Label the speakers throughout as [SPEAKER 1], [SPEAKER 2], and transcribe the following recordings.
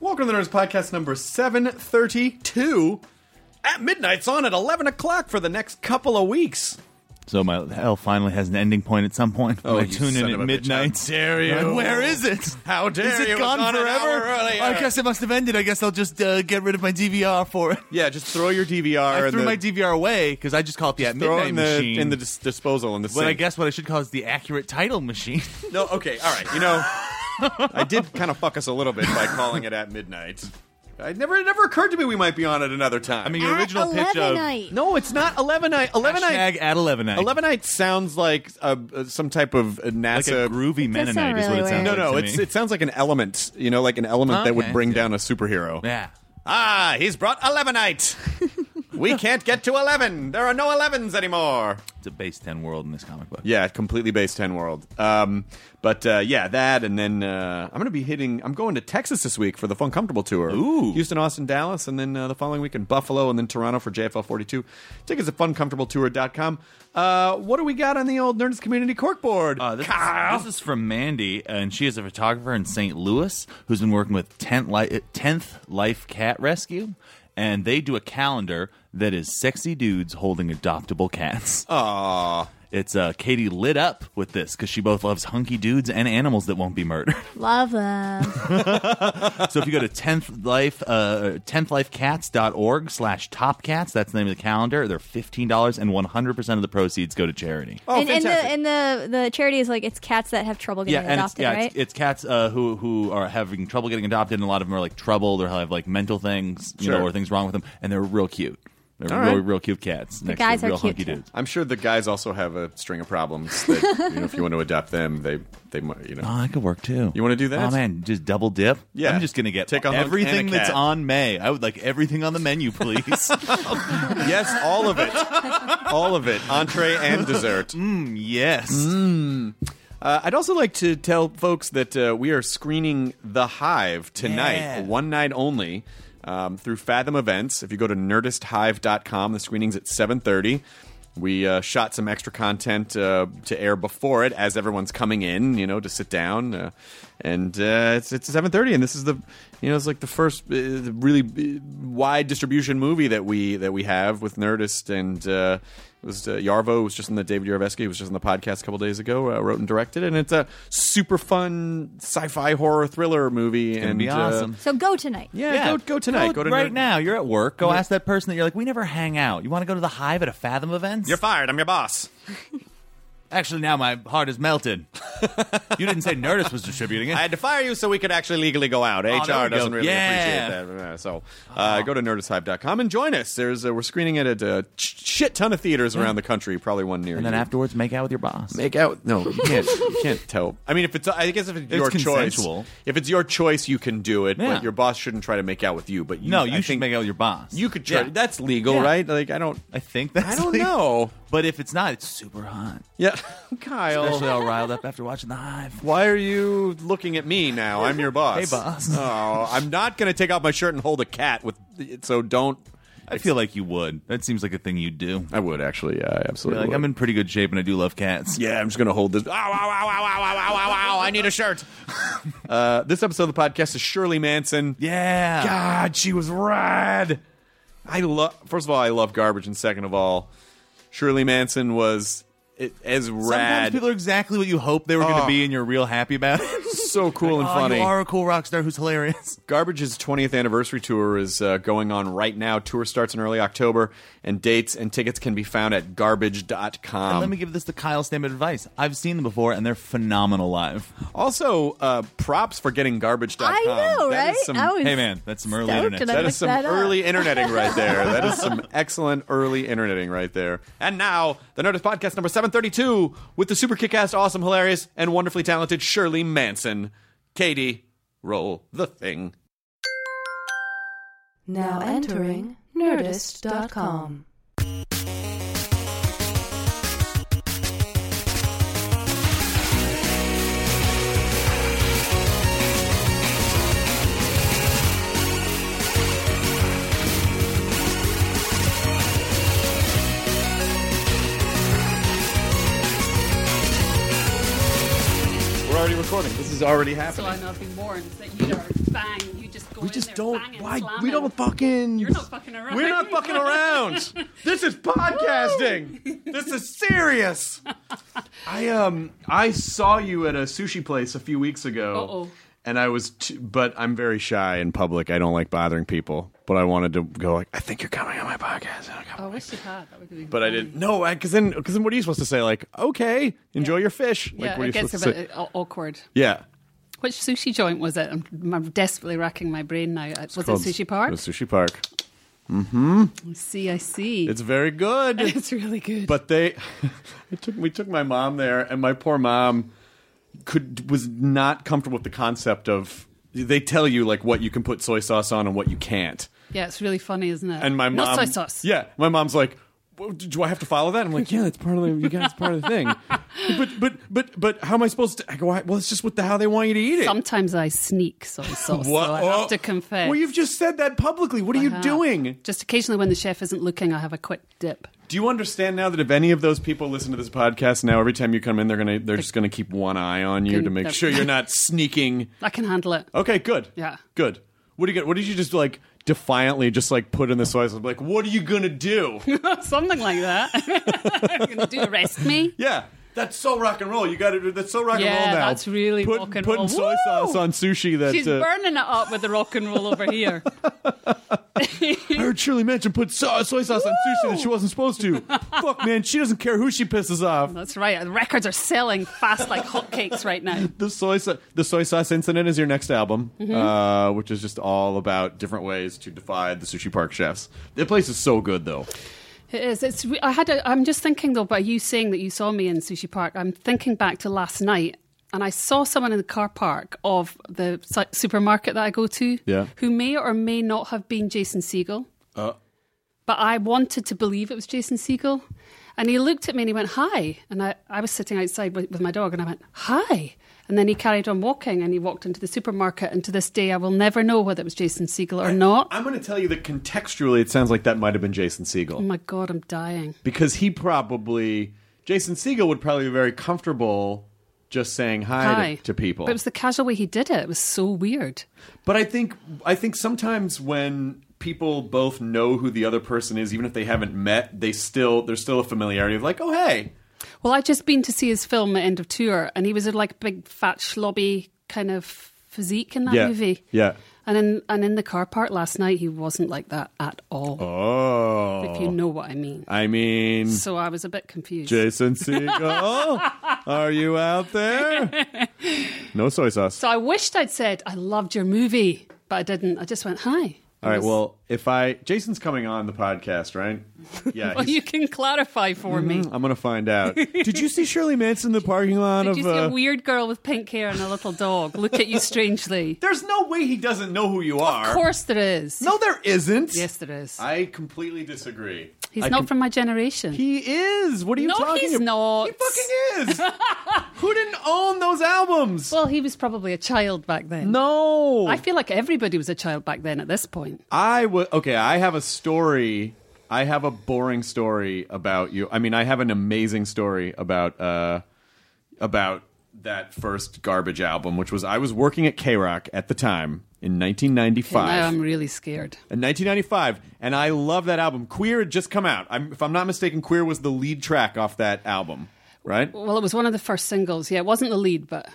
[SPEAKER 1] Welcome to the Nerds Podcast number 732. At midnight's on at 11 o'clock for the next couple of weeks.
[SPEAKER 2] So my hell finally has an ending point at some point.
[SPEAKER 1] Oh,
[SPEAKER 2] I
[SPEAKER 1] you
[SPEAKER 2] tune
[SPEAKER 1] son
[SPEAKER 2] in
[SPEAKER 1] of
[SPEAKER 2] at
[SPEAKER 1] a bitch.
[SPEAKER 2] midnight.
[SPEAKER 1] How dare you.
[SPEAKER 2] Like, Where is it?
[SPEAKER 1] How dare
[SPEAKER 2] Is
[SPEAKER 1] you.
[SPEAKER 2] it
[SPEAKER 1] It's
[SPEAKER 2] gone
[SPEAKER 1] on an hour
[SPEAKER 2] forever?
[SPEAKER 1] earlier.
[SPEAKER 2] I guess it must have ended. I guess I'll just uh, get rid of my DVR for it.
[SPEAKER 1] Yeah, just throw your DVR
[SPEAKER 2] I
[SPEAKER 1] and
[SPEAKER 2] threw
[SPEAKER 1] the,
[SPEAKER 2] my DVR away because I just call it the at
[SPEAKER 1] throw it
[SPEAKER 2] midnight
[SPEAKER 1] in the,
[SPEAKER 2] machine.
[SPEAKER 1] in the dis- disposal in the
[SPEAKER 2] but I
[SPEAKER 1] sink.
[SPEAKER 2] guess what I should call is the accurate title machine.
[SPEAKER 1] No, okay, all right. You know, I did kind of fuck us a little bit by calling it at midnight. I never, it never occurred to me we might be on at another time.
[SPEAKER 2] I mean, your
[SPEAKER 3] At
[SPEAKER 2] original pitch of
[SPEAKER 3] 11ite.
[SPEAKER 1] no, it's not eleven night. Eleven night.
[SPEAKER 2] hashtag at eleven night.
[SPEAKER 1] Elevenite sounds like uh, uh, some type of uh,
[SPEAKER 2] like
[SPEAKER 1] NASA
[SPEAKER 2] a groovy
[SPEAKER 3] does sound
[SPEAKER 2] Mennonite is what
[SPEAKER 3] really
[SPEAKER 2] it sounds
[SPEAKER 3] weird.
[SPEAKER 1] No,
[SPEAKER 2] like.
[SPEAKER 1] no,
[SPEAKER 2] to
[SPEAKER 1] it's
[SPEAKER 2] me.
[SPEAKER 1] it sounds like an element. You know, like an element that would
[SPEAKER 2] Okay.
[SPEAKER 1] bring down a superhero.
[SPEAKER 2] yeah.
[SPEAKER 1] Ah, he's brought elevenite. we can't get to eleven. There are no elevens anymore.
[SPEAKER 2] It's a base ten world in this comic book.
[SPEAKER 1] Yeah, completely base ten world. Um, but uh, yeah, that and then uh, I'm gonna be hitting. I'm going to Texas this week for the Fun Comfortable tour.
[SPEAKER 2] Ooh.
[SPEAKER 1] Houston, Austin, Dallas, and then uh, the following week in Buffalo, and then Toronto for JFL 42. Tickets at funcomfortabletour.com. Uh, what do we got on the old Nerds Community Corkboard?
[SPEAKER 2] Uh, this,
[SPEAKER 1] Kyle?
[SPEAKER 2] is, this is from Mandy, and she is a photographer in St. Louis who's been working with 10th Life, 10th Life Cat Rescue, and they do a calendar that is sexy dudes holding adoptable cats.
[SPEAKER 1] Aw.
[SPEAKER 2] It's uh, Katie lit up with this because she both loves hunky dudes and animals that won't be murdered.
[SPEAKER 3] Love them.
[SPEAKER 2] so if you go to 10th Life, uh, 10thlifecats.org slash topcats, that's the name of the calendar. They're $15, and 100% of the proceeds go to charity.
[SPEAKER 1] Oh,
[SPEAKER 3] and, and the
[SPEAKER 1] fantastic.
[SPEAKER 3] and the the charity is like it's cats that have trouble getting
[SPEAKER 2] and
[SPEAKER 3] adopted,
[SPEAKER 2] it's, yeah,
[SPEAKER 3] right?
[SPEAKER 2] it's, it's cats uh, who who are having trouble getting adopted, and a lot of them are like troubled or have like mental things, you
[SPEAKER 1] Sure.
[SPEAKER 2] know, or things wrong with them, and they're real cute. They're
[SPEAKER 1] All
[SPEAKER 2] real,
[SPEAKER 1] right.
[SPEAKER 2] real cute cats. The
[SPEAKER 3] guys
[SPEAKER 2] to
[SPEAKER 3] are
[SPEAKER 2] real
[SPEAKER 3] cute,
[SPEAKER 2] hunky
[SPEAKER 3] too.
[SPEAKER 2] dudes.
[SPEAKER 1] I'm sure the guys also have a string of problems that you know, if you want to adopt them, they they might you know.
[SPEAKER 2] Oh, that could work too.
[SPEAKER 1] You wanna do that?
[SPEAKER 2] Oh man, just double dip.
[SPEAKER 1] Yeah.
[SPEAKER 2] I'm just gonna get
[SPEAKER 1] Take a hunk
[SPEAKER 2] everything
[SPEAKER 1] and a
[SPEAKER 2] that's
[SPEAKER 1] cat. Mm,
[SPEAKER 2] on May. I would like everything on the menu, please.
[SPEAKER 1] yes, all of it, all of it, entree and dessert.
[SPEAKER 2] Mm, yes.
[SPEAKER 1] Uh, I'd also like to tell folks that uh, we are screening The Hive tonight,
[SPEAKER 2] Yeah.
[SPEAKER 1] one night only, um, through Fathom Events. If you go to nerdisthive.com, the screening's at 7.30. We uh, shot some extra content uh, to air before it as everyone's coming in, you know, to sit down. Uh, and uh, it's, it's 7.30, and this is the, you know, it's like the first uh, really uh, wide distribution movie that we that we have with Nerdist and... Uh, it was uh, Yarvo was just in the David Yarveski was just on the podcast a couple days ago. Uh, wrote and directed, and it's a super fun sci-fi horror thriller movie.
[SPEAKER 2] gonna
[SPEAKER 1] and
[SPEAKER 2] be
[SPEAKER 1] uh,
[SPEAKER 2] awesome.
[SPEAKER 3] so go tonight.
[SPEAKER 1] yeah, Go, go tonight. Go, to
[SPEAKER 2] right
[SPEAKER 1] Nerd-
[SPEAKER 2] now. You're at work. Go ask that person that you're like. We never hang out. You want to go to the Hive at a Fathom event?
[SPEAKER 1] You're fired. I'm your boss.
[SPEAKER 2] Actually, now my heart is melted. you didn't say Nerdist was distributing it.
[SPEAKER 1] I had to fire you so we could actually legally Oh, go out.
[SPEAKER 2] there
[SPEAKER 1] HR
[SPEAKER 2] we go.
[SPEAKER 1] doesn't really
[SPEAKER 2] Yeah.
[SPEAKER 1] appreciate that. Uh, So uh, go to nerdisthive.com and join us. There's uh, we're screening it at a ch- shit ton of theaters around the country. Probably one near
[SPEAKER 2] And then
[SPEAKER 1] you.
[SPEAKER 2] afterwards, make out with your boss.
[SPEAKER 1] Make out? No, you can't. You can't tell. I mean, if it's, I guess if it's,
[SPEAKER 2] It's
[SPEAKER 1] your
[SPEAKER 2] consensual.
[SPEAKER 1] choice, if it's your choice, you can do it.
[SPEAKER 2] Yeah.
[SPEAKER 1] But your boss shouldn't try to make out with you. But you,
[SPEAKER 2] no, you
[SPEAKER 1] I
[SPEAKER 2] should
[SPEAKER 1] think
[SPEAKER 2] make out with your boss.
[SPEAKER 1] You could try.
[SPEAKER 2] Yeah.
[SPEAKER 1] That's legal,
[SPEAKER 2] Yeah.
[SPEAKER 1] right? Like, I don't.
[SPEAKER 2] I think that's.
[SPEAKER 1] I don't
[SPEAKER 2] legal.
[SPEAKER 1] know.
[SPEAKER 2] But if it's not, it's super hot.
[SPEAKER 1] Yeah, Kyle.
[SPEAKER 2] Especially all riled up after watching The Hive.
[SPEAKER 1] Why are you looking at me now? I'm your boss.
[SPEAKER 2] Hey, boss.
[SPEAKER 1] Oh, I'm not going to take off my shirt and hold a cat with. So don't.
[SPEAKER 2] I feel like you would. That seems like a thing you'd do.
[SPEAKER 1] I would actually. Yeah, I absolutely.
[SPEAKER 2] Like
[SPEAKER 1] would.
[SPEAKER 2] I'm in pretty good shape, and I do love cats.
[SPEAKER 1] Yeah, I'm just gonna hold this. Ow, ow, ow, ow, ow, ow, ow, ow, ow! I need a shirt. uh, this episode of the podcast is Shirley Manson.
[SPEAKER 2] Yeah.
[SPEAKER 1] God, she was rad. I love. First of all, I love garbage, and second of all, Shirley Manson was it, as
[SPEAKER 2] Sometimes
[SPEAKER 1] rad.
[SPEAKER 2] people are exactly what you hope they were going to
[SPEAKER 1] Oh.
[SPEAKER 2] be, and you're real happy about it.
[SPEAKER 1] so cool and
[SPEAKER 2] Oh,
[SPEAKER 1] funny.
[SPEAKER 2] you are a cool rock star who's hilarious.
[SPEAKER 1] Garbage's 20th anniversary tour is uh, going on right now. Tour starts in early October, and dates and tickets can be found at garbage.com.
[SPEAKER 2] And let me give this to Kyle Stam advice. I've seen them before, and they're phenomenal live.
[SPEAKER 1] also, uh, props for getting garbage.com.
[SPEAKER 3] I know,
[SPEAKER 1] That is
[SPEAKER 3] right?
[SPEAKER 1] some-
[SPEAKER 3] I was
[SPEAKER 2] Hey, man, that's some early
[SPEAKER 3] stoked
[SPEAKER 2] internet
[SPEAKER 3] and I
[SPEAKER 2] stuff.
[SPEAKER 1] that is some
[SPEAKER 3] looked that up.
[SPEAKER 1] early interneting right there. That is some excellent early interneting right there. And now, the Nerdist Podcast number 732 with the super kick ass, awesome, hilarious, and wonderfully talented Shirley Manson. Katie, roll the thing.
[SPEAKER 4] Now entering Nerdist.com.
[SPEAKER 1] We're already recording. This is already
[SPEAKER 5] So
[SPEAKER 1] happening.
[SPEAKER 5] I know if he warns that you'd already bang, you just go
[SPEAKER 1] We
[SPEAKER 5] in
[SPEAKER 1] just
[SPEAKER 5] there
[SPEAKER 1] don't.
[SPEAKER 5] banging,
[SPEAKER 1] Why
[SPEAKER 5] slamming.
[SPEAKER 1] we don't fucking.
[SPEAKER 5] You're not fucking around.
[SPEAKER 1] We're not fucking around. this is podcasting. this is serious. I um I saw you at a sushi place a few weeks ago.
[SPEAKER 5] Uh-oh.
[SPEAKER 1] And I was, t- but I'm very shy in public. I don't like bothering people. But I wanted to go like, I think you're coming on my podcast. And I go,
[SPEAKER 5] Oh, I wish you had. That would be
[SPEAKER 1] But I didn't. No, because then, because then, what are you supposed to say? Like, okay, enjoy your fish. Like,
[SPEAKER 5] yeah,
[SPEAKER 1] what are you
[SPEAKER 5] it gets a
[SPEAKER 1] supposed to
[SPEAKER 5] bit au- awkward.
[SPEAKER 1] say? Yeah.
[SPEAKER 5] Which sushi joint was it? I'm, I'm desperately racking my brain now. Uh, Was it
[SPEAKER 1] Called-
[SPEAKER 5] Sushi Park?
[SPEAKER 1] It was sushi Park.
[SPEAKER 5] see, I see.
[SPEAKER 1] It's very good.
[SPEAKER 5] It's really good.
[SPEAKER 1] but they I took we took my mom there and my poor mom could was not comfortable with the concept of they tell you like what you can put soy sauce on and what you can't
[SPEAKER 5] yeah, it's really funny, isn't it?
[SPEAKER 1] and my mom
[SPEAKER 5] not soy sauce.
[SPEAKER 1] yeah my mom's like "Well, d- do I have to follow that? I'm like, yeah, that's part of the you guys part of the thing. But but but but how am I supposed to? I go, "Why- well, it's just what the how they want you to eat it.
[SPEAKER 5] Sometimes I sneak soy sauce.
[SPEAKER 1] What?
[SPEAKER 5] So I
[SPEAKER 1] Oh.
[SPEAKER 5] have to confess.
[SPEAKER 1] Well, you've just said that publicly. What are you
[SPEAKER 5] Ah.
[SPEAKER 1] doing?
[SPEAKER 5] Just occasionally, when the chef isn't looking, I have a quick dip.
[SPEAKER 1] Do you understand now that if any of those people listen to this podcast now, every time you come in, they're gonna they're just gonna keep one eye on you to make sure you're not sneaking.
[SPEAKER 5] I can handle it.
[SPEAKER 1] Okay, good.
[SPEAKER 5] Yeah.
[SPEAKER 1] good. What do you get? What did you just like defiantly just like put in the soy sauce? Like, what are you gonna do?
[SPEAKER 5] Something like that. I'm gonna do arrest me.
[SPEAKER 1] yeah. That's so rock and roll. You got to. That's so rock and
[SPEAKER 5] Yeah,
[SPEAKER 1] roll now.
[SPEAKER 5] that's really
[SPEAKER 1] Put-
[SPEAKER 5] rock and
[SPEAKER 1] putting
[SPEAKER 5] roll.
[SPEAKER 1] soy
[SPEAKER 5] Woo!
[SPEAKER 1] sauce on sushi. That
[SPEAKER 5] She's
[SPEAKER 1] uh,
[SPEAKER 5] burning it up with the rock and roll over here.
[SPEAKER 1] I heard Shirley Manson put so- soy sauce on sushi that she wasn't supposed to. Fuck, man, she doesn't care who she pisses off.
[SPEAKER 5] That's right. The records are selling fast like hotcakes right now.
[SPEAKER 1] the soy sauce, the soy sauce incident is your next album,
[SPEAKER 5] Mm-hmm.
[SPEAKER 1] uh, which is just all about different ways to defy the sushi park chefs. The place is so good, though.
[SPEAKER 5] It is. It's. I had. A, I'm just thinking though by you saying that you saw me in Sushi Park. I'm thinking back to last night, and I saw someone in the car park of the su- supermarket that I go to.
[SPEAKER 1] Yeah.
[SPEAKER 5] Who may or may not have been Jason Siegel.
[SPEAKER 1] Uh.
[SPEAKER 5] But I wanted to believe it was Jason Siegel, and he looked at me and he went hi, and I, I was sitting outside with, with my dog, and I went hi. And then he carried on walking and he walked into the supermarket. And to this day, I will never know whether it was Jason Siegel or not.
[SPEAKER 1] I'm going to tell you that contextually, it sounds like that might have been Jason Siegel
[SPEAKER 5] oh my God, I'm dying.
[SPEAKER 1] because he probably Jason Siegel would probably be very comfortable just saying hi,
[SPEAKER 5] Hi.
[SPEAKER 1] To, to people.
[SPEAKER 5] But it was the casual way he did it. It was so weird.
[SPEAKER 1] But I think I think sometimes when people both know who the other person is, even if they haven't met, they still there's still a familiarity of like, oh hey,
[SPEAKER 5] Well, I'd just been to see his film at End of Tour, and he was in like a big, fat, schlobby kind of physique in that
[SPEAKER 1] Yeah,
[SPEAKER 5] movie.
[SPEAKER 1] yeah.
[SPEAKER 5] And in and in the car park last night, he wasn't like that at all.
[SPEAKER 1] oh.
[SPEAKER 5] If you know what I mean.
[SPEAKER 1] I mean,
[SPEAKER 5] So I was a bit confused.
[SPEAKER 1] Jason Siegel, are you out there? No soy sauce.
[SPEAKER 5] so I wished I'd said I loved your movie, but I didn't. I just went hi.
[SPEAKER 1] All right. Well, if I Jason's coming on the podcast, right? Mm-hmm. Yeah.
[SPEAKER 5] Well,
[SPEAKER 1] he's-
[SPEAKER 5] you can clarify for me.
[SPEAKER 1] I'm gonna find out. Did you see Shirley Manson in the parking lot
[SPEAKER 5] Did
[SPEAKER 1] of?
[SPEAKER 5] you see
[SPEAKER 1] uh,
[SPEAKER 5] a weird girl with pink hair and a little dog look at you strangely?
[SPEAKER 1] There's no way he doesn't know who you are.
[SPEAKER 5] Of course there is.
[SPEAKER 1] No, there isn't.
[SPEAKER 5] Yes, there is.
[SPEAKER 1] I completely disagree.
[SPEAKER 5] He's
[SPEAKER 1] I
[SPEAKER 5] not
[SPEAKER 1] com-
[SPEAKER 5] from my generation.
[SPEAKER 1] He is. What are you
[SPEAKER 5] No,
[SPEAKER 1] talking
[SPEAKER 5] he's
[SPEAKER 1] about?
[SPEAKER 5] not.
[SPEAKER 1] He fucking is. who didn't own those albums?
[SPEAKER 5] Well, he was probably a child back then.
[SPEAKER 1] no.
[SPEAKER 5] I feel like everybody was a child back then at this point.
[SPEAKER 1] I was okay. I have a story. I have a boring story about you. I mean, I have an amazing story about uh, about that first garbage album, which was I was working at K Rock at the time in 1995.
[SPEAKER 5] Now I'm really scared.
[SPEAKER 1] In 1995, and I love that album. Queer had just come out. I'm, if I'm not mistaken, Queer was the lead track off that album, right?
[SPEAKER 5] Well, it was one of the first singles. Yeah, it wasn't the lead, but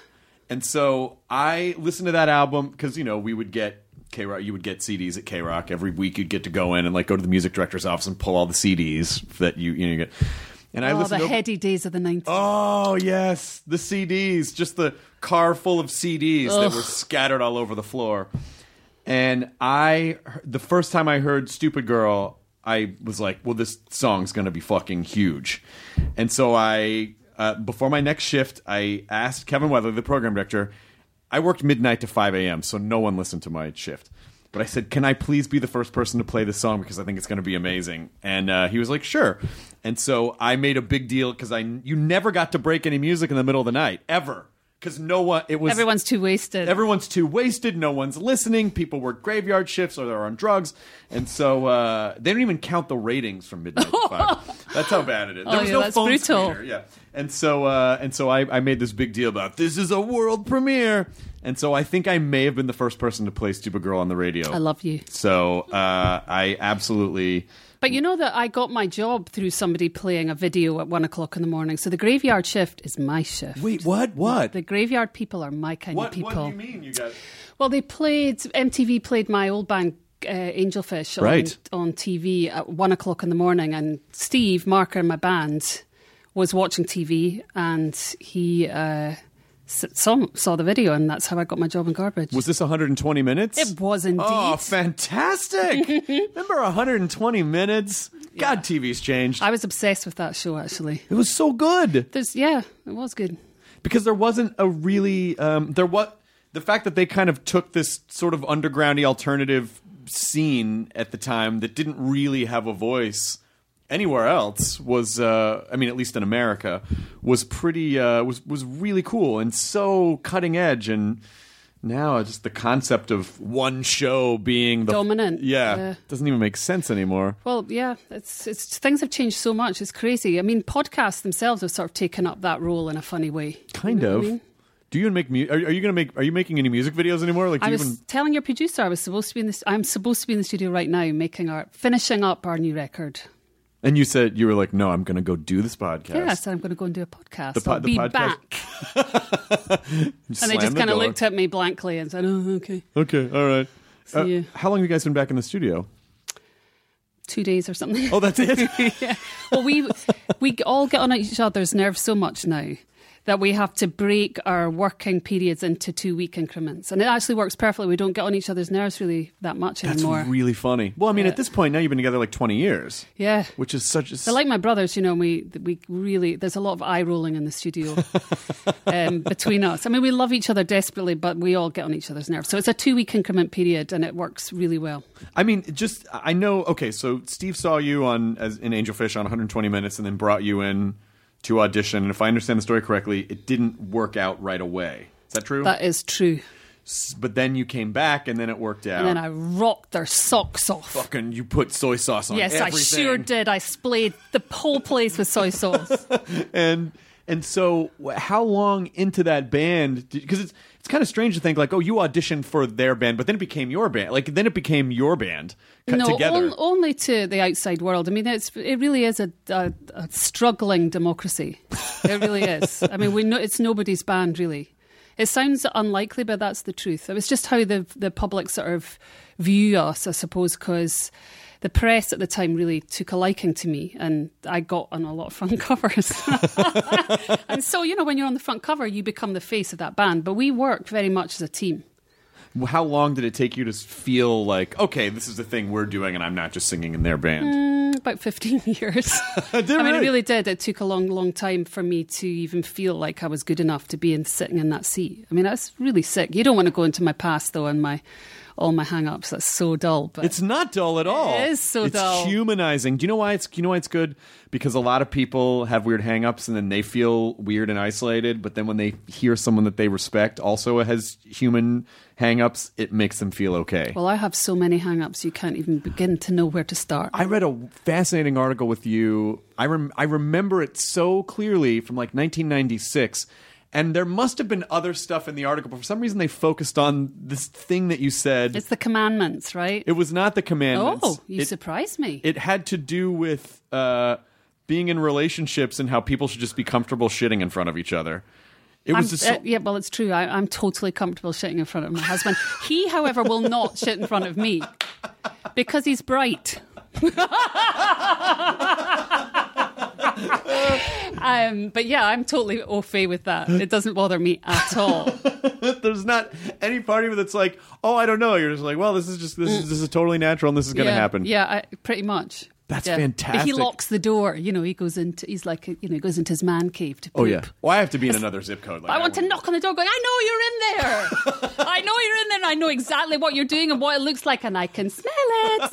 [SPEAKER 1] And so I listened to that album because you know we would get K Rock, you would get CDs at K Rock every week. You'd get to go in and like go to the music director's office and pull all the CDs that you you know you get. And I
[SPEAKER 5] oh, the
[SPEAKER 1] listened. to,
[SPEAKER 5] heady days of the 90s.
[SPEAKER 1] Oh yes, the CDs, just the car full of CDs that were scattered all over the floor. And I, the first time I heard "Stupid Girl," I was like, "Well, this song's gonna be fucking huge." And so I, uh, before my next shift, I asked Kevin Weather, the program director. I worked midnight to five a.m., so no one listened to my shift. But I said, "Can I please be the first person to play this song because I think it's going to be amazing?" And uh, he was like, "Sure." And so I made a big deal because I you never got to break any music in the middle of the night ever because no one it was
[SPEAKER 5] Everyone's too wasted.
[SPEAKER 1] everyone's too wasted no one's listening people work graveyard shifts or they're on drugs and so uh, they don't even count the ratings from midnight to five that's how bad it is there
[SPEAKER 5] Oh,
[SPEAKER 1] was
[SPEAKER 5] yeah,
[SPEAKER 1] no
[SPEAKER 5] that's
[SPEAKER 1] phone
[SPEAKER 5] brutal.
[SPEAKER 1] screener, yeah and so uh, and so I, I made this big deal about this is a world premiere And so I think I may have been the first person to play Stupid Girl on the radio.
[SPEAKER 5] I love you.
[SPEAKER 1] So uh, I absolutely.
[SPEAKER 5] But you know that I got my job through somebody playing a video at one o'clock in the morning. So the graveyard shift is my shift.
[SPEAKER 2] Wait, what? What?
[SPEAKER 5] The graveyard people are my kind of people.
[SPEAKER 1] mean? You got
[SPEAKER 5] Well, they played MTV played my old band. Uh, Angelfish on,
[SPEAKER 2] Right.
[SPEAKER 5] on TV at one o'clock in the morning, and Steve Marker, my band, was watching TV, and he uh, s- saw saw the video, and that's how I got my job in garbage.
[SPEAKER 1] was this 120 minutes?
[SPEAKER 5] it was indeed.
[SPEAKER 1] Oh, fantastic! Remember 120 minutes? God, TV's changed.
[SPEAKER 5] I was obsessed with that show actually.
[SPEAKER 1] it was so good.
[SPEAKER 5] There's yeah, it was good.
[SPEAKER 1] because there wasn't a really um, there was the fact that they kind of took this sort of undergroundy alternative scene at the time that didn't really have a voice anywhere else was uh, I mean at least in America was pretty uh, was was really cool and so cutting edge and now just the concept of one show being the
[SPEAKER 5] Dominant,
[SPEAKER 1] yeah,
[SPEAKER 5] yeah.
[SPEAKER 1] doesn't even make sense anymore
[SPEAKER 5] Well, yeah, it's it's things have changed so much. It's crazy. I mean, podcasts themselves have sort of taken up that role in a funny way.
[SPEAKER 1] kind of. Do you make mu- are, are you gonna make are you making any music videos anymore? Like do
[SPEAKER 5] I
[SPEAKER 1] you
[SPEAKER 5] was
[SPEAKER 1] even
[SPEAKER 5] telling your producer I was supposed to be in this. I'm supposed to be in the studio right now, making our finishing up our new record.
[SPEAKER 1] And you said you were like, no, I'm going to go do this podcast.
[SPEAKER 5] Yeah, I said I'm going to go and do a podcast.
[SPEAKER 1] The po-
[SPEAKER 5] I'll
[SPEAKER 1] the
[SPEAKER 5] be
[SPEAKER 1] podcast-
[SPEAKER 5] back. and they just kind of looked at me blankly and said, "Oh, okay,
[SPEAKER 1] Okay, all right.
[SPEAKER 5] See
[SPEAKER 1] Uh,
[SPEAKER 5] you.
[SPEAKER 1] How long have you guys been back in the studio?
[SPEAKER 5] two days or something."
[SPEAKER 1] Oh, that's it.
[SPEAKER 5] well, we we all get on each other's nerves so much now that we have to break our working periods into two week increments, and it actually works perfectly. We don't get on each other's nerves really that much
[SPEAKER 1] that's
[SPEAKER 5] anymore.
[SPEAKER 1] really funny. Well, I mean,
[SPEAKER 5] Yeah.
[SPEAKER 1] at this point now you've been together like 20 years,
[SPEAKER 5] yeah.
[SPEAKER 1] which is such. a
[SPEAKER 5] They're like my brothers, you know. and We we really there's a lot of eye rolling in the studio um, between us. I mean, we love each other desperately, but we all get on each other's nerves. So it's a two week increment period, and it works really well.
[SPEAKER 1] I mean, it just I know. Okay, so Steve saw you on as in Angelfish on 120 minutes, and then brought you in to audition. And if I understand the story correctly, it didn't work out right away. Is that true?
[SPEAKER 5] That is true.
[SPEAKER 1] S- but then you came back, and then it worked out.
[SPEAKER 5] And then I rocked their socks off.
[SPEAKER 1] fucking you put soy sauce on.
[SPEAKER 5] Yes, I
[SPEAKER 1] everything.
[SPEAKER 5] sure did. I splayed the whole place with soy sauce.
[SPEAKER 1] and and so wh- how long into that band because it's it's kind of strange to think like oh you auditioned for their band but then it became your band like then it became your band cut
[SPEAKER 5] no, oh,
[SPEAKER 1] together
[SPEAKER 5] on- only to the outside world. I mean, it's it really is a, a, a struggling democracy. It really is. I mean, we know it's nobody's band really. It sounds unlikely, but that's the truth. It was just how the the public sort of view us, I suppose, because. The press at the time really took a liking to me, and I got on a lot of front covers. and so, you know, when you're on the front cover, you become the face of that band. But we worked very much as a team.
[SPEAKER 1] how long did it take you to s- feel like okay this is the thing we're doing and i'm not just singing in their band
[SPEAKER 5] about 15 years. I
[SPEAKER 1] Did
[SPEAKER 5] mean,
[SPEAKER 1] really?
[SPEAKER 5] it really did. It took a long, long time for me to even feel like I was good enough to be in sitting in that seat. I mean, that's really sick. You don't want to go into my past though, and my all my hang-ups. That's so dull. But
[SPEAKER 1] it's not dull at all
[SPEAKER 5] is so
[SPEAKER 1] it's
[SPEAKER 5] dull.
[SPEAKER 1] humanizing do you know why it's do you know why it's good because a lot of people have weird hangups and then they feel weird and isolated but then when they hear someone that they respect also has human hangups it makes them feel okay
[SPEAKER 5] well, I have so many hang-ups. You can't even begin to know where to start.
[SPEAKER 1] I read a fascinating article with you. I rem- I remember it so clearly from like 1996. And there must have been other stuff in the article, but for some reason they focused on this thing that you said.
[SPEAKER 5] it's the commandments, right?
[SPEAKER 1] it was not the commandments.
[SPEAKER 5] oh, you
[SPEAKER 1] it,
[SPEAKER 5] surprised me.
[SPEAKER 1] it had to do with uh, being in relationships and how people should just be comfortable shitting in front of each other. It was
[SPEAKER 5] I'm-
[SPEAKER 1] just.
[SPEAKER 5] uh, yeah, well, it's true. I, I'm totally comfortable shitting in front of my husband. he, however, will not shit in front of me because he's bright. um, but yeah, I'm totally au fait with that. It doesn't bother me at all.
[SPEAKER 1] there's not any part of it that's like, oh, I don't know. You're just like, well, this is just this is this is totally natural and this is going to
[SPEAKER 5] yeah,
[SPEAKER 1] happen.
[SPEAKER 5] Yeah, I, pretty much.
[SPEAKER 1] That's
[SPEAKER 5] Yeah. But
[SPEAKER 1] fantastic.
[SPEAKER 5] he locks the door. You know, he goes into. He's like, you know, he goes into his man cave to poop.
[SPEAKER 1] Oh yeah. Well, I have to be in another zip code. Like
[SPEAKER 5] I
[SPEAKER 1] that
[SPEAKER 5] want to
[SPEAKER 1] one.
[SPEAKER 5] knock on the door going, I know you're in there. I know you're in there and I know exactly what you're doing and what it looks like and I can smell it.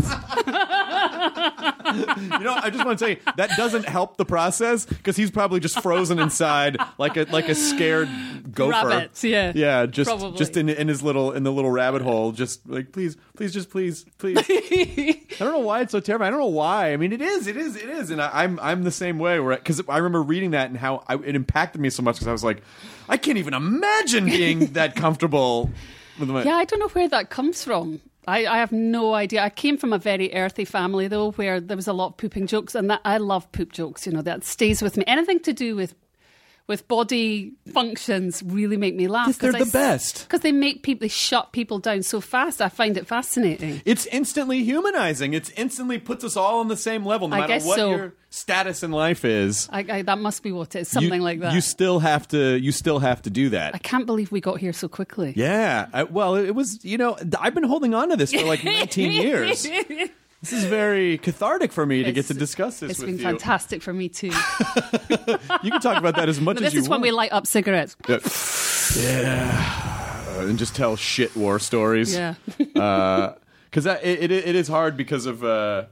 [SPEAKER 1] You know, I just want to say that doesn't help the process because he's probably just frozen inside like a like a scared gopher.
[SPEAKER 5] Rabbit, yeah.
[SPEAKER 1] yeah, just
[SPEAKER 5] Probably.
[SPEAKER 1] just in in his little in the little rabbit hole, just like please please, just please, please. I don't know why it's so terrifying. I don't know why. I mean, it is, it is, it is, and I, I'm I'm the same way. Where because I remember reading that and how I, it impacted me so much because I was like, I can't even imagine being that comfortable with my.
[SPEAKER 5] Yeah, I don't know where that comes from. I, I have no idea. I came from a very earthy family, though, where there was a lot of pooping jokes, and that I love poop jokes. You know, that stays with me. Anything to do with with body functions really make me laugh.
[SPEAKER 1] Yes, they're the best.
[SPEAKER 5] because they make people they shut people down so fast. I find it fascinating.
[SPEAKER 1] It's instantly humanizing. It's instantly puts us all on the same level, no
[SPEAKER 5] I
[SPEAKER 1] matter
[SPEAKER 5] guess
[SPEAKER 1] what
[SPEAKER 5] so.
[SPEAKER 1] your status in life is.
[SPEAKER 5] I, I, that must be what it is. Something
[SPEAKER 1] you,
[SPEAKER 5] like that.
[SPEAKER 1] You still have to. You still have to do that.
[SPEAKER 5] I can't believe we got here so quickly.
[SPEAKER 1] Yeah. I, well, it was, you know, th- I've been holding on to this for like 19 years. This is very cathartic for me to get to
[SPEAKER 5] It's-
[SPEAKER 1] discuss this
[SPEAKER 5] It's
[SPEAKER 1] with
[SPEAKER 5] been
[SPEAKER 1] you.
[SPEAKER 5] fantastic for me too.
[SPEAKER 1] You can talk about that as much
[SPEAKER 5] this
[SPEAKER 1] as you
[SPEAKER 5] is when
[SPEAKER 1] want.
[SPEAKER 5] we light up cigarettes.
[SPEAKER 1] Uh, and just tell shit war stories.
[SPEAKER 5] Yeah.
[SPEAKER 1] Because it, it, it is hard because of. Uh,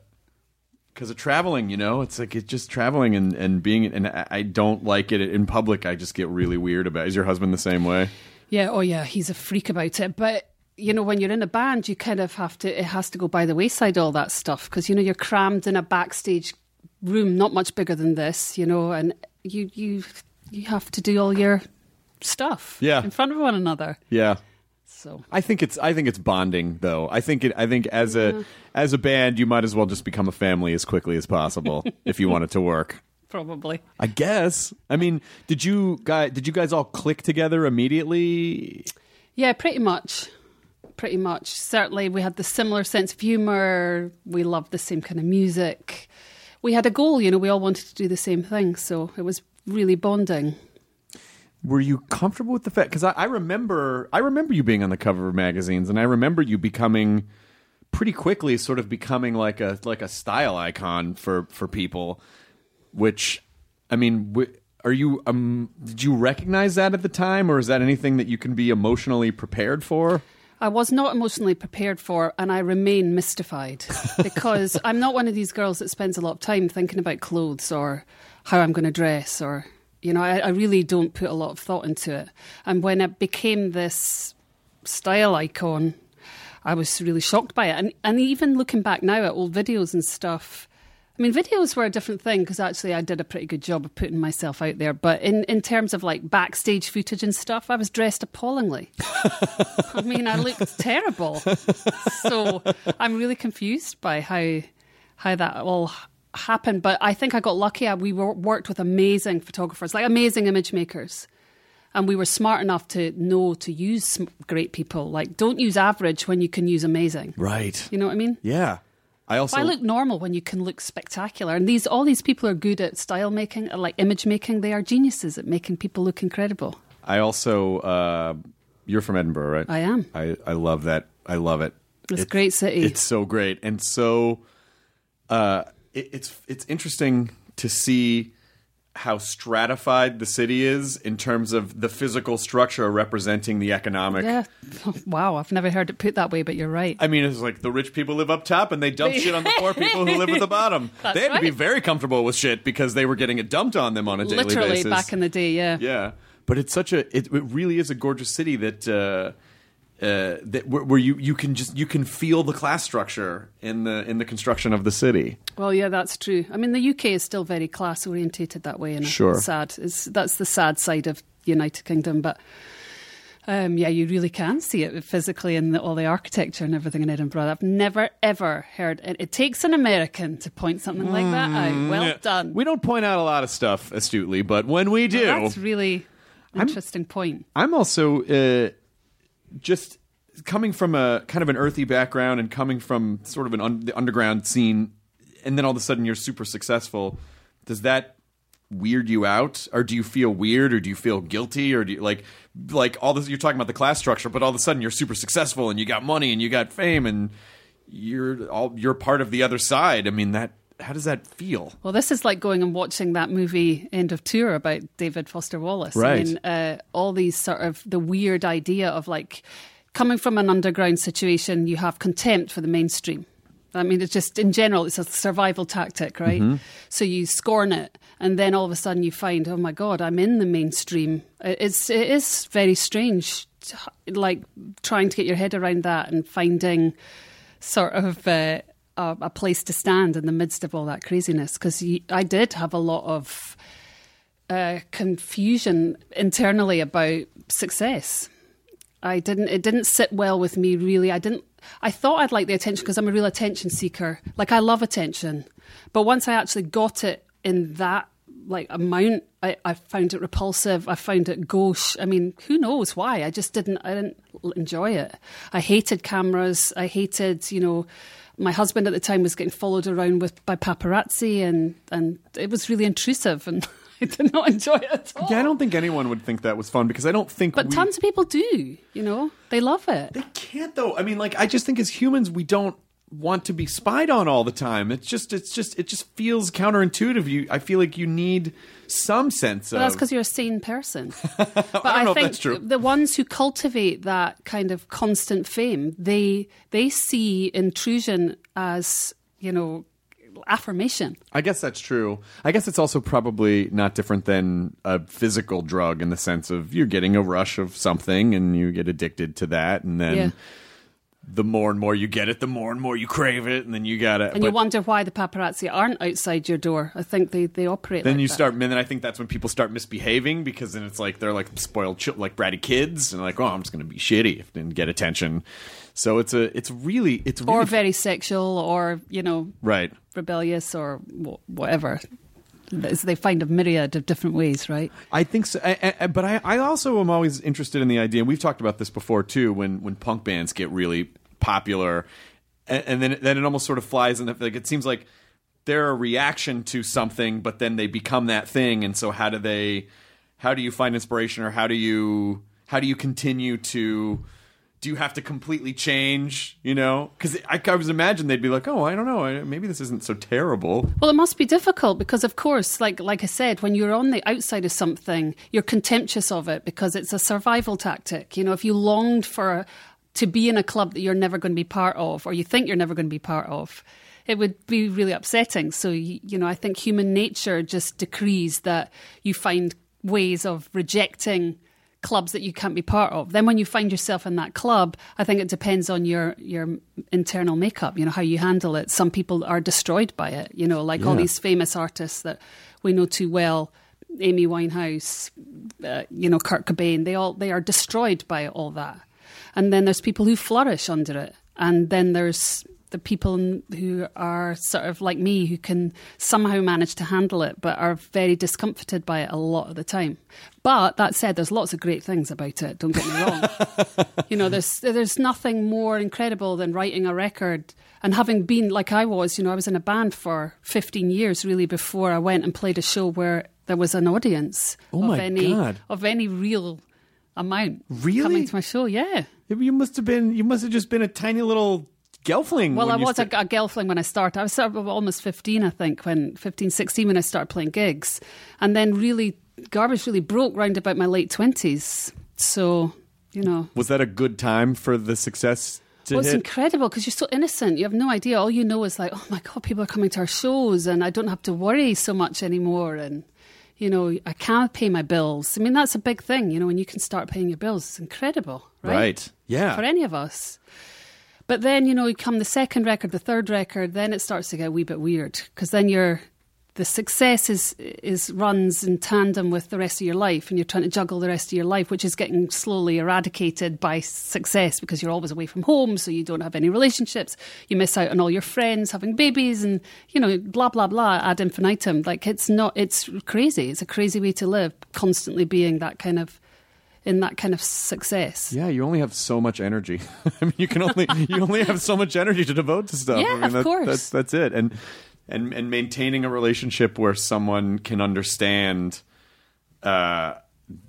[SPEAKER 1] because of traveling, you know, it's like it's just traveling and, and being and I I don't like it in public. I just get really weird about. it. Is your husband the same way?
[SPEAKER 5] Yeah, oh yeah, he's a freak about it. But you know, when you're in a band, you kind of have to. It has to go by the wayside, all that stuff, because you know you're crammed in a backstage room, not much bigger than this, you know, and you you you have to do all your stuff
[SPEAKER 1] Yeah.
[SPEAKER 5] in front of one another.
[SPEAKER 1] Yeah,
[SPEAKER 5] So
[SPEAKER 1] I think it's I think it's bonding though. I think it I think as a as a band you might as well just become a family as quickly as possible if you want it to work.
[SPEAKER 5] probably,
[SPEAKER 1] I guess. I mean, did you guys did you guys all click together immediately?
[SPEAKER 5] yeah, pretty much. Pretty much. Certainly, we had the similar sense of humour. We loved the same kind of music. We had a goal, you know, we all wanted to do the same thing. So it was really bonding.
[SPEAKER 1] Were you comfortable with the fact? Because I, I remember I remember you being on the cover of magazines, and I remember you becoming pretty quickly sort of becoming like a like a style icon for for people. Which, I mean, w- are you um? Did you recognize that at the time, or is that anything that you can be emotionally prepared for?
[SPEAKER 5] I was not emotionally prepared for, and I remain mystified because I'm not one of these girls that spends a lot of time thinking about clothes or how I'm going to dress, or, you know, I, I really don't put a lot of thought into it. And when it became this style icon, I was really shocked by it. And, and even looking back now at old videos and stuff, I mean, videos were a different thing because actually I did a pretty good job of putting myself out there. But in, in terms of like backstage footage and stuff, I was dressed appallingly. I mean, I looked terrible. So I'm really confused by how how that all h- happened. But I think I got lucky. I- We wor- worked with amazing photographers, like amazing image makers. And we were smart enough to know to use sm- great people. Like, don't use average when you can use amazing.
[SPEAKER 1] Right.
[SPEAKER 5] You know what I mean?
[SPEAKER 1] Yeah. I also
[SPEAKER 5] Why look normal when you can look spectacular? And these, all these people are good at style making, uh, like image making. They are geniuses at making people look incredible.
[SPEAKER 1] I also uh, you're from Edinburgh, right?
[SPEAKER 5] I am.
[SPEAKER 1] I, I love that. I love it.
[SPEAKER 5] It's a great city.
[SPEAKER 1] It's so great and so uh, it, it's it's interesting to see how stratified the city is in terms of the physical structure representing the economic.
[SPEAKER 5] Yeah. Wow, I've never heard it put that way, but you're right.
[SPEAKER 1] I mean, it's like the rich people live up top and they dump shit on the poor people who live at the bottom. they had to be
[SPEAKER 5] right.
[SPEAKER 1] very comfortable with shit because they were getting it dumped on them on a daily
[SPEAKER 5] Literally
[SPEAKER 1] basis.
[SPEAKER 5] back in the day, yeah.
[SPEAKER 1] Yeah, but it's such a it, it really is a gorgeous city that uh, uh, that where, where you you can just you can feel the class structure in the in the construction of the city.
[SPEAKER 5] Well, yeah, that's true. I mean, the UK is still very class orientated that way, and
[SPEAKER 1] Sure.
[SPEAKER 5] it's sad. It's, that's the sad side of United Kingdom, but. Um, yeah, you really can see it physically in the, all the architecture and everything in Edinburgh. I've never ever heard it. It takes an American to point something like that out. Well done.
[SPEAKER 1] Mm, We don't point out a lot of stuff astutely, but when we do,
[SPEAKER 5] That's really interesting point.
[SPEAKER 1] I'm also uh, just coming from a kind of an earthy background and coming from sort of an un- the underground scene, and then all of a sudden you're super successful. Does that weird you out, or do you feel weird, or do you feel guilty, or do you like like all this? You're talking about the class structure, but all of a sudden you're super successful and you got money and you got fame and you're all you're part of the other side. I mean that. How does that feel?
[SPEAKER 5] Well, this is like going and watching that movie End of Tour about David Foster Wallace. I
[SPEAKER 1] Right.
[SPEAKER 5] mean, uh, all these sort of the weird idea of like coming from an underground situation, you have contempt for the mainstream. I mean, it's just in general, it's a survival tactic, right? So you scorn it, and then all of a sudden you find, oh my god, I'm in the mainstream. It- It's it is very strange, t- like trying to get your head around that and finding sort of uh, a, a place to stand in the midst of all that craziness because I did have a lot of uh, confusion internally about success. I didn't. It didn't sit well with me. Really, I didn't. I thought I'd like the attention because I'm a real attention seeker. Like I love attention, but once I actually got it in that like amount, I, I found it repulsive. I found it gauche. I mean, who knows why? I just didn't. I didn't l- enjoy it. I hated cameras. I hated. You know, my husband at the time was getting followed around with by paparazzi, and and it was really intrusive, and I did not enjoy it at all.
[SPEAKER 1] Yeah, I don't think anyone would think that was fun because I don't think.
[SPEAKER 5] But
[SPEAKER 1] we-
[SPEAKER 5] tons of people do, you know, they love it.
[SPEAKER 1] They can't though. I mean, like I just think as humans we don't want to be spied on all the time. It's just it's just it just feels counterintuitive. You I feel like you need some sense
[SPEAKER 5] But that's
[SPEAKER 1] of
[SPEAKER 5] because you're a sane person. But
[SPEAKER 1] don't
[SPEAKER 5] I,
[SPEAKER 1] know if
[SPEAKER 5] think
[SPEAKER 1] that's true.
[SPEAKER 5] the ones who cultivate that kind of constant fame, they they see intrusion as you know affirmation.
[SPEAKER 1] I guess that's true. I guess it's also probably not different than a physical drug in the sense of you're getting a rush of something and you get addicted to that and then
[SPEAKER 5] Yeah.
[SPEAKER 1] the more and more you get it, the more and more you crave it and then you got to
[SPEAKER 5] And you wonder why the paparazzi aren't outside your door. I think they, they operate.
[SPEAKER 1] then
[SPEAKER 5] like
[SPEAKER 1] you
[SPEAKER 5] that.
[SPEAKER 1] start, and then I think that's when people start misbehaving because then it's like they're like spoiled, chil- like bratty kids, and like, oh, I'm just gonna be shitty and get attention. So it's a, it's really, it's really
[SPEAKER 5] or very sexual, or you know,
[SPEAKER 1] right.
[SPEAKER 5] rebellious, or wh- whatever. So they find a myriad of different ways, right?
[SPEAKER 1] I think so, I, I- I- but I, I also am always interested in the idea. and We've talked about this before too. When when punk bands get really popular, and, and then then it almost sort of flies in. the- Like it seems like they're a reaction to something, but then they become that thing. And so how do they? How do you find inspiration, or how do you how do you continue to? Do you have to completely change? You know, because I, I was imagine they'd be like, "Oh, I don't know. I- Maybe this isn't so terrible."
[SPEAKER 5] Well, it must be difficult because, of course, like like I said, when you're on the outside of something, you're contemptuous of it because it's a survival tactic. You know, if you longed for to be in a club that you're never going to be part of, or you think you're never going to be part of, it would be really upsetting. So, you, you know, I think human nature just decrees that you find ways of rejecting clubs that you can't be part of. Then when you find yourself in that club, I think it depends on your your internal makeup, you know, how you handle it. Some people are destroyed by it, you know, like all these famous artists that we know too well, Amy Winehouse, uh, you know, Kurt Cobain, they all they are destroyed by all that. And then there's people who flourish under it. And then there's the people in- who are sort of like me who can somehow manage to handle it but are very discomforted by it a lot of the time but that said there's lots of great things about it don't get me wrong you know there's there's nothing more incredible than writing a record and having been like I was you know I was in a band for 15 years really before I went and played a show where there was an audience of
[SPEAKER 1] Oh my
[SPEAKER 5] any
[SPEAKER 1] God.
[SPEAKER 5] of any real amount
[SPEAKER 1] Really?
[SPEAKER 5] coming to my show yeah
[SPEAKER 1] You must have been, you must have just been a tiny little gelfling.
[SPEAKER 5] well,
[SPEAKER 1] when
[SPEAKER 5] I
[SPEAKER 1] you
[SPEAKER 5] was
[SPEAKER 1] sta-
[SPEAKER 5] a, a gelfling when I started. I was sort of almost 15, I think, when 15, 16 when I started playing gigs. And then really, garbage really broke round about my late 20s. So, you know,
[SPEAKER 1] Was that a good time for the success to
[SPEAKER 5] well, it's
[SPEAKER 1] hit?
[SPEAKER 5] incredible because you're so innocent. You have no idea. All you know is like, oh my God, people are coming to our shows and I don't have to worry so much anymore. And, you know, I can pay my bills. I mean, that's a big thing, you know, when you can start paying your bills. It's incredible,
[SPEAKER 1] Yeah.
[SPEAKER 5] for any of us. But then, you know, you come the second record, the third record, then it starts to get a wee bit weird because then you're the success is is runs in tandem with the rest of your life and you're trying to juggle the rest of your life which is getting slowly eradicated by success because you're always away from home so you don't have any relationships you miss out on all your friends having babies and you know blah blah blah ad infinitum like it's not it's crazy it's a crazy way to live constantly being that kind of in that kind of success
[SPEAKER 1] yeah, you only have so much energy. I mean, you can only you only have so much energy to devote to stuff.
[SPEAKER 5] Yeah,
[SPEAKER 1] I mean,
[SPEAKER 5] of
[SPEAKER 1] that-
[SPEAKER 5] course.
[SPEAKER 1] That's that's it. And and and maintaining a relationship where someone can understand uh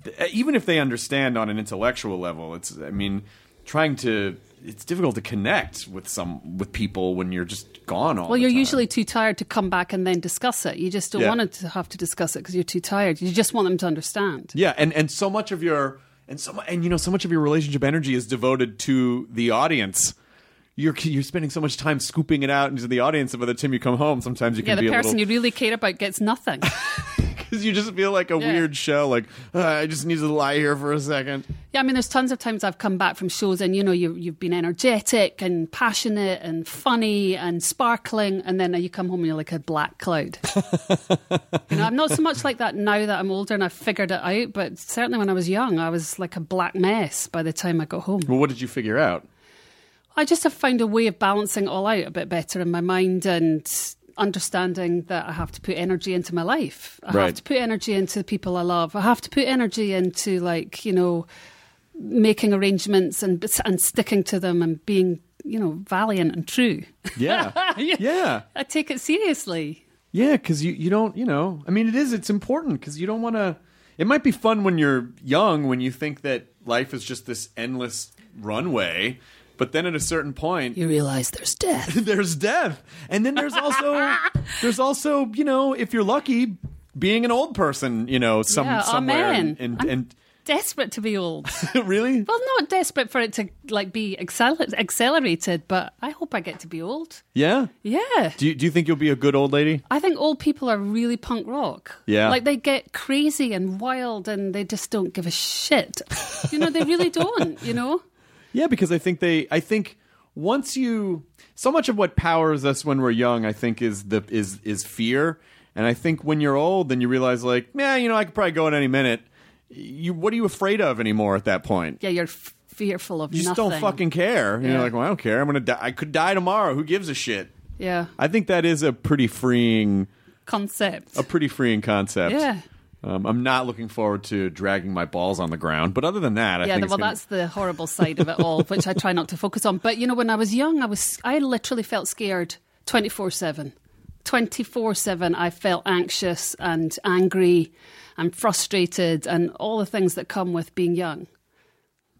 [SPEAKER 1] th- even if they understand on an intellectual level, it's I mean, trying to it's difficult to connect with some with people when you're just gone all
[SPEAKER 5] Well,
[SPEAKER 1] the
[SPEAKER 5] you're
[SPEAKER 1] time.
[SPEAKER 5] usually too tired to come back and then discuss it. You just don't
[SPEAKER 1] Yeah.
[SPEAKER 5] want to have to discuss it because you're too tired. You just want them to understand.
[SPEAKER 1] Yeah, and and so much of your and so mu- and you know so much of your relationship energy is devoted to the audience. You're you're spending so much time scooping it out into the audience, and by the time you come home, sometimes you
[SPEAKER 5] Yeah,
[SPEAKER 1] can be
[SPEAKER 5] the
[SPEAKER 1] a
[SPEAKER 5] person
[SPEAKER 1] little
[SPEAKER 5] you really care about gets nothing.
[SPEAKER 1] because you just feel like a
[SPEAKER 5] Yeah.
[SPEAKER 1] weird shell. Like "Ah, I just need to lie here for a second.
[SPEAKER 5] Yeah, I mean, there's tons of times I've come back from shows and, you know, you, you've been energetic and passionate and funny and sparkling, and then you come home and you're like a black cloud. you know, I'm not so much like that now that I'm older and I've figured it out, but certainly when I was young, I was like a black mess by the time I got home.
[SPEAKER 1] Well, what did you figure out?
[SPEAKER 5] I just have found a way of balancing it all out a bit better in my mind and understanding that I have to put energy into my life. I
[SPEAKER 1] Right.
[SPEAKER 5] have to put energy into the people I love. I have to put energy into like, you know, making arrangements and and sticking to them and being, you know, valiant and true.
[SPEAKER 1] Yeah, yeah,
[SPEAKER 5] I take it seriously.
[SPEAKER 1] yeah. Because you you don't you know. I mean, it is. It's important because you don't want to. It might be fun when you're young when you think that life is just this endless runway, but then at a certain point,
[SPEAKER 5] You realize there's death.
[SPEAKER 1] there's death and then there's also there's also you know if you're lucky being an old person you know some
[SPEAKER 5] Yeah,
[SPEAKER 1] somewhere
[SPEAKER 5] amen.
[SPEAKER 1] and
[SPEAKER 5] I'm-
[SPEAKER 1] and,
[SPEAKER 5] Desperate to be old.
[SPEAKER 1] and really
[SPEAKER 5] well, not desperate for it to like be acceler- accelerated, but I hope I get to be old.
[SPEAKER 1] yeah
[SPEAKER 5] Yeah.
[SPEAKER 1] do you, do you think you'll be a good old lady
[SPEAKER 5] I think old people are really punk rock.
[SPEAKER 1] Yeah.
[SPEAKER 5] Like they get crazy and wild and they just don't give a shit. You know, they really don't, you know?
[SPEAKER 1] yeah because i think they i think once you so much of what powers us when we're young i think is the is is fear and i think when you're old then you realize like yeah you know i could probably go at any minute you what are you afraid of anymore at that point
[SPEAKER 5] Yeah, you're f- fearful of
[SPEAKER 1] you just
[SPEAKER 5] nothing.
[SPEAKER 1] don't fucking care you're
[SPEAKER 5] Yeah.
[SPEAKER 1] like well i don't care i'm gonna die i could die tomorrow who gives a shit
[SPEAKER 5] Yeah.
[SPEAKER 1] I think that is a pretty freeing,
[SPEAKER 5] Concept.
[SPEAKER 1] a pretty freeing concept.
[SPEAKER 5] Yeah.
[SPEAKER 1] Um, I'm not looking forward to dragging my balls on the ground, but other than that, I
[SPEAKER 5] yeah,
[SPEAKER 1] think
[SPEAKER 5] well,
[SPEAKER 1] it's gonna-
[SPEAKER 5] that's the horrible side of it all, which I try not to focus on. But you know, when I was young, I was I literally felt scared twenty four seven. Twenty four seven, I felt anxious and angry and frustrated and all the things that come with being young.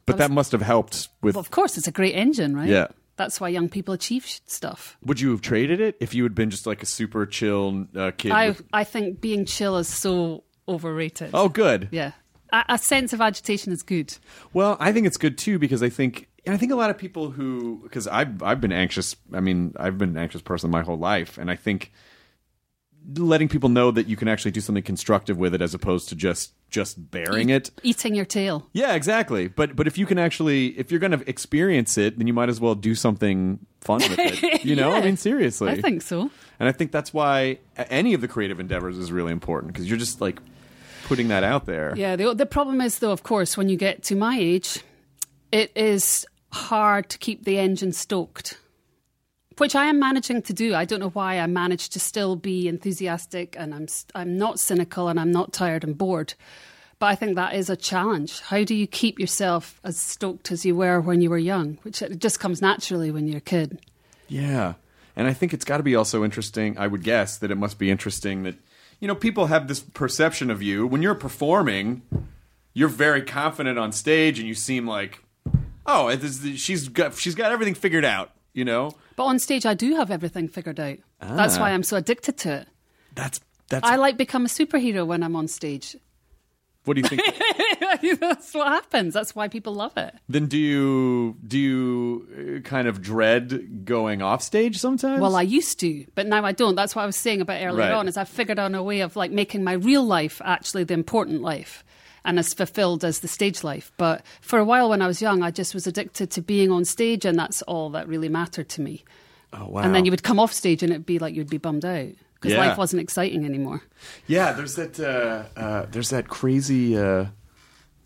[SPEAKER 1] but that must have helped with.
[SPEAKER 5] Well, of course, it's a great engine, right?
[SPEAKER 1] Yeah.
[SPEAKER 5] That's why young people achieve sh- stuff.
[SPEAKER 1] Would you have traded it if you had been just like a super chill uh, kid?
[SPEAKER 5] I
[SPEAKER 1] with-
[SPEAKER 5] I think being chill is so overrated.
[SPEAKER 1] oh, good.
[SPEAKER 5] Yeah. A, a sense of agitation is good.
[SPEAKER 1] Well, I think it's good too because I think and I think a lot of people who because I've I've been anxious. I mean, I've been an anxious person my whole life, and I think letting people know that you can actually do something constructive with it as opposed to just just bearing it
[SPEAKER 5] Eating your tail.
[SPEAKER 1] Yeah, exactly. But but if you can actually, if you're going to experience it, then you might as well do something fun with it. You know, I
[SPEAKER 5] Yeah.
[SPEAKER 1] mean, seriously.
[SPEAKER 5] I think so.
[SPEAKER 1] and I think that's why a- any of the creative endeavors is really important because you're just like putting that out there.
[SPEAKER 5] Yeah. The, the problem is, though, of course, when you get to my age, it is hard to keep the engine stoked, which I am managing to do. I don't know why I manage to still be enthusiastic and I'm, s- I'm not cynical and I'm not tired and bored. But I think that is a challenge. How do you keep yourself as stoked as you were when you were young, which it just comes naturally when you're a kid?
[SPEAKER 1] Yeah. And I think it's got to be also interesting. I would guess that it must be interesting that, you know, people have this perception of you. When you're performing, you're very confident on stage and you seem like, oh, it is- she's got, she's got everything figured out, you know?
[SPEAKER 5] But on stage, I do have everything figured out. That's why I'm so addicted to it.
[SPEAKER 1] That's, that's,
[SPEAKER 5] I like become a superhero when I'm on stage.
[SPEAKER 1] what do you think?
[SPEAKER 5] That's what happens. That's why people love it.
[SPEAKER 1] Then do you do you uh, kind of dread going off stage sometimes?
[SPEAKER 5] Well, I used to, but now I don't. That's what I was saying about earlier
[SPEAKER 1] Right.
[SPEAKER 5] on. Is I figured out a way of like making my real life actually the important life, and as fulfilled as the stage life. But for a while when I was young, I just was addicted to being on stage, and that's all that really mattered to me.
[SPEAKER 1] oh wow.
[SPEAKER 5] And then you would come off stage, and it'd be like you'd be bummed out because
[SPEAKER 1] Yeah.
[SPEAKER 5] life wasn't exciting anymore.
[SPEAKER 1] yeah. There's that uh, uh, there's that crazy. Uh,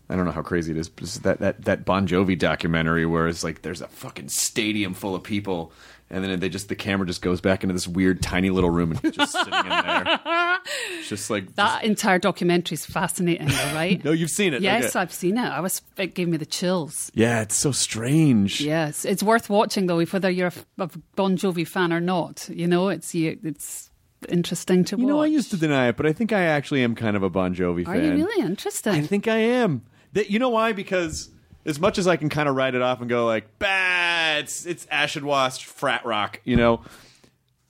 [SPEAKER 1] I don't know how crazy it is, but it's that that that Bon Jovi documentary where it's like there's a fucking stadium full of people, and then they just the camera just goes back into this weird tiny little room and just sitting in there, It's just like
[SPEAKER 5] That entire documentary is fascinating, though, right?
[SPEAKER 1] no, you've seen it.
[SPEAKER 5] yes,
[SPEAKER 1] Okay.
[SPEAKER 5] I've seen it. I was. It gave me the chills.
[SPEAKER 1] yeah, it's so strange.
[SPEAKER 5] Yes, it's worth watching though, if whether you're a, f- a Bon Jovi fan or not. You know, it's you, it's interesting to
[SPEAKER 1] You
[SPEAKER 5] watch.
[SPEAKER 1] know, I used to deny it, but I think I actually am kind of a Bon Jovi
[SPEAKER 5] Are
[SPEAKER 1] fan.
[SPEAKER 5] you really interesting?
[SPEAKER 1] I think I am. That you know why? Because as much as I can kind of write it off and go like, bah, it's it's acid wash frat rock, you know.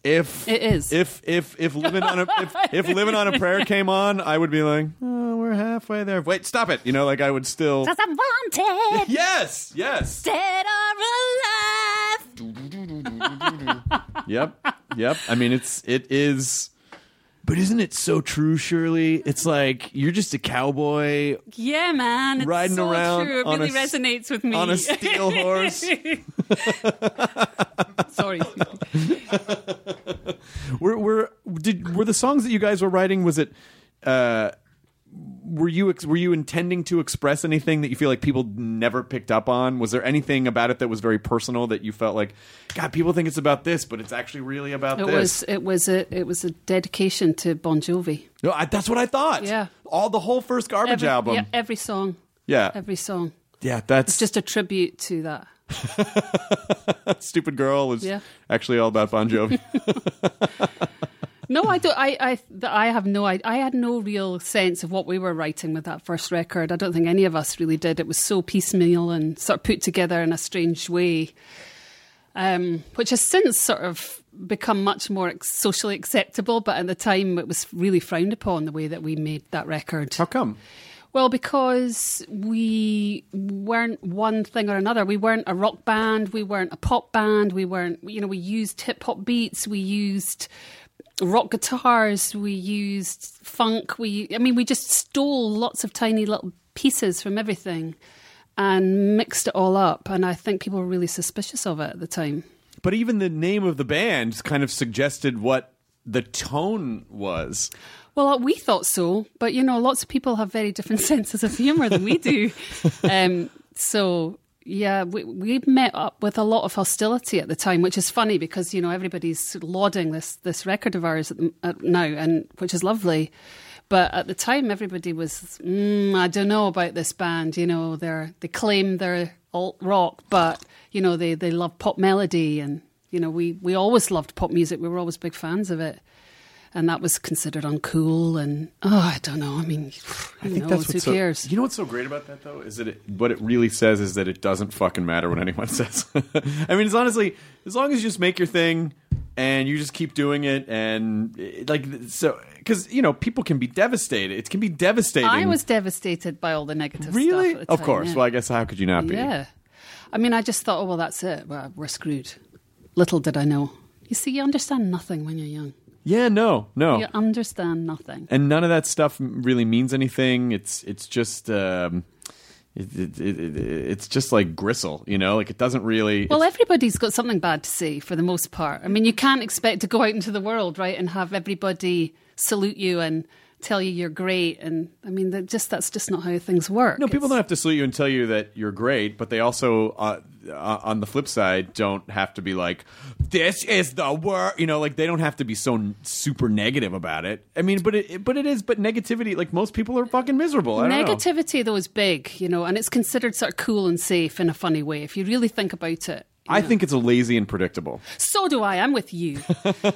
[SPEAKER 1] If
[SPEAKER 5] It is.
[SPEAKER 1] If if if living on a if, if living on a prayer came on, I would be like, oh, we're halfway there. Wait, stop it. You know, like I would still.
[SPEAKER 3] Because I'm wanted,
[SPEAKER 1] Yes, yes.
[SPEAKER 3] dead or alive.
[SPEAKER 1] Yep, yep. I mean, it's it is. but isn't it so true, Shirley? It's like you're just a cowboy
[SPEAKER 5] Yeah, man. It's
[SPEAKER 1] riding
[SPEAKER 5] so
[SPEAKER 1] around
[SPEAKER 5] true. It
[SPEAKER 1] on
[SPEAKER 5] really
[SPEAKER 1] a s-
[SPEAKER 5] resonates with me.
[SPEAKER 1] on a steel horse.
[SPEAKER 5] Sorry.
[SPEAKER 1] Were were did were the songs that you guys were writing? Was it? Uh, were you ex- were you intending to express anything that you feel like people never picked up on? Was there anything about it that was very personal that you felt like, God, people think it's about this, but it's actually really about
[SPEAKER 5] It
[SPEAKER 1] this?
[SPEAKER 5] was it was a it was a dedication to Bon Jovi.
[SPEAKER 1] no, I, that's what I thought.
[SPEAKER 5] Yeah.
[SPEAKER 1] all the whole first garbage
[SPEAKER 5] Every,
[SPEAKER 1] album.
[SPEAKER 5] Yeah, every song.
[SPEAKER 1] yeah,
[SPEAKER 5] Every song.
[SPEAKER 1] yeah, that's
[SPEAKER 5] It's just a tribute to that.
[SPEAKER 1] stupid girl is
[SPEAKER 5] Yeah.
[SPEAKER 1] actually all about Bon Jovi.
[SPEAKER 5] No, I don't. I I th- I have no. I, I had no real sense of what we were writing with that first record. I don't think any of us really did. It was so piecemeal and sort of put together in a strange way, um, which has since sort of become much more ex- socially acceptable. But at the time, it was really frowned upon the way that we made that record.
[SPEAKER 1] How come?
[SPEAKER 5] Well, because we weren't one thing or another. We weren't a rock band. We weren't a pop band. We weren't, you know, we used hip hop beats. We used rock guitars. We used funk. We, I mean, we just stole lots of tiny little pieces from everything and mixed it all up. And I think people were really suspicious of it at the time.
[SPEAKER 1] But even the name of the band kind of suggested what the tone was.
[SPEAKER 5] Well, uh, we thought so, but you know, lots of people have very different senses of humour than we do. um, so, yeah, we, we met up with a lot of hostility at the time, which is funny because you know everybody's lauding this this record of ours at, the- at now, and which is lovely. But at the time, everybody was, mm, I don't know about this band. You know, they're they claim they're alt rock, but you know they they love pop melody, and you know we we always loved pop music. We were always big fans of it and that was considered uncool and oh i don't know i mean who knows who
[SPEAKER 1] so,
[SPEAKER 5] cares
[SPEAKER 1] You know what's so great about that though is that it, what it really says is that it doesn't fucking matter what anyone says. I mean, it's honestly as long as you just make your thing and you just keep doing it and eh, like so because you know people can be devastated. It can be devastating.
[SPEAKER 5] i was devastated by all the negative
[SPEAKER 1] really
[SPEAKER 5] stuff at the
[SPEAKER 1] of
[SPEAKER 5] time,
[SPEAKER 1] course.
[SPEAKER 5] yeah.
[SPEAKER 1] Well, I guess how could you not be?
[SPEAKER 5] yeah i mean i just thought oh well that's it well, we're screwed little did i know you see you understand nothing when you're young
[SPEAKER 1] Yeah, no, no.
[SPEAKER 5] you understand nothing
[SPEAKER 1] Oh. and none of that stuff m- really means anything. It's it's just um, it, it, it, it, it's just like gristle, you know. Like it doesn't really.
[SPEAKER 5] well, everybody's got something bad to say for the most part. I mean, you can't expect to go out into the world, right, and have everybody salute you and tell you you're great. And I mean, that just that's just not how things work.
[SPEAKER 1] No, people
[SPEAKER 5] It's-
[SPEAKER 1] don't have to salute you and tell you that you're great, but they also, uh, uh, on the flip side, don't have to be like, "This is the worst." You know, like they don't have to be so n- super negative about it. I mean, but it, but it is, but negativity. Like most people are fucking miserable. I don't know.
[SPEAKER 5] Negativity, though, is big, you know, and it's considered sort of cool and safe in a funny way if you really think about it.
[SPEAKER 1] I think it's a lazy and predictable.
[SPEAKER 5] So do I. I'm with you.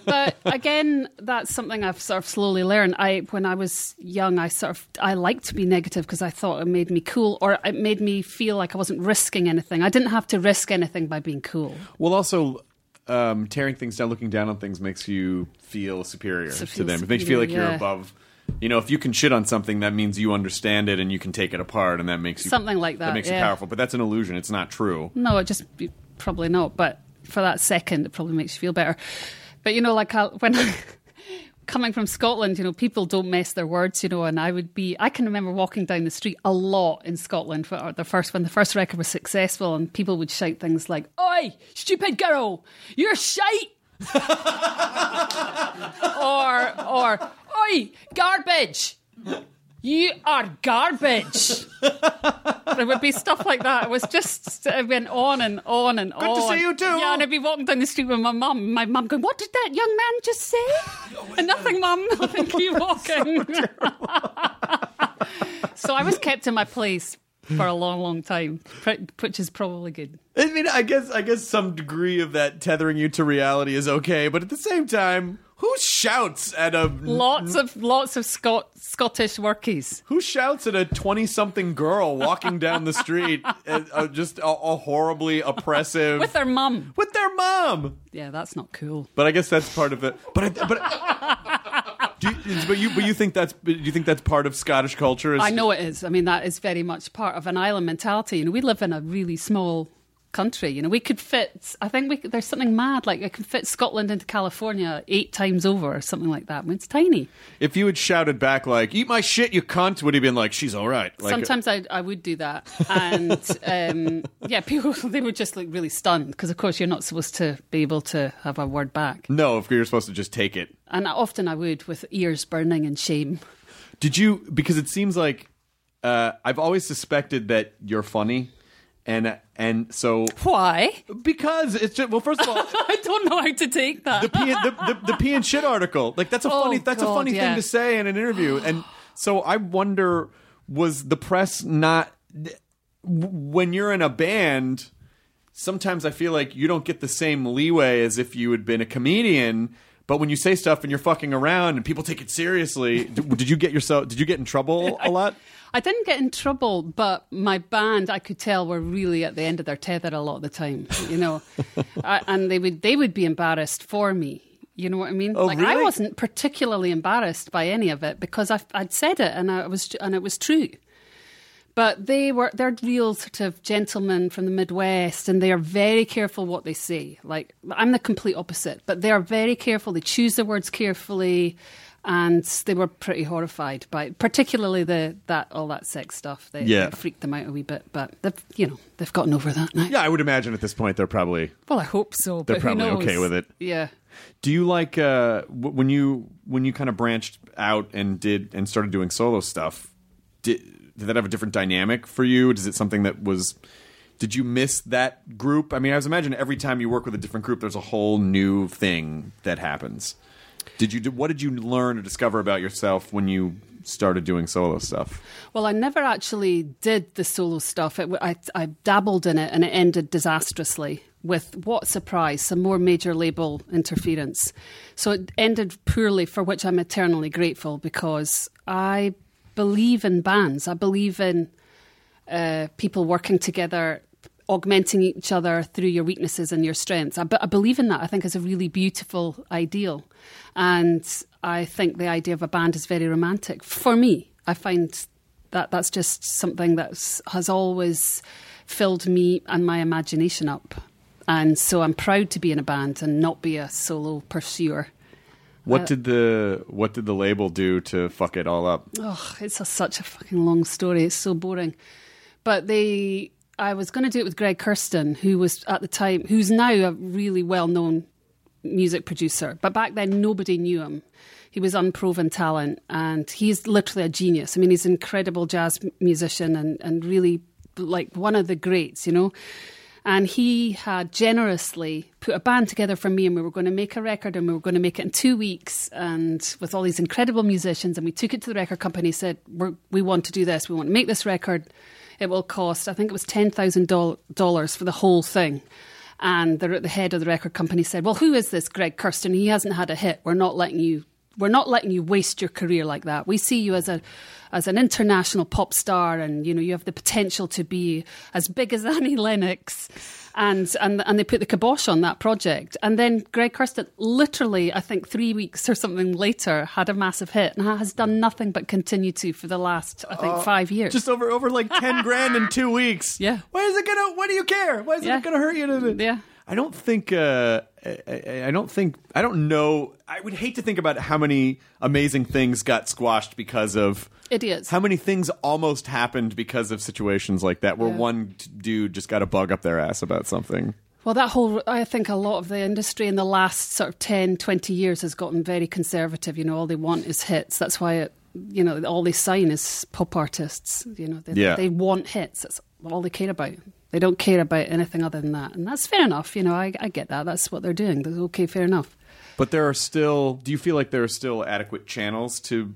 [SPEAKER 5] but again, that's something I've sort of slowly learned. I, when I was young, I sort of I liked to be negative because I thought it made me cool, or it made me feel like I wasn't risking anything. I didn't have to risk anything by being cool.
[SPEAKER 1] Well, also. Um, tearing things down, looking down on things makes you feel superior to
[SPEAKER 5] So feel
[SPEAKER 1] them. It makes you feel like
[SPEAKER 5] superior,
[SPEAKER 1] you're
[SPEAKER 5] yeah.
[SPEAKER 1] above. You know, if you can shit on something, that means you understand it and you can take it apart, and that makes you
[SPEAKER 5] Something like that,
[SPEAKER 1] makes you
[SPEAKER 5] yeah.
[SPEAKER 1] powerful. But that's an illusion; it's not true.
[SPEAKER 5] No, it just be- probably not. But for that second, it probably makes you feel better. But you know, like I, when I, coming from Scotland, you know, people don't mess their words, you know. And I would be, I can remember walking down the street a lot in Scotland for uh, the first when the first record was successful, and people would shout things like, "Oi, stupid girl, you're shite," or or "Oi, garbage." You are garbage. there would be stuff like that. It was just, it went on and on and on.
[SPEAKER 1] see you too.
[SPEAKER 5] Yeah, and I'd be walking down the street with my mum. My mum going, What did that young man just say? and nothing, mum. Nothing, keep walking. so I was kept in my place for a long, long time, pr- which is probably good.
[SPEAKER 1] I mean, I guess I guess some degree of that tethering you to reality is okay, but at the same time, who shouts at a
[SPEAKER 5] Lots of lots of Scot- Scottish workies.
[SPEAKER 1] who shouts at a twenty-something girl walking down the street, at, uh, just a, a horribly oppressive
[SPEAKER 5] With their mum.
[SPEAKER 1] with their mom?
[SPEAKER 5] Yeah, that's not cool.
[SPEAKER 1] But I guess that's part of the. But I, but do you, but you but you think that's do you think that's part of Scottish culture? Is,
[SPEAKER 5] I know it is. I mean, that is very much part of an island mentality. You know, we live in a really small country. You know, we could fit. I think we could, there's something mad like I can fit Scotland into California eight times over or something like that. I mean, it's tiny.
[SPEAKER 1] If you had shouted back like "Eat my shit, you cunt," would he been like, "She's all right"? Like,
[SPEAKER 5] Sometimes I, I would do that, and um, yeah, people they would just look really stunned because of course you're not supposed to be able to have a word back,
[SPEAKER 1] no, if you're supposed to just take it.
[SPEAKER 5] and I, often I would with ears burning and shame.
[SPEAKER 1] Did you? Because it seems like uh, I've always suspected that you're funny, and and so
[SPEAKER 5] Why?
[SPEAKER 1] because it's just well, first of all.
[SPEAKER 5] I don't know how to take that.
[SPEAKER 1] the pee, the, the, the pee and shit article. Like that's a
[SPEAKER 5] Oh,
[SPEAKER 1] funny that's a
[SPEAKER 5] God,
[SPEAKER 1] funny
[SPEAKER 5] yeah.
[SPEAKER 1] thing to say in an interview. And so I wonder, was the press not th- w- when you're in a band? Sometimes I feel like you don't get the same leeway as if you had been a comedian. But when you say stuff and you're fucking around and people take it seriously, d- did you get yourself? Did you get in trouble a lot?
[SPEAKER 5] I didn't get in trouble, but my band, I could tell, were really at the end of their tether a lot of the time, you know, I, and they would they would be embarrassed for me. You know what I mean?
[SPEAKER 1] Oh,
[SPEAKER 5] like I
[SPEAKER 1] really?
[SPEAKER 5] wasn't particularly embarrassed by any of it because I, I'd said it and I was and it was true. But they were they're real sort of gentlemen from the Midwest, and they are very careful what they say. Like I'm the complete opposite, but they are very careful. They choose their words carefully, and they were pretty horrified by, particularly the that all that sex stuff. They,
[SPEAKER 1] Yeah.
[SPEAKER 5] it freaked them out a wee bit, but they've you know they've gotten over that now.
[SPEAKER 1] Yeah, I would imagine at this point they're probably
[SPEAKER 5] Well, I hope so.
[SPEAKER 1] They're
[SPEAKER 5] but who
[SPEAKER 1] probably
[SPEAKER 5] knows?
[SPEAKER 1] okay with it.
[SPEAKER 5] Yeah.
[SPEAKER 1] Do you like uh, w- when you when you kind of branched out and did and started doing solo stuff? Did did that have a different dynamic for you? Is it something that was? Did you miss that group? I mean, I was imagining every time you work with a different group, there's a whole new thing that happens. Did you? do- What did you learn or discover about yourself when you started doing solo stuff?
[SPEAKER 5] Well, I never actually did the solo stuff. It, w- I, I dabbled in it and it ended disastrously with what surprise, some more major label interference. So it ended poorly, for which I'm eternally grateful because I believe in bands. I believe in uh, people working together, augmenting each other through your weaknesses and your strengths. I, be- I believe in that. I think it's a really beautiful ideal. And I think the idea of a band is very romantic for me. I find that that's just something that has always filled me and my imagination up. And so I'm proud to be in a band and not be a solo pursuer.
[SPEAKER 1] What
[SPEAKER 5] Uh,
[SPEAKER 1] did the What did the label do to fuck it all up?
[SPEAKER 5] Oh, it's a, such a fucking long story. It's so boring. But they, I was going to do it with Greg Kirsten, who was at the time, who's now a really well known music producer. But back then, nobody knew him. He was unproven talent, and he's literally a genius. I mean, he's an incredible jazz m- musician and, and really like one of the greats, you know. And he had generously put a band together for me, and we were going to make a record, and we were going to make it in two weeks, and with all these incredible musicians. And we took it to the record company, said, we're, We want to do this, we want to make this record. It will cost, I think it was $10,000 for the whole thing. And the, the head of the record company said, Well, who is this Greg Kirsten? He hasn't had a hit. We're not letting you. We're not letting you waste your career like that. We see you as a, as an international pop star, and you know you have the potential to be as big as Annie Lennox, and and and they put the kibosh on that project. And then Greg Kirsten, literally, I think three weeks or something later, had a massive hit and has done nothing but continue to for the last I think five years.
[SPEAKER 1] Just over over like ten grand in two weeks.
[SPEAKER 5] Yeah.
[SPEAKER 1] Why is it gonna? Why do you care? Why is
[SPEAKER 5] Yeah.
[SPEAKER 1] it gonna hurt you? To,
[SPEAKER 5] Yeah.
[SPEAKER 1] I don't think. Uh, I- I, I don't think. I don't know. I would hate to think about how many amazing things got squashed because of
[SPEAKER 5] Idiots.
[SPEAKER 1] How many things almost happened because of situations like that, where
[SPEAKER 5] Yeah.
[SPEAKER 1] one t- dude just got a bug up their ass about something.
[SPEAKER 5] Well, that whole, I think a lot of the industry in the last sort of 10, 20 years has gotten very conservative. You know, all they want is hits. That's why, it, you know, all they sign is pop artists. You know, they,
[SPEAKER 1] Yeah.
[SPEAKER 5] they want hits. That's all they care about. They don't care about anything other than that. And that's fair enough. You know, I, I get that. That's what they're doing. That's okay, fair enough.
[SPEAKER 1] But there are still. Do you feel like there are still adequate channels to?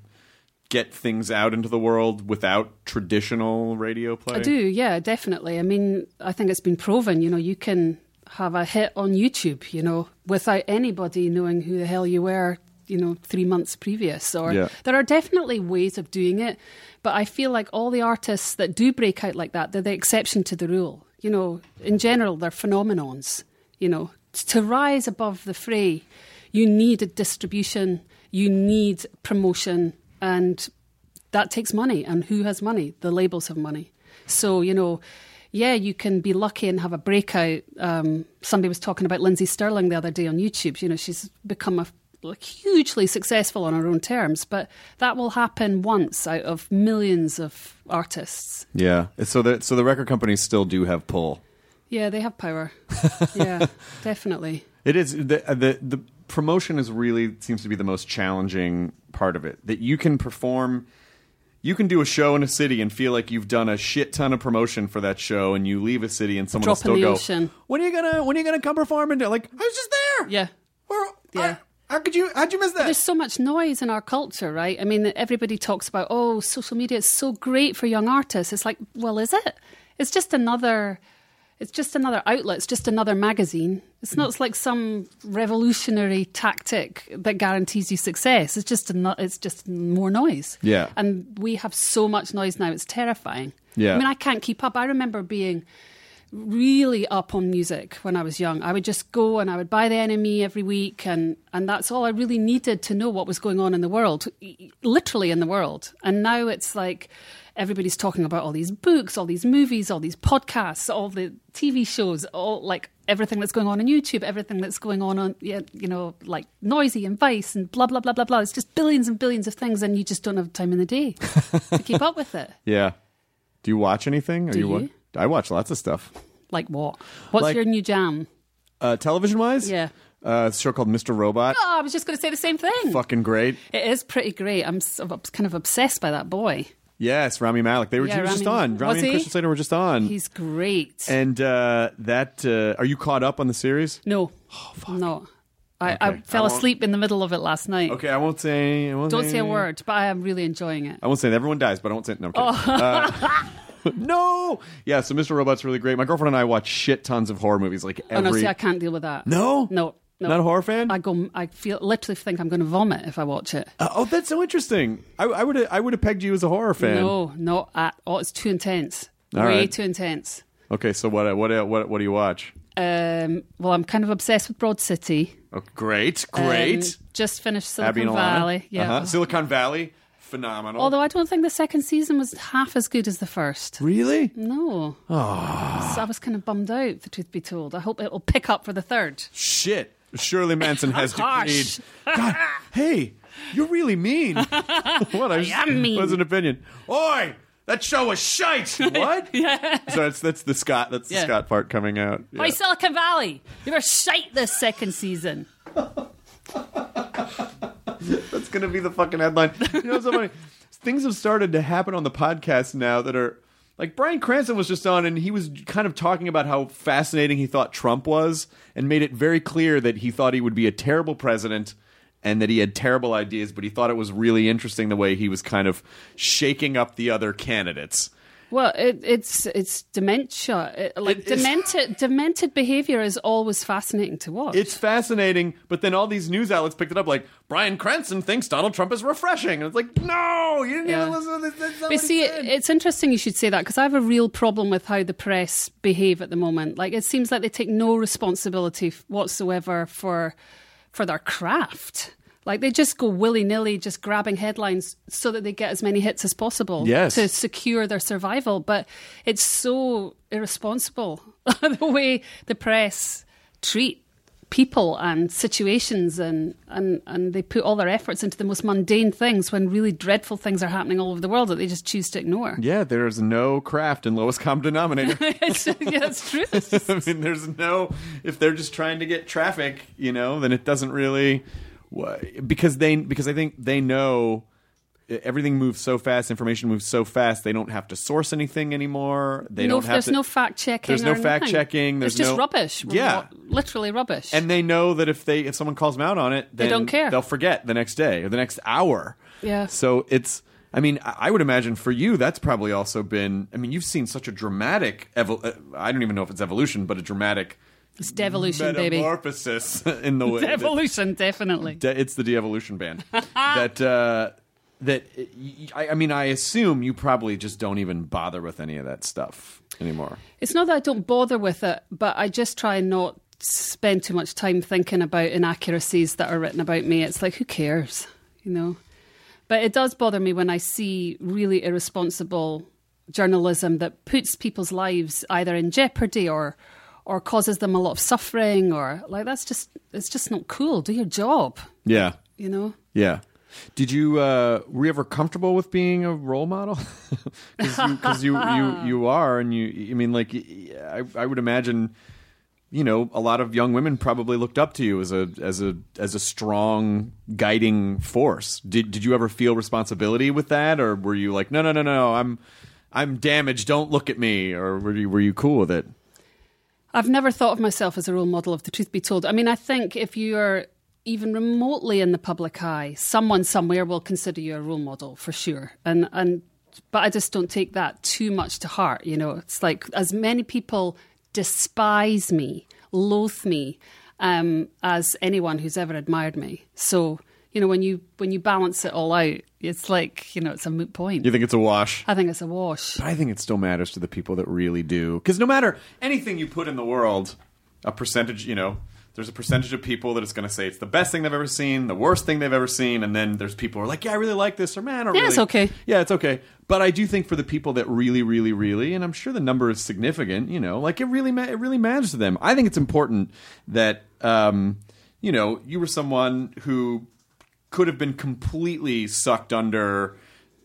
[SPEAKER 1] Get things out into the world without traditional radio play.
[SPEAKER 5] I do, yeah, definitely. I mean, I think it's been proven, you know, you can have a hit on YouTube, you know, without anybody knowing who the hell you were, you know, three months previous. Or
[SPEAKER 1] Yeah.
[SPEAKER 5] there are definitely ways of doing it, but I feel like all the artists that do break out like that, they're the exception to the rule. You know, in general, they're phenomenons. You know, T- to rise above the fray, you need a distribution, you need promotion, and that takes money. And who has money? The labels have money. So, you know, yeah, you can be lucky and have a breakout. Um, somebody was talking about Lindsay Sterling the other day on YouTube. You know, she's become a like hugely successful on her own terms, but that will happen once out of millions of artists.
[SPEAKER 1] Yeah. So the so the record companies still do have pull.
[SPEAKER 5] Yeah, they have power. yeah, definitely.
[SPEAKER 1] It is the the the promotion is really seems to be the most challenging part of it. That you can perform you can do a show in a city and feel like you've done a shit ton of promotion for that show and you leave a city and someone will
[SPEAKER 5] drop in
[SPEAKER 1] still
[SPEAKER 5] the
[SPEAKER 1] go
[SPEAKER 5] ocean.
[SPEAKER 1] When are you gonna when are you gonna come perform and do like I was just there?
[SPEAKER 5] Yeah.
[SPEAKER 1] Where,
[SPEAKER 5] Yeah.
[SPEAKER 1] I- how could you how'd you miss that?
[SPEAKER 5] There's so much noise in our culture, right? I mean, everybody talks about, oh, social media is so great for young artists. It's like, well, is it? It's just another. It's just another outlet. It's just another magazine. It's not like some revolutionary tactic that guarantees you success. It's just ano- it's just more noise.
[SPEAKER 1] Yeah.
[SPEAKER 5] And we have so much noise now. It's terrifying.
[SPEAKER 1] Yeah.
[SPEAKER 5] I mean, I can't keep up. I remember being really up on music when I was young. I would just go and I would buy the enemy every week and and that's all I really needed to know what was going on in the world, e- literally in the world. And now it's like everybody's talking about all these books, all these movies, all these podcasts, all the TV shows, all like everything that's going on on YouTube, everything that's going on on yeah, you know, like Noisy and Vice and blah blah blah blah blah. It's just billions and billions of things and you just don't have time in the day to keep up with it.
[SPEAKER 1] yeah. Do you watch anything? Are
[SPEAKER 5] Do
[SPEAKER 1] you, wa-
[SPEAKER 5] you?
[SPEAKER 1] I watch lots of stuff.
[SPEAKER 5] Like what? What's
[SPEAKER 1] Like-
[SPEAKER 5] your new jam?
[SPEAKER 1] Uh, television wise?
[SPEAKER 5] Yeah.
[SPEAKER 1] Uh, it's a show called Mr. Robot.
[SPEAKER 5] Oh, I was just going to say the same thing.
[SPEAKER 1] Fucking great.
[SPEAKER 5] It is pretty great. I'm s- I'm kind of obsessed by that boy.
[SPEAKER 1] Yes, Rami Malik. They were
[SPEAKER 5] Yeah,
[SPEAKER 1] he was just
[SPEAKER 5] Rami-
[SPEAKER 1] on. Rami
[SPEAKER 5] Was
[SPEAKER 1] and
[SPEAKER 5] he?
[SPEAKER 1] Christian Slater were just on.
[SPEAKER 5] He's great.
[SPEAKER 1] and uh, that uh, are you caught up on the series?
[SPEAKER 5] no, no, I,
[SPEAKER 1] Oh, Okay.
[SPEAKER 5] I
[SPEAKER 1] I
[SPEAKER 5] fell
[SPEAKER 1] won't-
[SPEAKER 5] asleep in the middle of it last night.
[SPEAKER 1] Okay, I won't say. I won't
[SPEAKER 5] Don't say a word, but I am really enjoying it.
[SPEAKER 1] I won't say that. everyone dies, but I won't say. No, I'm
[SPEAKER 5] Oh.
[SPEAKER 1] kidding. Uh, no. Yeah. So Mr. Robot's really great. My girlfriend and I watch shit tons of horror movies. Like every.
[SPEAKER 5] Honestly, Oh, I can't deal with that.
[SPEAKER 1] No?
[SPEAKER 5] no, no.
[SPEAKER 1] Not a horror fan?
[SPEAKER 5] I go. I feel literally think I'm going to vomit if I watch it.
[SPEAKER 1] Uh, oh, that's so interesting. I, I would I would have pegged you as a horror fan.
[SPEAKER 5] No, not at all. It's too intense.
[SPEAKER 1] All
[SPEAKER 5] Way
[SPEAKER 1] right.
[SPEAKER 5] too intense.
[SPEAKER 1] Okay. So what what what what do you watch?
[SPEAKER 5] Um, well, I'm kind of obsessed with Broad City.
[SPEAKER 1] Oh, great,
[SPEAKER 5] Um,
[SPEAKER 1] great.
[SPEAKER 5] just finished
[SPEAKER 1] Abby and
[SPEAKER 5] Silicon
[SPEAKER 1] Alana.
[SPEAKER 5] Valley. Yeah.
[SPEAKER 1] Uh-huh. Silicon Valley, phenomenal.
[SPEAKER 5] Although I don't think the second season was half as good as the first.
[SPEAKER 1] really.
[SPEAKER 5] No. Oh.
[SPEAKER 1] Ah.
[SPEAKER 5] So I was kind of bummed out, the truth be told. I hope it'll pick up for the third.
[SPEAKER 1] Shit. Shirley Manson has
[SPEAKER 5] harsh.
[SPEAKER 1] decreed. God, hey, you're really mean. what? I, just-
[SPEAKER 5] am mean.
[SPEAKER 1] Was an opinion. Oi, that show was shite. What? yeah. So that's that's the Scott. That's the
[SPEAKER 5] Yeah. Oh,
[SPEAKER 1] Scott part coming out. Yeah.
[SPEAKER 5] By Silicon Valley, you were shite this second season.
[SPEAKER 1] That's gonna be the fucking headline. You know, what's so funny. Things have started to happen on the podcast now that are like Brian Cranston was just on, and he was kind of talking about how fascinating he thought Trump was, and made it very clear that he thought he would be a terrible president. And that he had terrible ideas, but he thought it was really interesting the way he was kind of shaking up the other candidates.
[SPEAKER 5] Well, it, it's it's dementia. It- like
[SPEAKER 1] It is-
[SPEAKER 5] demented demented behavior is always fascinating to watch.
[SPEAKER 1] It's fascinating, but then all these news outlets picked it up like Brian Cranston thinks Donald Trump is refreshing. And it's like, no, you didn't
[SPEAKER 5] Yeah.
[SPEAKER 1] even listen to this. That's not
[SPEAKER 5] But
[SPEAKER 1] what he
[SPEAKER 5] see,
[SPEAKER 1] said.
[SPEAKER 5] it's interesting you should say that because I have a real problem with how the press behave at the moment. Like, it seems like they take no responsibility f- whatsoever for for their craft. Like, they just go willy nilly, just grabbing headlines so that they get as many hits as possible
[SPEAKER 1] Yes.
[SPEAKER 5] to secure their survival. But it's so irresponsible the way the press treat people and situations and, and, and they put all their efforts into the most mundane things when really dreadful things are happening all over the world that they just choose to ignore.
[SPEAKER 1] Yeah, there's no craft in lowest common denominator.
[SPEAKER 5] It's- yeah, it's true. It's just-
[SPEAKER 1] I mean, there's no. If they're just trying to get traffic, you know, then it doesn't really. wha- Because they, because I think they know everything moves so fast, information moves so fast. They don't have to source anything anymore. They
[SPEAKER 5] no,
[SPEAKER 1] don't have
[SPEAKER 5] there's
[SPEAKER 1] to.
[SPEAKER 5] no fact checking.
[SPEAKER 1] There's no
[SPEAKER 5] or
[SPEAKER 1] fact
[SPEAKER 5] nothing.
[SPEAKER 1] checking. There's
[SPEAKER 5] it's just
[SPEAKER 1] no-
[SPEAKER 5] rubbish. We're
[SPEAKER 1] Yeah.
[SPEAKER 5] ro- literally rubbish.
[SPEAKER 1] and they know that if they if someone calls them out on it, then
[SPEAKER 5] don't care.
[SPEAKER 1] They'll forget the next day or the next hour.
[SPEAKER 5] Yeah.
[SPEAKER 1] So it's. I mean, I I would imagine for you that's probably also been. I mean, you've seen such a dramatic. Evol- uh, I don't even know if it's evolution, but a dramatic
[SPEAKER 5] it's devolution, baby.
[SPEAKER 1] metamorphosis in the way. that-
[SPEAKER 5] Devolution, definitely.
[SPEAKER 1] De- it's the de-evolution band that uh, that y- y- I, I mean I assume you probably just don't even bother with any of that stuff anymore.
[SPEAKER 5] It's not that I don't bother with it, but I just try and not spend too much time thinking about inaccuracies that are written about me. It's like, who cares, you know? But it does bother me when I see really irresponsible journalism that puts people's lives either in jeopardy or or causes them a lot of suffering or like that's just it's just not cool. Do your job,
[SPEAKER 1] Yeah.
[SPEAKER 5] you know.
[SPEAKER 1] Yeah. Did you uh, were you ever comfortable with being a role model? Because you, you, you you are, and you I mean, like I, I would imagine, you know, a lot of young women probably looked up to you as a as a as a strong guiding force. Did did you ever feel responsibility with that, or were you like, no, no, no, no, I'm I'm damaged. Don't look at me, or were you were you cool with it?
[SPEAKER 5] I've never thought of myself as a role model of the truth be told. I mean, I think if you're even remotely in the public eye, someone somewhere will consider you a role model for sure. And and but I just don't take that too much to heart, you know. It's like as many people despise me, loathe me, um, as anyone who's ever admired me. So, you know, when you when you balance it all out, it's like, you know, it's a moot point.
[SPEAKER 1] You think it's a wash?
[SPEAKER 5] I think it's a wash.
[SPEAKER 1] But I think it still matters to the people that really do. Because no matter anything you put in the world, a percentage, you know, there's a percentage of people that it's going to say it's the best thing they've ever seen, the worst thing they've ever seen, and then there's people who are like, yeah, I really like this, or man, or
[SPEAKER 5] Yeah, it's okay.
[SPEAKER 1] Yeah, it's okay. But I do think for the people that really, really, really, and I'm sure the number is significant, you know, like it really, ma- it really matters to them. I think it's important that, um, you know, you were someone who could have been completely sucked under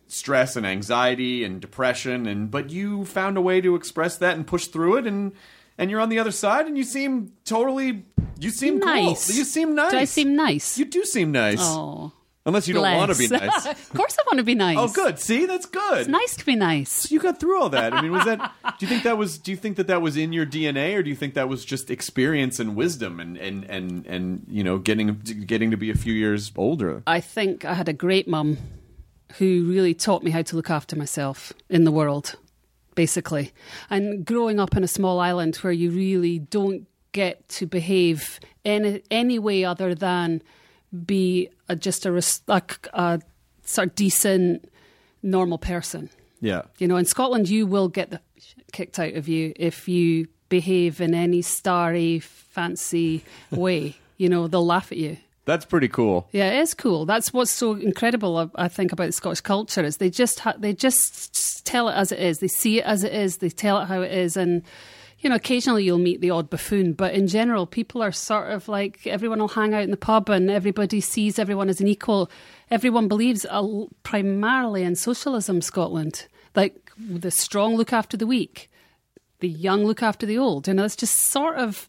[SPEAKER 1] stress and anxiety and depression and but you found a way to express that and push through it and and you're on the other side and you seem totally you seem
[SPEAKER 5] Nice.
[SPEAKER 1] cool. You seem nice.
[SPEAKER 5] Do I seem nice?
[SPEAKER 1] You do seem nice.
[SPEAKER 5] oh.
[SPEAKER 1] Unless you don't want to be
[SPEAKER 5] Bless.
[SPEAKER 1] nice.
[SPEAKER 5] of course, I want to be nice.
[SPEAKER 1] Oh good. See? That's good.
[SPEAKER 5] It's nice to be nice.
[SPEAKER 1] You got through all that. I mean, was that do you think that was do you think that that was in your DNA or do you think that was just experience and wisdom and and and and you know, getting getting to be a few years older?
[SPEAKER 5] I think I had a great mum who really taught me how to look after myself in the world, basically. And growing up in a small island where you really don't get to behave any any way other than be a, just a, res- a, a sort of decent, normal person.
[SPEAKER 1] Yeah.
[SPEAKER 5] You know, in Scotland, you will get the shit kicked out of you if you behave in any starry, fancy way. You know, they'll laugh at you.
[SPEAKER 1] That's pretty cool.
[SPEAKER 5] Yeah, it is cool. That's what's so incredible, I- I think, about the Scottish culture is they just ha- they just s- tell it as it is. They see it as it is. They tell it how it is, and you know, occasionally you'll meet the odd buffoon, but in general, people are sort of like everyone will hang out in the pub, and everybody sees everyone as an equal. Everyone believes a l primarily in socialism, Scotland. Like the strong look after the weak, the young look after the old. You know, it's just sort of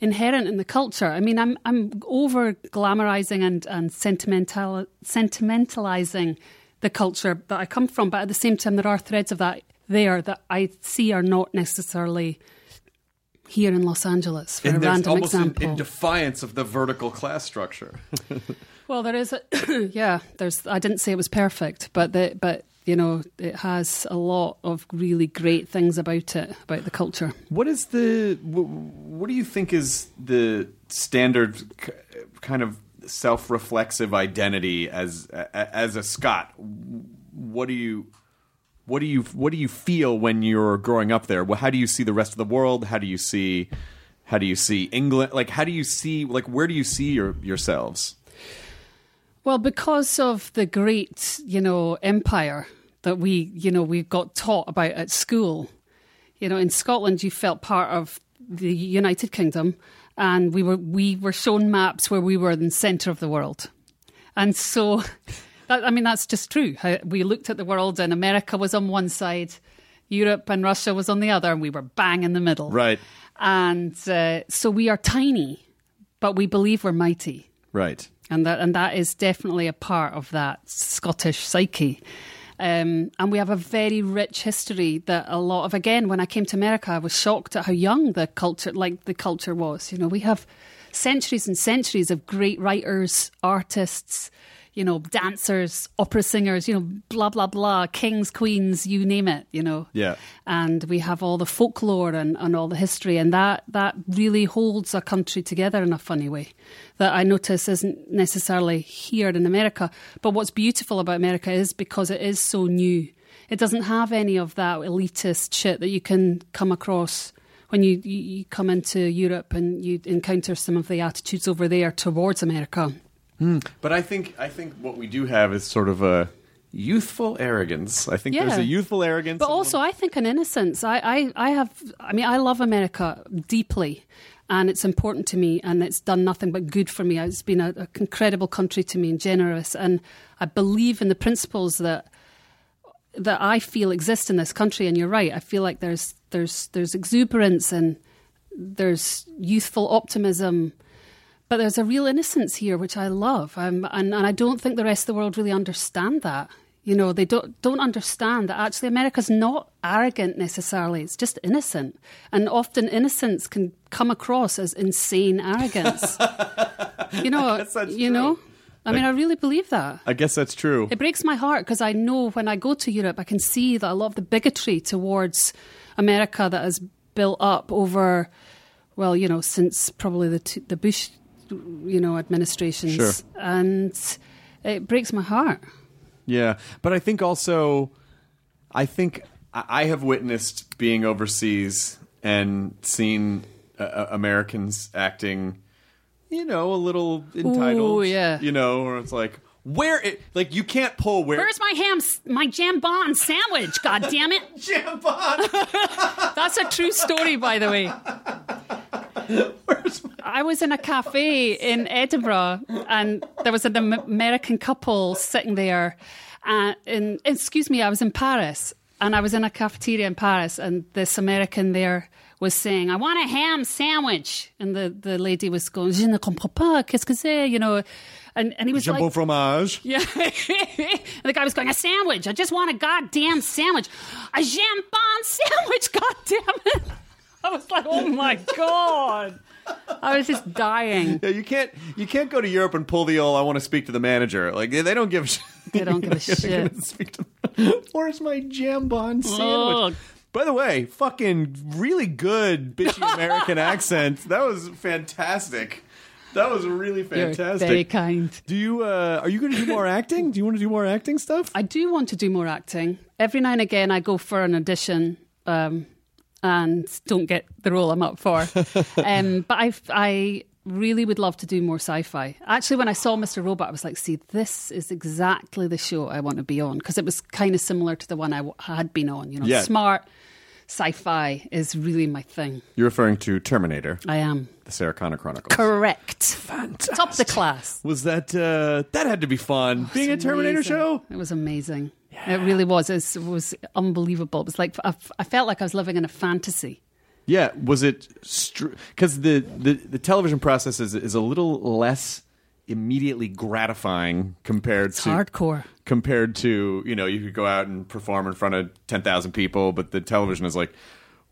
[SPEAKER 5] inherent in the culture. I mean, I'm I'm over glamorizing and and sentimental sentimentalizing the culture that I come from, but at the same time, there are threads of that there that I see are not necessarily here in Los Angeles. For a
[SPEAKER 1] and there's
[SPEAKER 5] random
[SPEAKER 1] almost in,
[SPEAKER 5] example,
[SPEAKER 1] in defiance of the vertical class structure.
[SPEAKER 5] well, there is. A, yeah, there's. I didn't say it was perfect, but the but. You know, it has a lot of really great things about it, about the culture.
[SPEAKER 1] What is the wh- what do you think is the standard k- kind of self-reflexive identity as a- a- as a Scot? What do you what do you what do you feel when you're growing up there? Well, how do you see the rest of the world? How do you see how do you see England? Like how do you see like where do you see your yourselves?
[SPEAKER 5] Well, because of the great, you know, empire that we, you know, we got taught about at school. You know, in Scotland, you felt part of the United Kingdom, and we were we were shown maps where we were in the centre of the world, and so, that, I mean, that's just true. How we looked at the world, and America was on one side, Europe and Russia was on the other, and we were bang in the middle.
[SPEAKER 1] Right.
[SPEAKER 5] And uh, so we are tiny, but we believe we're mighty
[SPEAKER 1] Right.
[SPEAKER 5] and that and that is definitely a part of that Scottish psyche. Um, and we have a very rich history that a lot of again when I came to America I was shocked at how young the culture like the culture was. You know, we have centuries and centuries of great writers, artists, you know, dancers, opera singers, you know, blah blah blah, kings, queens, you name it, you know
[SPEAKER 1] Yeah.
[SPEAKER 5] and we have all the folklore and, and all the history and that that really holds a country together in a funny way that I notice isn't necessarily here in America. But what's beautiful about America is because it is so new. It doesn't have any of that elitist shit that you can come across when you, you, you come into Europe and you encounter some of the attitudes over there towards America.
[SPEAKER 1] But I think I think what we do have is sort of a Youthful arrogance. I think there's
[SPEAKER 5] Yeah.
[SPEAKER 1] a youthful arrogance.
[SPEAKER 5] But
[SPEAKER 1] in-
[SPEAKER 5] also, I think an innocence. I, I, I have. I mean, I love America deeply, and it's important to me, and it's done nothing but good for me. It's been an incredible country to me and generous, and I believe in the principles that that I feel exist in this country. And you're right. I feel like there's there's there's exuberance and there's youthful optimism. But there's a real innocence here, which I love, um, and and I don't think the rest of the world really understand that. You know, they don't don't understand that actually America's not arrogant necessarily; it's just innocent, and often innocence can come across as insane arrogance. you know,
[SPEAKER 1] that's
[SPEAKER 5] you
[SPEAKER 1] true.
[SPEAKER 5] know. I mean, I really believe that.
[SPEAKER 1] I guess that's true.
[SPEAKER 5] It breaks my heart because I know when I go to Europe, I can see that a lot of the bigotry towards America that has built up over, well, you know, since probably the t- the Bush, you know, administrations,
[SPEAKER 1] Sure.
[SPEAKER 5] and it breaks my heart.
[SPEAKER 1] Yeah, but I think also, I think I I have witnessed being overseas and seen uh, uh, Americans acting, you know, a little entitled.
[SPEAKER 5] Ooh, yeah.
[SPEAKER 1] you know, or it's like where it like you can't pull where.
[SPEAKER 3] Where's my ham? s- My jambon sandwich? God damn it!
[SPEAKER 1] Jambon?
[SPEAKER 5] That's a true story, by the way. I was in a cafe in Edinburgh, and there was an Am- American couple sitting there. And in, excuse me, I was in Paris, and I was in a cafeteria in Paris, and this American there was saying, "I want a ham sandwich," and the, the lady was going, "Je ne comprends pas, qu'est-ce que c'est?" You know, and and he was
[SPEAKER 1] Jambon
[SPEAKER 5] like,
[SPEAKER 1] fromage.
[SPEAKER 5] yeah. and the guy was going, a sandwich. I just want a goddamn sandwich. A jambon sandwich, goddamn it. I was like, oh my God. I was just dying.
[SPEAKER 1] Yeah, you can't you can't go to Europe and pull the old "I want to speak to the manager." Like they, they don't give. A shit.
[SPEAKER 5] They don't give a
[SPEAKER 1] They're
[SPEAKER 5] shit.
[SPEAKER 1] gonna speak to them. Where's my jambon sandwich?
[SPEAKER 5] Ugh.
[SPEAKER 1] By the way, fucking really good bitchy American accent. That was fantastic. That was really
[SPEAKER 5] You're
[SPEAKER 1] fantastic.
[SPEAKER 5] very kind.
[SPEAKER 1] do you uh, are you going to do more acting? Do you want to do more acting stuff?
[SPEAKER 5] I do want to do more acting. Every now and again, I go for an audition um, and don't get the role I'm up for. um, but I, I really would love to do more sci-fi. Actually, when I saw Mr. Robot, I was like, "See, this is exactly the show I want to be on," because it was kind of similar to the one I w- had been on. You know,
[SPEAKER 1] Yeah.
[SPEAKER 5] smart sci-fi is really my thing.
[SPEAKER 1] You're referring to Terminator,
[SPEAKER 5] I am
[SPEAKER 1] the Sarah Connor Chronicles.
[SPEAKER 5] correct. Top the class.
[SPEAKER 1] Was that uh, that had to be fun? Being a
[SPEAKER 5] It's
[SPEAKER 1] Terminator
[SPEAKER 5] amazing.
[SPEAKER 1] show.
[SPEAKER 5] It was amazing. It really was. It was, it was unbelievable. It was like I, I felt like I was living in a fantasy.
[SPEAKER 1] Yeah, was it because the, the the television process is is a little less immediately gratifying compared
[SPEAKER 5] It's
[SPEAKER 1] to
[SPEAKER 5] hardcore.
[SPEAKER 1] compared to you know you could go out and perform in front of 10,000 people but the television is like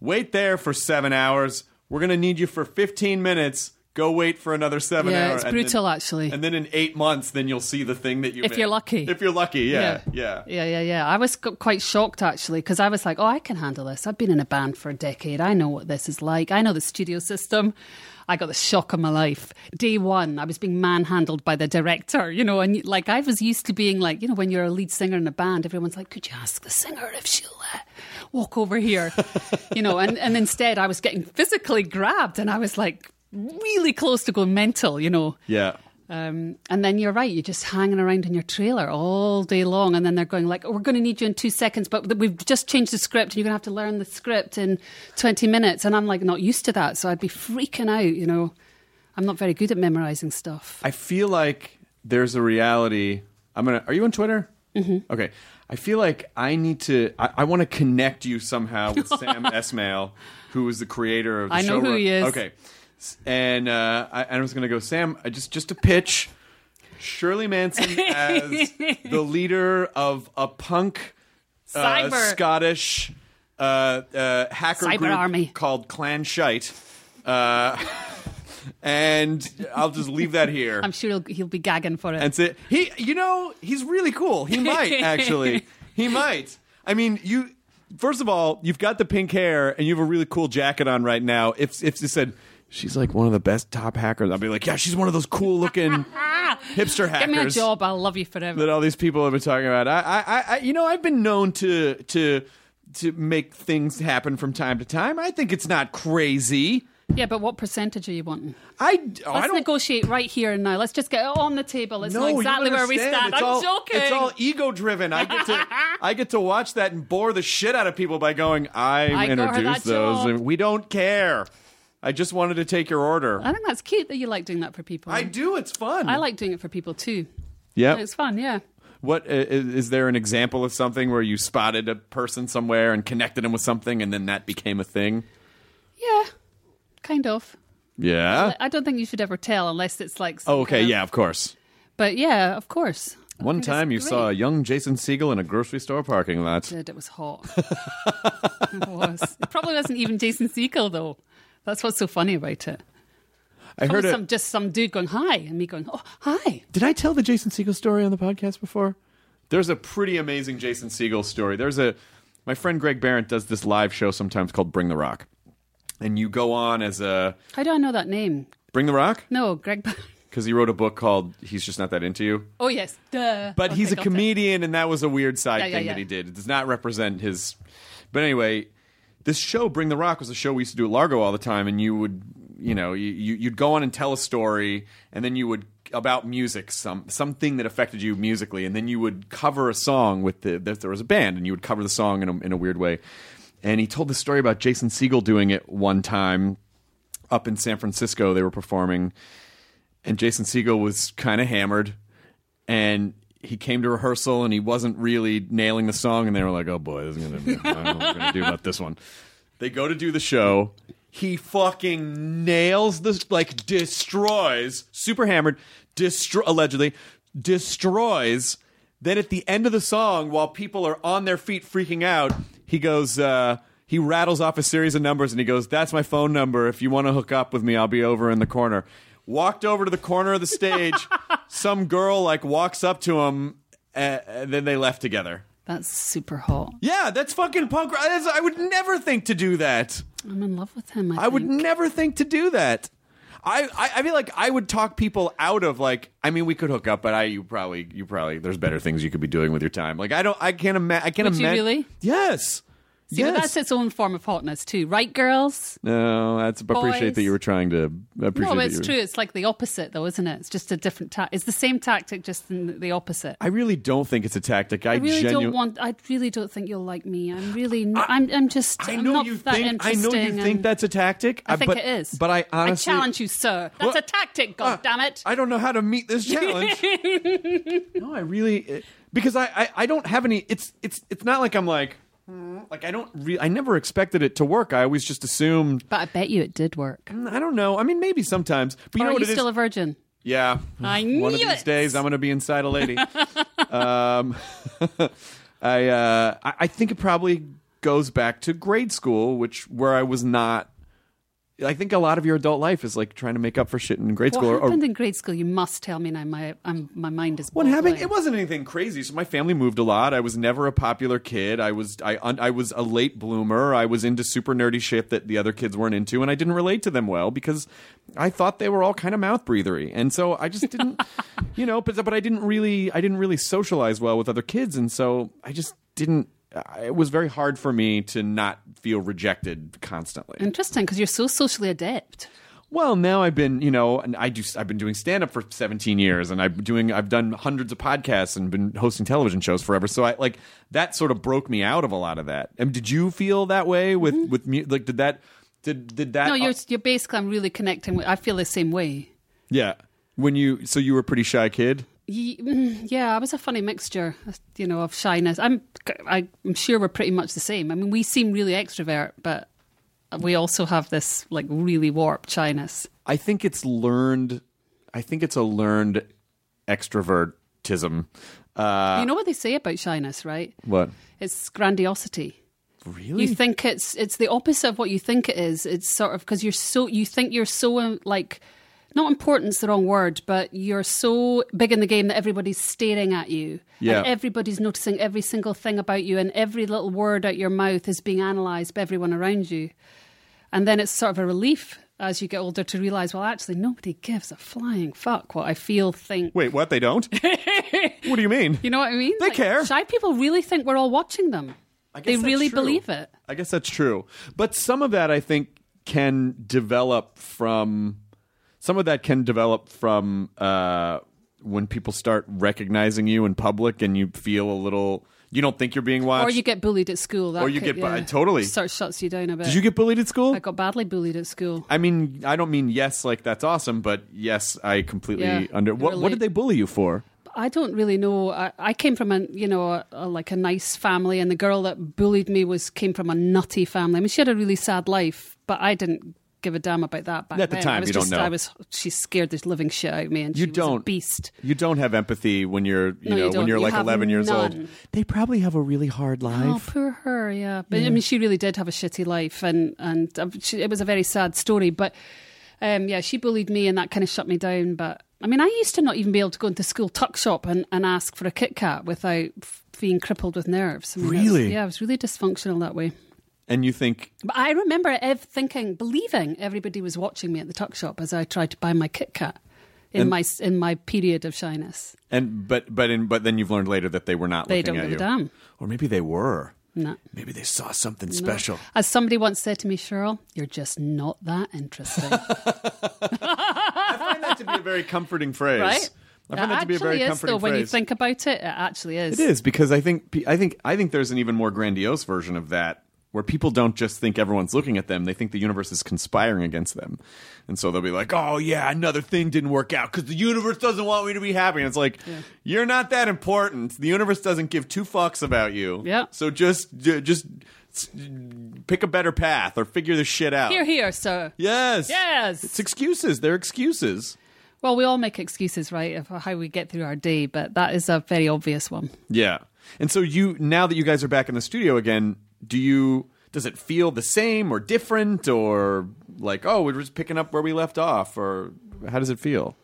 [SPEAKER 1] wait there for 7 hours we're going to need you for 15 minutes go wait for another 7
[SPEAKER 5] Yeah,
[SPEAKER 1] hours
[SPEAKER 5] it's
[SPEAKER 1] and
[SPEAKER 5] brutal,
[SPEAKER 1] then-
[SPEAKER 5] actually.
[SPEAKER 1] and then in 8 months then you'll see the thing that you
[SPEAKER 5] If
[SPEAKER 1] made.
[SPEAKER 5] you're lucky.
[SPEAKER 1] if you're lucky yeah yeah,
[SPEAKER 5] yeah, yeah, yeah. yeah. I was g- quite shocked actually because I was like, "Oh, I can handle this. I've been in a band for a decade. I know what this is like. I know the studio system." I got the shock of my life. Day one, I was being manhandled by the director, you know, and like I was used to being like, you know, when you're a lead singer in a band, everyone's like, "Could you ask the singer if she'll uh, walk over here?" you know, and and instead, I was getting physically grabbed, and I was like, really close to going mental, you know.
[SPEAKER 1] yeah.
[SPEAKER 5] Um, and then you're right, you're just hanging around in your trailer all day long. And then they're going like, oh, we're going to need you in two seconds, but th- we've just changed the script and you're going to have to learn the script in 20 minutes. And I'm like not used to that. So I'd be freaking out, you know. I'm not very good at memorizing stuff.
[SPEAKER 1] I feel like there's a reality. I'm gonna. Are you on Twitter? Mm-hmm. Okay. I feel like I need to. I, I want to connect you somehow with Sam Esmail, who is the creator of. The
[SPEAKER 5] I know who
[SPEAKER 1] showrun-
[SPEAKER 5] he is.
[SPEAKER 1] Okay. S- And uh, I, and I was gonna go, Sam. I just just a pitch. Shirley Manson as the leader of a punk uh,
[SPEAKER 5] Cyber.
[SPEAKER 1] Scottish uh, uh, hacker
[SPEAKER 5] Cyber
[SPEAKER 1] group
[SPEAKER 5] army.
[SPEAKER 1] called Clan Shite. Uh, and I'll just leave that here
[SPEAKER 5] I'm sure he'll, he'll be gagging for it.
[SPEAKER 1] and say he you know he's really cool he might actually he might i mean you first of all you've got the pink hair and you have a really cool jacket on right now if if you said she's like one of the best top hackers i'll be like yeah she's one of those cool looking hipster hackers
[SPEAKER 5] Give me a job, I'll love you forever.
[SPEAKER 1] that all these people have been talking about i i i- i you know i've been known to to to make things happen from time to time i think it's not crazy
[SPEAKER 5] Yeah, but what percentage are you wanting?
[SPEAKER 1] I, oh, I
[SPEAKER 5] Let's
[SPEAKER 1] don't.
[SPEAKER 5] negotiate right here and now. Let's just get it on the table. It's
[SPEAKER 1] no,
[SPEAKER 5] not
[SPEAKER 1] you
[SPEAKER 5] exactly where we
[SPEAKER 1] understand.
[SPEAKER 5] stand.
[SPEAKER 1] It's
[SPEAKER 5] I'm
[SPEAKER 1] all,
[SPEAKER 5] joking.
[SPEAKER 1] It's all ego driven. I get to I get to watch that and bore the shit out of people by going, I,
[SPEAKER 5] I got her
[SPEAKER 1] introduced
[SPEAKER 5] that
[SPEAKER 1] those.
[SPEAKER 5] job.
[SPEAKER 1] and We don't care. I just wanted to take your order.
[SPEAKER 5] I think that's cute that you like doing that for people.
[SPEAKER 1] I do. It's fun.
[SPEAKER 5] I like doing it for people too.
[SPEAKER 1] Yeah.
[SPEAKER 5] It's fun, yeah.
[SPEAKER 1] What i- i- is there an example of something where you spotted a person somewhere and connected them with something, and then that became a thing?
[SPEAKER 5] Yeah, kind of.
[SPEAKER 1] Yeah.
[SPEAKER 5] I don't think you should ever tell unless it's like. some
[SPEAKER 1] Oh, okay.
[SPEAKER 5] kind of-
[SPEAKER 1] Yeah. Of course.
[SPEAKER 5] But yeah, of course. I
[SPEAKER 1] One
[SPEAKER 5] think
[SPEAKER 1] time you
[SPEAKER 5] it's
[SPEAKER 1] saw a
[SPEAKER 5] great.
[SPEAKER 1] young Jason Siegel in a grocery store parking lot.
[SPEAKER 5] Did, It was hot. it was. It probably wasn't even Jason Siegel though. That's what's so funny about it.
[SPEAKER 1] I heard
[SPEAKER 5] Probably
[SPEAKER 1] it.
[SPEAKER 5] some, just some dude going hi and me going oh hi.
[SPEAKER 1] Did I tell the Jason Siegel story on the podcast before? There's a pretty amazing Jason Siegel story. There's a my friend Greg Barrett does this live show sometimes called Bring the Rock, and you go on as a
[SPEAKER 5] How do I know that name?
[SPEAKER 1] Bring the Rock
[SPEAKER 5] No, Greg. Ba-
[SPEAKER 1] because he wrote a book called He's Just Not That Into You.
[SPEAKER 5] Oh yes, duh.
[SPEAKER 1] But
[SPEAKER 5] Okay,
[SPEAKER 1] he's a
[SPEAKER 5] got it.
[SPEAKER 1] comedian, and that was a weird side
[SPEAKER 5] Yeah, yeah,
[SPEAKER 1] thing
[SPEAKER 5] yeah.
[SPEAKER 1] that he did. It does not represent his. But anyway, this show, Bring the Rock, was a show we used to do at Largo all the time, and you would, you know, you, you- you'd go on and tell a story, and then you would about music, some something that affected you musically, and then you would cover a song with the that there was a band, and you would cover the song in a, in a weird way. And he told this story about Jason Siegel doing it one time up in San Francisco. They were performing, and Jason Siegel was kind of hammered, and he came to rehearsal and he wasn't really nailing the song, and they were like, "Oh boy, this is gonna be, I don't know what we're gonna do about this one." They go to do the show. He fucking nails this, like destroys. Super hammered, destroy allegedly destroys. Then at the end of the song, while people are on their feet freaking out, he goes. uh he rattles off a series of numbers and he goes, "That's my phone number. If you want to hook up with me, I'll be over in the corner." Walked over to the corner of the stage. Some girl like walks up to him, uh, and then they left together.
[SPEAKER 5] That's super hot.
[SPEAKER 1] Yeah, that's fucking punk. rock. That's- I would never think to do that.
[SPEAKER 5] I'm in love with him. I,
[SPEAKER 1] I would
[SPEAKER 5] think.
[SPEAKER 1] never think to do that. I, I, I feel like I would talk people out of like I mean we could hook up but I you probably you probably there's better things you could be doing with your time like I don't I can't imagine I can't
[SPEAKER 5] Would you
[SPEAKER 1] imagine
[SPEAKER 5] really?
[SPEAKER 1] yes
[SPEAKER 5] See,
[SPEAKER 1] yes
[SPEAKER 5] but that's its own form of hotness too, right, girls?
[SPEAKER 1] no that's I appreciate
[SPEAKER 5] Boys.
[SPEAKER 1] that you were trying to I appreciate
[SPEAKER 5] No,
[SPEAKER 1] that
[SPEAKER 5] but it's
[SPEAKER 1] you were-
[SPEAKER 5] true. It's like the opposite, though, isn't it? It's just a different tactic. It's the same tactic, just in the opposite. I
[SPEAKER 1] I really don't think it's a tactic I,
[SPEAKER 5] really
[SPEAKER 1] genu-
[SPEAKER 5] don't want. I really don't think you'll like me. I'm really. Not, I, am I'm just.
[SPEAKER 1] I
[SPEAKER 5] am
[SPEAKER 1] know
[SPEAKER 5] not
[SPEAKER 1] you
[SPEAKER 5] that
[SPEAKER 1] think I know
[SPEAKER 5] interesting.
[SPEAKER 1] you think
[SPEAKER 5] and
[SPEAKER 1] that's a tactic uh,
[SPEAKER 5] I think
[SPEAKER 1] but,
[SPEAKER 5] it is.
[SPEAKER 1] but I honestly
[SPEAKER 5] I challenge you, sir. That's
[SPEAKER 1] Well, uh,
[SPEAKER 5] a tactic. God damn it!
[SPEAKER 1] I don't know how to meet this challenge. no, I really because I, I I don't have any. It's it's it's not like I'm like "Hmm," like I don't re- I never expected it to work. I always just assumed.
[SPEAKER 5] but I bet you it did work.
[SPEAKER 1] "Mm, I don't know. I mean, maybe sometimes. But you
[SPEAKER 5] Or
[SPEAKER 1] know
[SPEAKER 5] are
[SPEAKER 1] what
[SPEAKER 5] you
[SPEAKER 1] it is?
[SPEAKER 5] still a virgin?
[SPEAKER 1] Yeah.
[SPEAKER 5] I
[SPEAKER 1] One of
[SPEAKER 5] knew
[SPEAKER 1] these
[SPEAKER 5] it.
[SPEAKER 1] days, I'm going to be inside a lady. um, I, uh, I I think it probably goes back to grade school, which where I was not. I think a lot of your adult life is like trying to make up for shit in grade
[SPEAKER 5] What
[SPEAKER 1] school or- or
[SPEAKER 5] happened in grade school? You must tell me now. My I'm, my mind is.
[SPEAKER 1] What happened?
[SPEAKER 5] boggling.
[SPEAKER 1] It wasn't anything crazy. So my family moved a lot. I was never a popular kid. I was I un, I was a late bloomer. I was into super nerdy shit that the other kids weren't into, and I didn't relate to them well because I thought they were all kind of mouth breathery, and so I just didn't, you know. But but I didn't really I didn't really socialize well with other kids, and so I just didn't. I- It was very hard for me to not feel rejected constantly.
[SPEAKER 5] Interesting, because you're so socially adept.
[SPEAKER 1] Well, now I've been, you know, and I do. I've been doing stand up for 17 years, and I'm doing. I've done hundreds of podcasts and been hosting television shows forever. So I like that sort of broke me out of a lot of that. And did you feel that way with with mu- like did that did did that?
[SPEAKER 5] Mm-hmm. No, you're
[SPEAKER 1] uh,
[SPEAKER 5] you're basically. I'm really connecting. with I feel the same way.
[SPEAKER 1] yeah. When you so you were a pretty shy kid.
[SPEAKER 5] Ye- mm, Yeah, I was a funny mixture, uh, you know, of shyness. I'm, I'm sure we're pretty much the same. I mean, we seem really extrovert, but we also have this like really warped shyness.
[SPEAKER 1] I think it's learned. I think it's a learned extrovertism. Uh,
[SPEAKER 5] you know what they say about shyness, right?
[SPEAKER 1] what
[SPEAKER 5] It's grandiosity.
[SPEAKER 1] really?
[SPEAKER 5] You think it's it's the opposite of what you think it is. It's sort of because you're so you think you're so um, like not important's the wrong word, but you're so big in the game that everybody's staring at you.
[SPEAKER 1] Yeah.
[SPEAKER 5] And everybody's noticing every single thing about you and every little word out your mouth is being analyzed by everyone around you. And then it's sort of a relief as you get older to realize, well, actually, nobody gives a flying fuck what I feel, think.
[SPEAKER 1] Wait, what? They don't. what do you mean?
[SPEAKER 5] You know what I mean?
[SPEAKER 1] They care.
[SPEAKER 5] Shy people really think we're all watching them.
[SPEAKER 1] I guess
[SPEAKER 5] They
[SPEAKER 1] that's
[SPEAKER 5] really
[SPEAKER 1] true.
[SPEAKER 5] believe it.
[SPEAKER 1] I guess that's true. But some of that I think can develop from some of that can develop from uh, when people start recognizing you in public and you feel a little you don't think you're being watched.
[SPEAKER 5] Or you get bullied at school. That
[SPEAKER 1] Or you
[SPEAKER 5] could-
[SPEAKER 1] get bu-
[SPEAKER 5] yeah,
[SPEAKER 1] totally.
[SPEAKER 5] Sort of shuts you down a bit.
[SPEAKER 1] Did you get bullied at school?
[SPEAKER 5] I got badly bullied at school.
[SPEAKER 1] I mean, I don't mean yes, like that's awesome, but yes, I completely
[SPEAKER 5] Yeah,
[SPEAKER 1] under.
[SPEAKER 5] you
[SPEAKER 1] What, what
[SPEAKER 5] relate.
[SPEAKER 1] did they bully you for?
[SPEAKER 5] I don't really know. I, I came from a you know a, a, like a nice family, and the girl that bullied me was came from a nutty family. I mean, she had a really sad life, but I didn't give a damn about that back
[SPEAKER 1] At the
[SPEAKER 5] then.
[SPEAKER 1] time,
[SPEAKER 5] I was
[SPEAKER 1] you don't
[SPEAKER 5] just,
[SPEAKER 1] know.
[SPEAKER 5] I was she scared the living shit out of me, and
[SPEAKER 1] You
[SPEAKER 5] she was
[SPEAKER 1] don't
[SPEAKER 5] a beast.
[SPEAKER 1] You don't have empathy when you're, you
[SPEAKER 5] No, you
[SPEAKER 1] know, when
[SPEAKER 5] don't.
[SPEAKER 1] you're
[SPEAKER 5] You
[SPEAKER 1] like
[SPEAKER 5] have
[SPEAKER 1] 11 years old.
[SPEAKER 5] none.
[SPEAKER 1] They probably have a really hard
[SPEAKER 5] Oh,
[SPEAKER 1] life.
[SPEAKER 5] poor her. Yeah, but I mean, she really did have a shitty life, and and uh, she, it was a very sad story. But um, yeah, she bullied me, and that kind of shut me down. But I mean, I used to not even be able to go into school tuck shop and, and ask for a Kit Kat without f- being crippled with nerves. I mean, that's-
[SPEAKER 1] Really?
[SPEAKER 5] yeah, I was really dysfunctional that way.
[SPEAKER 1] and you think,
[SPEAKER 5] But I remember ev- thinking, believing everybody was watching me at the tuck shop as I tried to buy my Kit Kat in
[SPEAKER 1] And-
[SPEAKER 5] my s- in my period of shyness.
[SPEAKER 1] and but but in, but then you've learned later that they were not
[SPEAKER 5] They
[SPEAKER 1] looking
[SPEAKER 5] don't
[SPEAKER 1] at
[SPEAKER 5] give
[SPEAKER 1] you,
[SPEAKER 5] a damn.
[SPEAKER 1] or maybe they were.
[SPEAKER 5] No.
[SPEAKER 1] Maybe they saw something
[SPEAKER 5] No.
[SPEAKER 1] special.
[SPEAKER 5] As somebody once said to me, Cheryl, you're just not that interesting.
[SPEAKER 1] I find that to be a very comforting phrase.
[SPEAKER 5] right?
[SPEAKER 1] I find that, to be a
[SPEAKER 5] actually
[SPEAKER 1] very
[SPEAKER 5] is,
[SPEAKER 1] comforting
[SPEAKER 5] though,
[SPEAKER 1] phrase.
[SPEAKER 5] when you think about it, it actually is.
[SPEAKER 1] It is because I think pe- I think I think there's an even more grandiose version of that where people don't just think everyone's looking at them; they think the universe is conspiring against them, and so they'll be like, "Oh yeah, another thing didn't work out because the universe doesn't want me to be happy." And it's like, you're not that important. The universe doesn't give two fucks about you.
[SPEAKER 5] Yeah.
[SPEAKER 1] So just ju- just s- pick a better path or figure this shit out.
[SPEAKER 5] Here, here, sir.
[SPEAKER 1] Yes.
[SPEAKER 5] Yes.
[SPEAKER 1] It's excuses. They're excuses.
[SPEAKER 5] Well, we all make excuses, right, of how we get through our day, but that is a very obvious one.
[SPEAKER 1] Yeah. And so you now that you guys are back in the studio again, do you does it feel the same or different or like oh we're just picking up where we left off or how does it feel?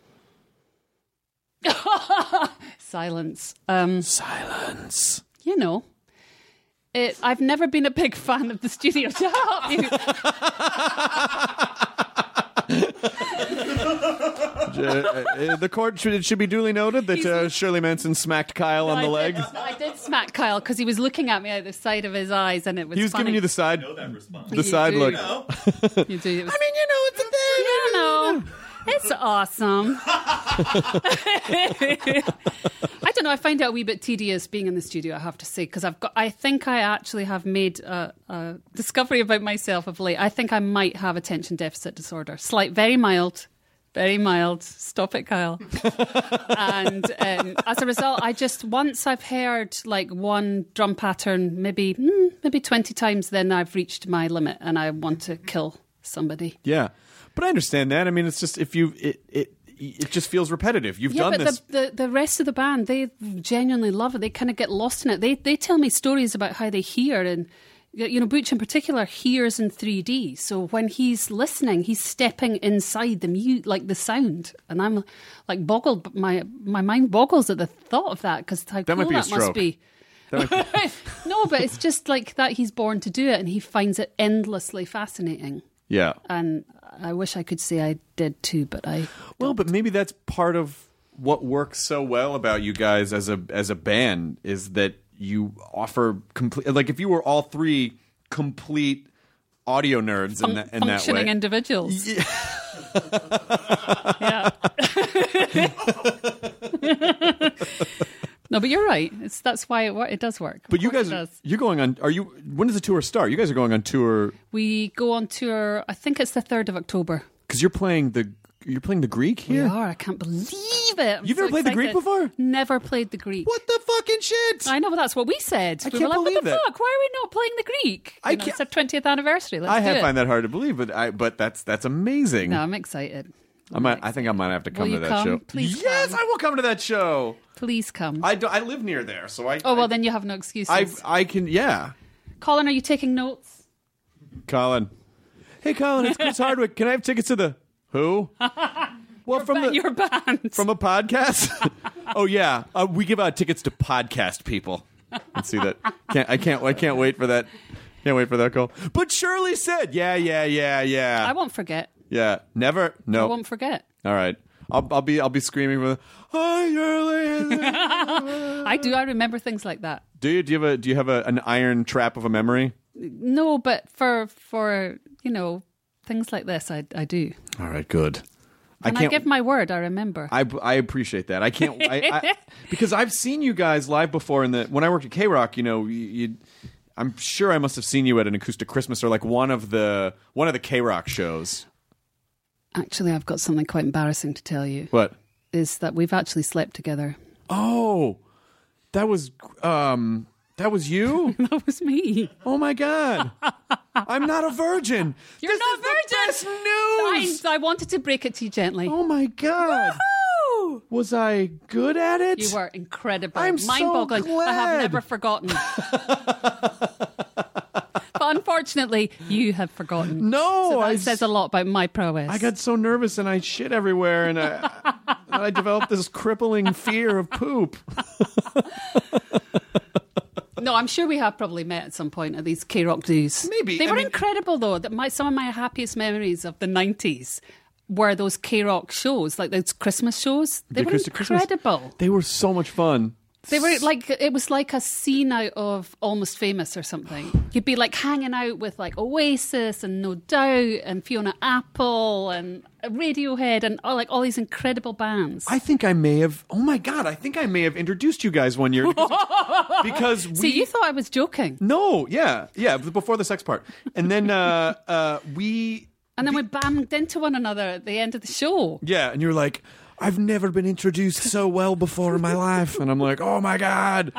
[SPEAKER 5] Silence. Um,
[SPEAKER 1] Silence.
[SPEAKER 5] you know, it, I've never been a big fan of the studio. Shut up, you.
[SPEAKER 1] Uh, the court should, it should be duly noted that uh, Shirley Manson smacked Kyle on the
[SPEAKER 5] I
[SPEAKER 1] leg.
[SPEAKER 5] did, I did smack Kyle because he was looking at me out the side of his eyes, and it was.
[SPEAKER 1] He was
[SPEAKER 5] funny.
[SPEAKER 1] giving you the side the
[SPEAKER 5] You
[SPEAKER 1] side
[SPEAKER 5] do.
[SPEAKER 1] look.
[SPEAKER 5] You do. It was,
[SPEAKER 1] mean, you know it's a thing.
[SPEAKER 5] you know, it's awesome. I don't know. I find it a wee bit tedious being in the studio. I have to say because I've got. I think I actually have made a, a discovery about myself of late. I think I might have attention deficit disorder, slight, very mild. Very mild. Stop it, Kyle. and um, as a result, I just once I've heard like one drum pattern, maybe mm, maybe twenty times, then I've reached my limit and I want to kill somebody.
[SPEAKER 1] Yeah. But I understand that. I mean, it's just if you it it it just feels repetitive. You've
[SPEAKER 5] Yeah,
[SPEAKER 1] done
[SPEAKER 5] but
[SPEAKER 1] this.
[SPEAKER 5] The, the the rest of the band, they genuinely love it. They kind of get lost in it. They they tell me stories about how they hear and you know Butch in particular hears in 3D. So when he's listening, he's stepping inside the mute like the sound, and I'm like boggled. My my mind boggles at the thought of that because how
[SPEAKER 1] That might
[SPEAKER 5] cool
[SPEAKER 1] be a
[SPEAKER 5] that must
[SPEAKER 1] stroke.
[SPEAKER 5] be. no, but it's just like that. He's born to do it, and he finds it endlessly fascinating.
[SPEAKER 1] yeah.
[SPEAKER 5] And I wish I could say I did too, but I
[SPEAKER 1] Well, but maybe that's part of what works so well about you guys as a as a band is that you offer complete like if you were all three complete audio nerds in that in that
[SPEAKER 5] functioning
[SPEAKER 1] way.
[SPEAKER 5] individuals. Yeah. no, but you're right. It's that's why it wor- it does work. Of
[SPEAKER 1] but you
[SPEAKER 5] course
[SPEAKER 1] guys
[SPEAKER 5] it
[SPEAKER 1] are-
[SPEAKER 5] does.
[SPEAKER 1] you're going on are you when does the tour start? You guys are going on tour
[SPEAKER 5] we go on tour. I think it's the third of October.
[SPEAKER 1] cuz you're playing the you're playing the Greek here?
[SPEAKER 5] We are. I can't believe it. I'm
[SPEAKER 1] You've
[SPEAKER 5] so
[SPEAKER 1] never played the Greek
[SPEAKER 5] excited.
[SPEAKER 1] before?
[SPEAKER 5] Never played the Greek.
[SPEAKER 1] What the fucking shit?
[SPEAKER 5] I know, but that's what we said.
[SPEAKER 1] I
[SPEAKER 5] we
[SPEAKER 1] can't
[SPEAKER 5] were like, what
[SPEAKER 1] believe
[SPEAKER 5] the
[SPEAKER 1] it.
[SPEAKER 5] fuck? Why are we not playing the Greek? You
[SPEAKER 1] I
[SPEAKER 5] know,
[SPEAKER 1] can't-
[SPEAKER 5] it's our twentieth anniversary. Let's
[SPEAKER 1] I
[SPEAKER 5] do
[SPEAKER 1] have
[SPEAKER 5] it.
[SPEAKER 1] find that hard to believe, but I but that's that's amazing.
[SPEAKER 5] No, I'm excited.
[SPEAKER 1] I might I think I might have to come
[SPEAKER 5] you
[SPEAKER 1] to that
[SPEAKER 5] come?
[SPEAKER 1] show.
[SPEAKER 5] Please
[SPEAKER 1] yes,
[SPEAKER 5] come.
[SPEAKER 1] I will come to that show.
[SPEAKER 5] Please come.
[SPEAKER 1] I do, I live near there, so I
[SPEAKER 5] oh
[SPEAKER 1] I-
[SPEAKER 5] well, then you have no excuses.
[SPEAKER 1] I I can yeah.
[SPEAKER 5] Colin, are you taking notes?
[SPEAKER 1] Colin. Hey Colin, it's Chris Hardwick. Can I have tickets to the Who? Well, from
[SPEAKER 5] Ba-
[SPEAKER 1] the
[SPEAKER 5] your band.
[SPEAKER 1] from a podcast. oh yeah, uh, we give out tickets to podcast people. Let's see that. Can't I can't I can't wait for that. Can't wait for that call. But Shirley said, yeah, yeah, yeah, yeah,
[SPEAKER 5] I won't forget.
[SPEAKER 1] yeah. Never. No.
[SPEAKER 5] I won't forget.
[SPEAKER 1] All right. I'll, I'll be I'll be screaming with, hi Shirley.
[SPEAKER 5] I do. I remember things like that.
[SPEAKER 1] do you do you have a do you have a, an iron trap of a memory?
[SPEAKER 5] No, but for for you know Things like this, I, I do.
[SPEAKER 1] All right, good. I
[SPEAKER 5] And I,
[SPEAKER 1] can't.
[SPEAKER 5] give my word, I remember.
[SPEAKER 1] I, I appreciate that. I can't I, I, because I've seen you guys live before. In the when I worked at K Rock, you know, you, you, I'm sure I must have seen you at an acoustic Christmas or like one of the one of the K Rock shows.
[SPEAKER 5] actually, I've got something quite embarrassing to tell you.
[SPEAKER 1] What?
[SPEAKER 5] Is that we've actually slept together.
[SPEAKER 1] Oh, that was um, that was you.
[SPEAKER 5] That was me.
[SPEAKER 1] Oh my god! I'm not a virgin.
[SPEAKER 5] You're
[SPEAKER 1] This
[SPEAKER 5] not
[SPEAKER 1] is
[SPEAKER 5] virgin.
[SPEAKER 1] The best
[SPEAKER 5] I,
[SPEAKER 1] news.
[SPEAKER 5] I wanted to break it to you gently.
[SPEAKER 1] Oh my god! Was I good at it?
[SPEAKER 5] You were incredible.
[SPEAKER 1] Oh. I'm so
[SPEAKER 5] Mind-boggling. I
[SPEAKER 1] glad.
[SPEAKER 5] have never forgotten. but unfortunately, you have forgotten.
[SPEAKER 1] No,
[SPEAKER 5] so that
[SPEAKER 1] I
[SPEAKER 5] says a lot about my prowess.
[SPEAKER 1] I got so nervous and I shit everywhere and I, and I developed this crippling fear of poop.
[SPEAKER 5] No, I'm sure we have probably met at some point at these K Rock do's.
[SPEAKER 1] Maybe.
[SPEAKER 5] they
[SPEAKER 1] I
[SPEAKER 5] were
[SPEAKER 1] mean-
[SPEAKER 5] incredible though. That my some of my happiest memories of the '90s were those K Rock shows, like those Christmas shows. They were
[SPEAKER 1] Acoustic Christmas.
[SPEAKER 5] incredible.
[SPEAKER 1] They were so much fun.
[SPEAKER 5] They were like it was like a scene out of Almost Famous or something. You'd be like hanging out with like Oasis and No Doubt and Fiona Apple and Radiohead and all, like all these incredible bands.
[SPEAKER 1] I think I may have. Oh my god! I think I may have introduced you guys one year because, because we.
[SPEAKER 5] See, you thought I was joking,
[SPEAKER 1] no, yeah, yeah. Before the sex part, and then uh, uh, we
[SPEAKER 5] and then we banged into one another at the end of the show.
[SPEAKER 1] Yeah, and you're like, I've never been introduced so well before in my life, and I'm like, oh my god,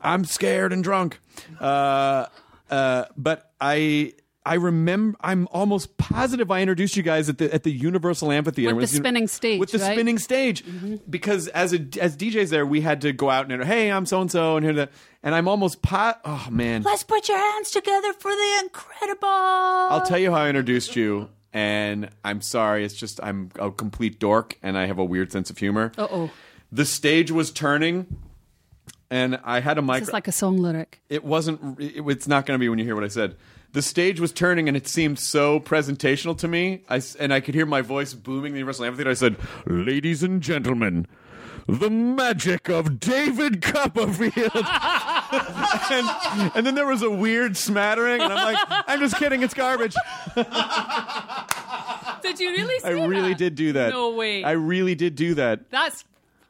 [SPEAKER 1] I'm scared and drunk. Uh, uh, but I. I remember. I'm almost positive I introduced you guys at the at the Universal Amphitheater
[SPEAKER 5] With the
[SPEAKER 1] It was-
[SPEAKER 5] spinning stage,
[SPEAKER 1] With the
[SPEAKER 5] right? Mm-hmm.
[SPEAKER 1] spinning stage, because as a, as DJs there, we had to go out and hey, I'm so and so, and here that, and I'm almost pot. Oh man,
[SPEAKER 6] Let's put your hands together for the incredible.
[SPEAKER 1] I'll tell you how I introduced you, and I'm sorry. It's just I'm a complete dork, and I have a weird sense of humor.
[SPEAKER 5] Uh oh,
[SPEAKER 1] the stage was turning and i had a mic
[SPEAKER 5] it's like a song lyric.
[SPEAKER 1] it wasn't it, it's not going to be when you hear what i said the stage was turning and it seemed so presentational to me I, s- and i could hear my voice booming in the universal amphitheater i said ladies and gentlemen the magic of David Copperfield. and, and then there was a weird smattering, and I'm like, I'm just kidding, it's garbage.
[SPEAKER 5] Did you really? Say
[SPEAKER 1] I really
[SPEAKER 5] that?
[SPEAKER 1] did do that.
[SPEAKER 5] No way.
[SPEAKER 1] I really did do that.
[SPEAKER 5] That's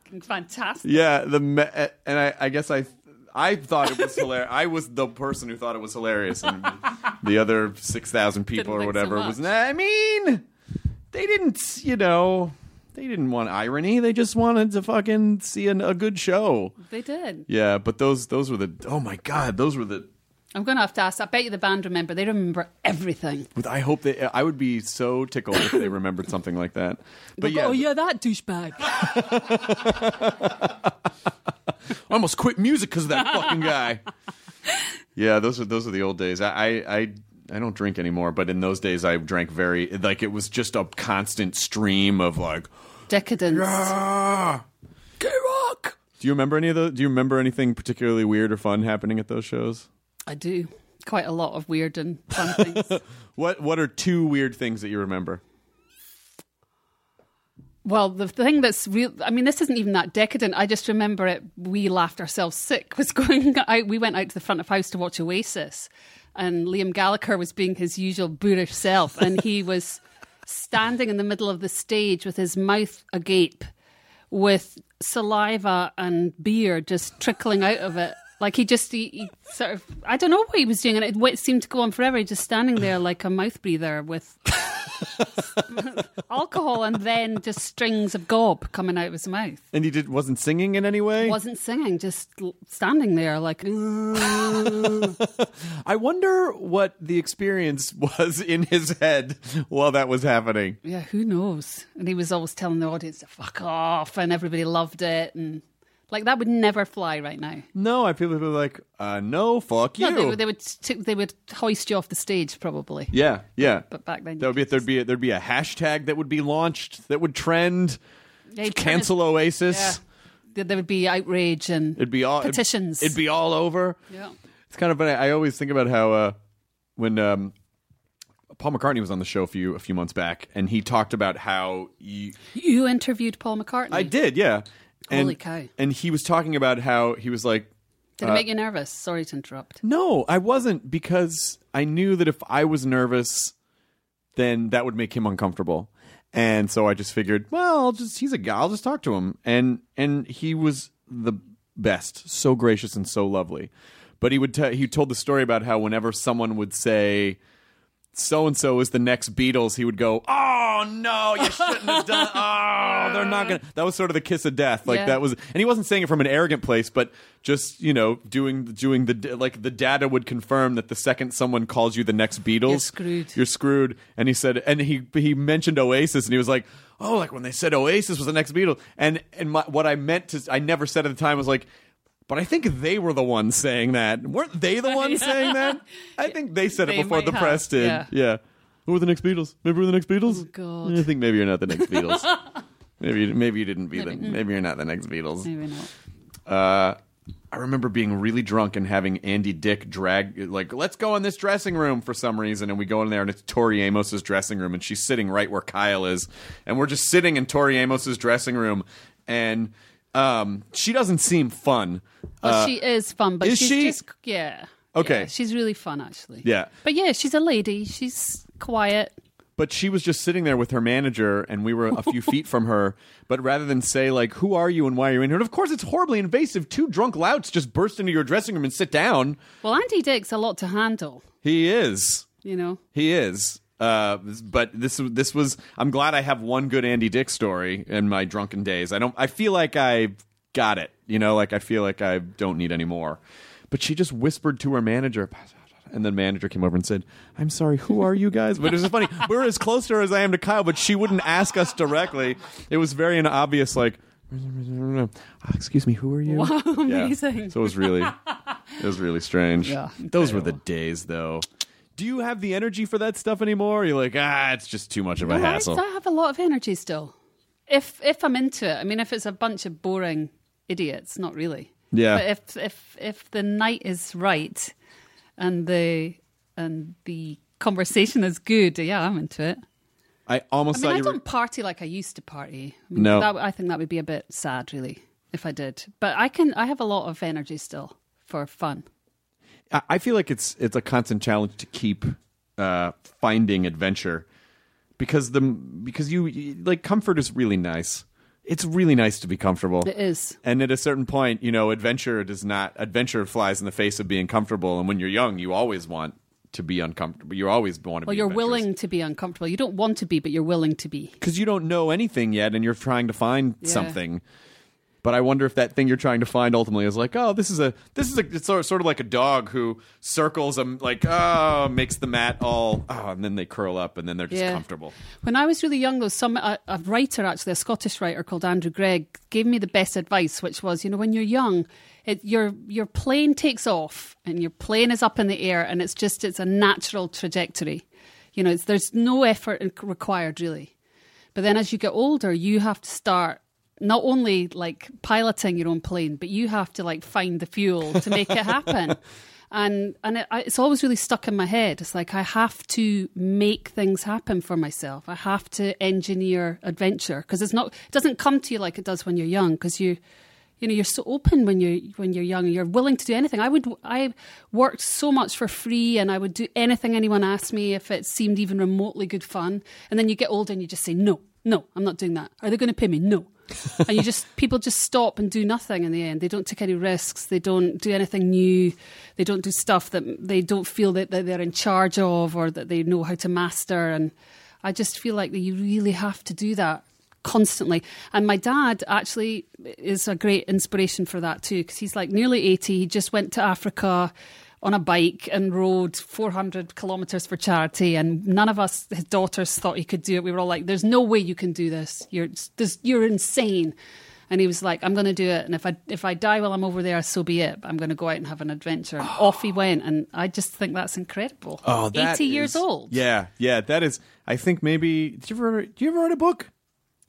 [SPEAKER 5] fucking fantastic.
[SPEAKER 1] Yeah, the me- eh, and I, I guess I I thought it was hilarious. I was the person who thought it was hilarious, and the other six thousand people or
[SPEAKER 5] Didn't think so
[SPEAKER 1] whatever
[SPEAKER 5] much.
[SPEAKER 1] was. I mean, they didn't, you know, they didn't want irony. They just wanted to fucking see an, a good show.
[SPEAKER 5] They did.
[SPEAKER 1] Yeah, but those those were the oh my god, those were the.
[SPEAKER 5] I'm going to have to ask. I bet you the band remember. They remember everything.
[SPEAKER 1] With I hope they I would be so tickled if they remembered something like that. But
[SPEAKER 5] They'll
[SPEAKER 1] yeah,
[SPEAKER 5] go, oh yeah, that douchebag.
[SPEAKER 1] I almost quit music because of that fucking guy. Yeah, those are those are the old days. I, I I I don't drink anymore, but in those days I drank very like it was just a constant stream of like
[SPEAKER 5] Decadence.
[SPEAKER 1] ah, K Rock. Do you remember any of those? Do you remember anything particularly weird or fun happening at those shows?
[SPEAKER 5] I do. Quite a lot of weird and fun things.
[SPEAKER 1] What What are two weird things that you remember?
[SPEAKER 5] well, the thing that's real, I mean, this isn't even that decadent. I just remember it, we laughed ourselves sick. Was going out, we went out to the front of house to watch Oasis, and Liam Gallagher was being his usual boorish self, and he was standing in the middle of the stage with his mouth agape, with saliva and beer just trickling out of it. Like he just, he, he sort of, I don't know what he was doing, and it, it seemed to go on forever. He just standing there like a mouth breather with alcohol and then just strings of gob coming out of his mouth.
[SPEAKER 1] And he did wasn't singing in any way.
[SPEAKER 5] Wasn't singing, just l- standing there like.
[SPEAKER 1] I wonder what the experience was in his head while that was happening.
[SPEAKER 5] Yeah, who knows? And he was always telling the audience to fuck off, and everybody loved it, and like that would never fly right now.
[SPEAKER 1] No, I people people are like, uh, no, fuck you.
[SPEAKER 5] No, they, would- they would t- they would hoist you off the stage probably.
[SPEAKER 1] Yeah, yeah.
[SPEAKER 5] But back then,
[SPEAKER 1] that would be there'd be a, there'd be a hashtag that would be launched that would trend.
[SPEAKER 5] Yeah, you'd turn
[SPEAKER 1] Cancel Oasis.
[SPEAKER 5] Yeah. There there would be outrage and
[SPEAKER 1] It'd be all
[SPEAKER 5] Petitions.
[SPEAKER 1] It'd, be all over.
[SPEAKER 5] yeah.
[SPEAKER 1] It's kind of funny. I always think about how uh, when um, Paul McCartney was on the show a few a few months back, and he talked about how you,
[SPEAKER 5] You interviewed Paul McCartney.
[SPEAKER 1] I did, yeah. And,
[SPEAKER 5] Mm. Holy cow.
[SPEAKER 1] And he was talking about how he was like,
[SPEAKER 5] Did it
[SPEAKER 1] Uh,
[SPEAKER 5] make you nervous? Sorry to interrupt.
[SPEAKER 1] No, I wasn't because I knew that if I was nervous, then that would make him uncomfortable. And so I just figured, well, I'll just he's a guy, I'll just talk to him. And and he was the best, so gracious and so lovely. But he would t- he told the story about how whenever someone would say so and so is the next Beatles, he would go, "Oh no, you shouldn't have done. Oh, they're not gonna." That was sort of the kiss of death. Like
[SPEAKER 5] Yeah.
[SPEAKER 1] that was, and he wasn't saying it from an arrogant place, but just you know, doing doing the like the data would confirm that the second someone calls you the next Beatles,
[SPEAKER 5] screwed.
[SPEAKER 1] You're screwed. And he said, and he he mentioned Oasis, and he was like. Oh, like when they said Oasis was the next Beatles, and and my, what I meant to, I never said at the time was like, but I think they were the ones saying that. Weren't they the ones saying that? I think they said
[SPEAKER 5] They
[SPEAKER 1] it before
[SPEAKER 5] might
[SPEAKER 1] the
[SPEAKER 5] have,
[SPEAKER 1] press did.
[SPEAKER 5] yeah. Oh,
[SPEAKER 1] Yeah. Who are the next Beatles? Maybe we're the next Beatles.
[SPEAKER 5] God.
[SPEAKER 1] I think maybe you're not the next Beatles. maybe you, maybe you didn't be the maybe you're not the next Beatles.
[SPEAKER 5] Maybe not.
[SPEAKER 1] Uh, I remember being really drunk and having Andy Dick drag like let's go in this dressing room for some reason, and we go in there and it's Tori Amos's dressing room, and she's sitting right where Kyle is, and we're just sitting in Tori Amos's dressing room, and um, she doesn't seem fun. uh,
[SPEAKER 5] Well, she is fun, but
[SPEAKER 1] is
[SPEAKER 5] she's
[SPEAKER 1] she?
[SPEAKER 5] just yeah.
[SPEAKER 1] Okay.
[SPEAKER 5] Yeah, she's really fun actually.
[SPEAKER 1] Yeah.
[SPEAKER 5] But yeah, she's a lady. She's quiet.
[SPEAKER 1] But she was just sitting there with her manager, and we were a few feet from her. But rather than say like, "Who are you and why are you in here?" and of course it's horribly invasive. Two drunk louts just burst into your dressing room and sit down.
[SPEAKER 5] Well, Andy Dick's a lot to handle,
[SPEAKER 1] He is,
[SPEAKER 5] you know.
[SPEAKER 1] he is. Uh, but this this was. I'm glad I have one good Andy Dick story in my drunken days. I don't. I feel like I got it. You know, like I feel like I don't need any more. But she just whispered to her manager. And then manager came over and said, "I'm sorry, who are you guys?" But it was just funny. We were as close to her as I am to Kyle, but she wouldn't ask us directly. It was very an obvious like, "Oh, "Excuse me, who are you?" Wow,
[SPEAKER 5] amazing.
[SPEAKER 1] So it was really, it was really strange. Those were the days, though. Do you have the energy for that stuff anymore? You're like, ah, it's just too much of a
[SPEAKER 5] Well, I-
[SPEAKER 1] hassle.
[SPEAKER 5] I have a lot of energy still. If if I'm into it, I mean, if it's a bunch of boring idiots, not really.
[SPEAKER 1] Yeah.
[SPEAKER 5] But if if if the night is right, and the and the conversation is good, yeah, I'm into it.
[SPEAKER 1] I almost
[SPEAKER 5] I mean,
[SPEAKER 1] thought
[SPEAKER 5] I
[SPEAKER 1] you were.
[SPEAKER 5] don't party like I used to party. I mean,
[SPEAKER 1] No.
[SPEAKER 5] that, I think that would be a bit sad, really, if I did. But I can. I have a lot of energy still for fun.
[SPEAKER 1] I- I feel like it's it's a constant challenge to keep uh, finding adventure because the because you like comfort is really nice. It's really nice to be comfortable.
[SPEAKER 5] It is.
[SPEAKER 1] And at a certain point, you know, adventure does not adventure flies in the face of being comfortable. And when you're young, you always want to be uncomfortable. You always want to
[SPEAKER 5] Well,
[SPEAKER 1] be
[SPEAKER 5] you're
[SPEAKER 1] adventurous.
[SPEAKER 5] willing to be uncomfortable. You don't want to be, but you're willing to be.
[SPEAKER 1] because you don't know anything yet and you're trying to find
[SPEAKER 5] Yeah.
[SPEAKER 1] something but i wonder if that thing you're trying to find ultimately is like oh this is a this is a it's sort sort of like a dog who circles and like oh makes the mat all oh and then they curl up and then they're just
[SPEAKER 5] Yeah.
[SPEAKER 1] comfortable
[SPEAKER 5] When I was really young, though, some a, a writer actually, a Scottish writer called Andrew Gregg, gave me the best advice, which was, you know, when you're young, it, your your plane takes off and your plane is up in the air, and it's just it's a natural trajectory. You know, it's, there's no effort in- required really. But then as you get older, you have to start not only like piloting your own plane, but you have to like find the fuel to make it happen. And and it, I- it's always really stuck in my head. It's like I have to make things happen for myself. I have to engineer adventure because it's not it doesn't come to you like it does when you're young because you you know you're so open when you're when you're young you're willing to do anything i would i worked so much for free and i would do anything anyone asked me if it seemed even remotely good fun and then you get older and you just say no no i'm not doing that are they going to pay me no and you just people just stop and do nothing in the end they don't take any risks they don't do anything new they don't do stuff that they don't feel that, that they're in charge of or that they know how to master and i just feel like that you really have to do that constantly. And my dad actually is a great inspiration for that too, because he's like nearly 80. He just went to Africa on a bike and rode 400 kilometers for charity. And none of us, his daughters, thought he could do it. We were all like, there's no way you can do this. You're, this, you're insane. And he was like, "I'm going to do it, and if I if I die while I'm over there, so be it. But I'm going to go out and have an adventure." And off he went, and I just think that's incredible.
[SPEAKER 1] oh that
[SPEAKER 5] 80 years
[SPEAKER 1] is-
[SPEAKER 5] old.
[SPEAKER 1] yeah yeah that is i think maybe did you ever do you ever write a book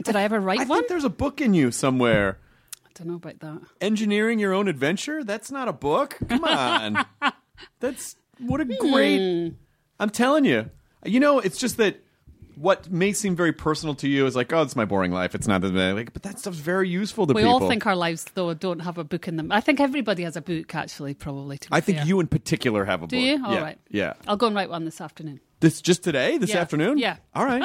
[SPEAKER 5] Did I ever write
[SPEAKER 1] i
[SPEAKER 5] one?
[SPEAKER 1] think there's a book in you somewhere
[SPEAKER 5] I don't know about that.
[SPEAKER 1] engineering your own adventure that's not a book come on that's what a
[SPEAKER 5] Hmm.
[SPEAKER 1] great i'm telling you you know it's just that what may seem very personal to you is like oh it's my boring life it's not that bad. like but that stuff's very useful to
[SPEAKER 5] We
[SPEAKER 1] people
[SPEAKER 5] all think our lives, though, don't have a book in them. I think everybody has a book, actually, probably. To be
[SPEAKER 1] i think
[SPEAKER 5] fair.
[SPEAKER 1] you in particular have a
[SPEAKER 5] do.
[SPEAKER 1] book
[SPEAKER 5] You all right?
[SPEAKER 1] yeah yeah
[SPEAKER 5] I'll go and write one this afternoon.
[SPEAKER 1] This just today, this
[SPEAKER 5] Yeah.
[SPEAKER 1] afternoon.
[SPEAKER 5] Yeah.
[SPEAKER 1] All right.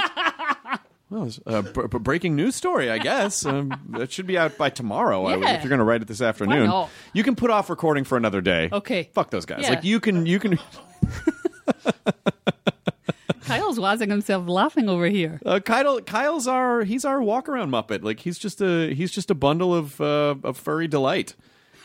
[SPEAKER 1] well, it's a b- b- breaking news story, I guess. um, it should be out by tomorrow. I would,
[SPEAKER 5] Yeah.
[SPEAKER 1] if you're going to write it this afternoon,
[SPEAKER 5] not?
[SPEAKER 1] you can put off recording for another day.
[SPEAKER 5] Okay.
[SPEAKER 1] Fuck those guys.
[SPEAKER 5] Yeah.
[SPEAKER 1] Like you can, you can.
[SPEAKER 5] Kyle's wazzing himself laughing over here.
[SPEAKER 1] Uh, Kyle, Kyle's our he's our walk around Muppet. Like he's just a he's just a bundle of uh, of furry delight.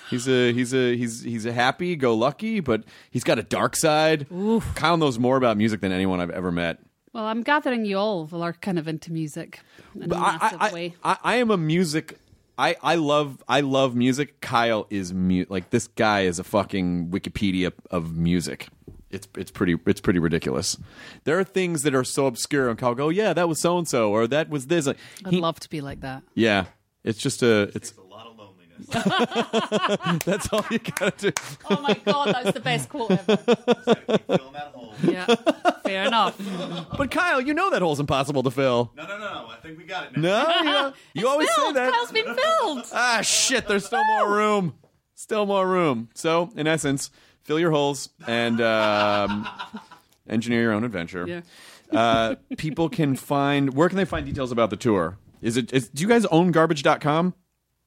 [SPEAKER 1] He's a he's a he's he's a happy go lucky, but he's got a dark side. Kyle knows more about music than anyone I've ever met.
[SPEAKER 5] Well, I'm gathering you all are kind of into music in a
[SPEAKER 1] But I,
[SPEAKER 5] massive
[SPEAKER 1] I,
[SPEAKER 5] way.
[SPEAKER 1] I, I am a music. I, I love I love music. Kyle is mu- like this guy is a fucking Wikipedia of music. It's it's pretty it's pretty ridiculous. There are things that are so obscure, and Kyle go, yeah, that was so and so, or that was this. Like,
[SPEAKER 5] I'd
[SPEAKER 1] he-
[SPEAKER 5] love to be like that.
[SPEAKER 1] Yeah, it's just a it's
[SPEAKER 2] a lot of loneliness.
[SPEAKER 1] that's all you gotta do.
[SPEAKER 5] Oh my god, that was the best quote ever.
[SPEAKER 2] Fill that hole.
[SPEAKER 5] Yeah, fair enough.
[SPEAKER 1] But Kyle, you know that hole's impossible to fill.
[SPEAKER 2] No, no, no. I think we got it
[SPEAKER 1] No, you, know- you always say
[SPEAKER 5] Filled.
[SPEAKER 1] that.
[SPEAKER 5] Kyle's been filled.
[SPEAKER 1] Ah, shit, there's still more room. Still more room. So, in essence, fill your holes and um, engineer your own adventure.
[SPEAKER 5] Yeah.
[SPEAKER 1] Uh, people can find, where can they find details about the tour? Is it, is, do you guys own garbage.com?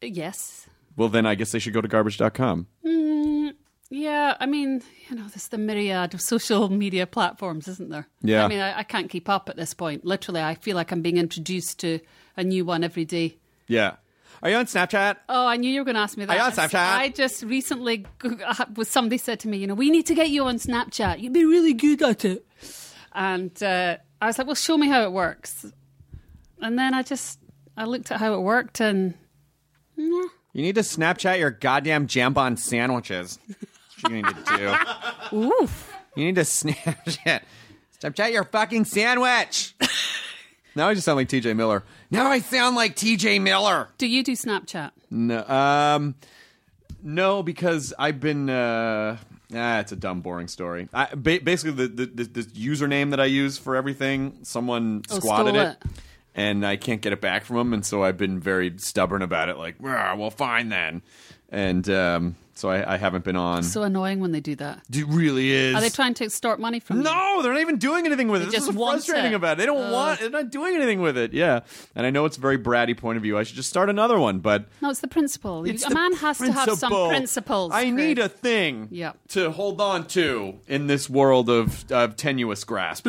[SPEAKER 5] Yes.
[SPEAKER 1] Well, then I guess they should go to garbage.com.
[SPEAKER 5] Yeah, I mean, you know, there's the myriad of social media platforms, isn't there?
[SPEAKER 1] Yeah.
[SPEAKER 5] I mean, I, I can't keep up at this point. Literally, I feel like I'm being introduced to a new one every day.
[SPEAKER 1] Yeah. Are you on Snapchat?
[SPEAKER 5] Oh, I knew you were going to ask me that.
[SPEAKER 1] Are you on Snapchat?
[SPEAKER 5] I just recently uh, was somebody said to me, you know, we need to get you on Snapchat. You'd be really good at it. And uh, I was like, well, show me how it works. And then I just I looked at how it worked, and
[SPEAKER 1] You need to Snapchat your goddamn jambon sandwiches. That's what you need to do.
[SPEAKER 5] oof,
[SPEAKER 1] You need to Snapchat. Snapchat your fucking sandwich. now I just sound like TJ Miller. Now I sound like TJ Miller.
[SPEAKER 5] do you do Snapchat?
[SPEAKER 1] No, um, no, because I've been. Uh, ah, it's a dumb, boring story. I, ba- basically, the, the, the, the username that I use for everything, someone
[SPEAKER 5] Oh,
[SPEAKER 1] squatted
[SPEAKER 5] stole
[SPEAKER 1] it.
[SPEAKER 5] it.
[SPEAKER 1] And I can't get it back from them, and so I've been very stubborn about it. Like, "Ah, well, fine then, and um, so I, I haven't been on.
[SPEAKER 5] So annoying when they do that.
[SPEAKER 1] it really is.
[SPEAKER 5] Are they trying to extort money from you?
[SPEAKER 1] No, they're not even doing anything with it. This
[SPEAKER 5] just
[SPEAKER 1] is
[SPEAKER 5] want
[SPEAKER 1] frustrating
[SPEAKER 5] it. Oh.
[SPEAKER 1] about it. They don't want. They're not doing anything with it. Yeah, and I know it's a very bratty point of view. I should just start another one, but
[SPEAKER 5] No, it's the principle. You-
[SPEAKER 1] it's
[SPEAKER 5] a
[SPEAKER 1] the
[SPEAKER 5] man has to have
[SPEAKER 1] principle.
[SPEAKER 5] some principles.
[SPEAKER 1] I
[SPEAKER 5] Craig.
[SPEAKER 1] need a thing
[SPEAKER 5] Yep.
[SPEAKER 1] to hold on to in this world of, of tenuous grasp,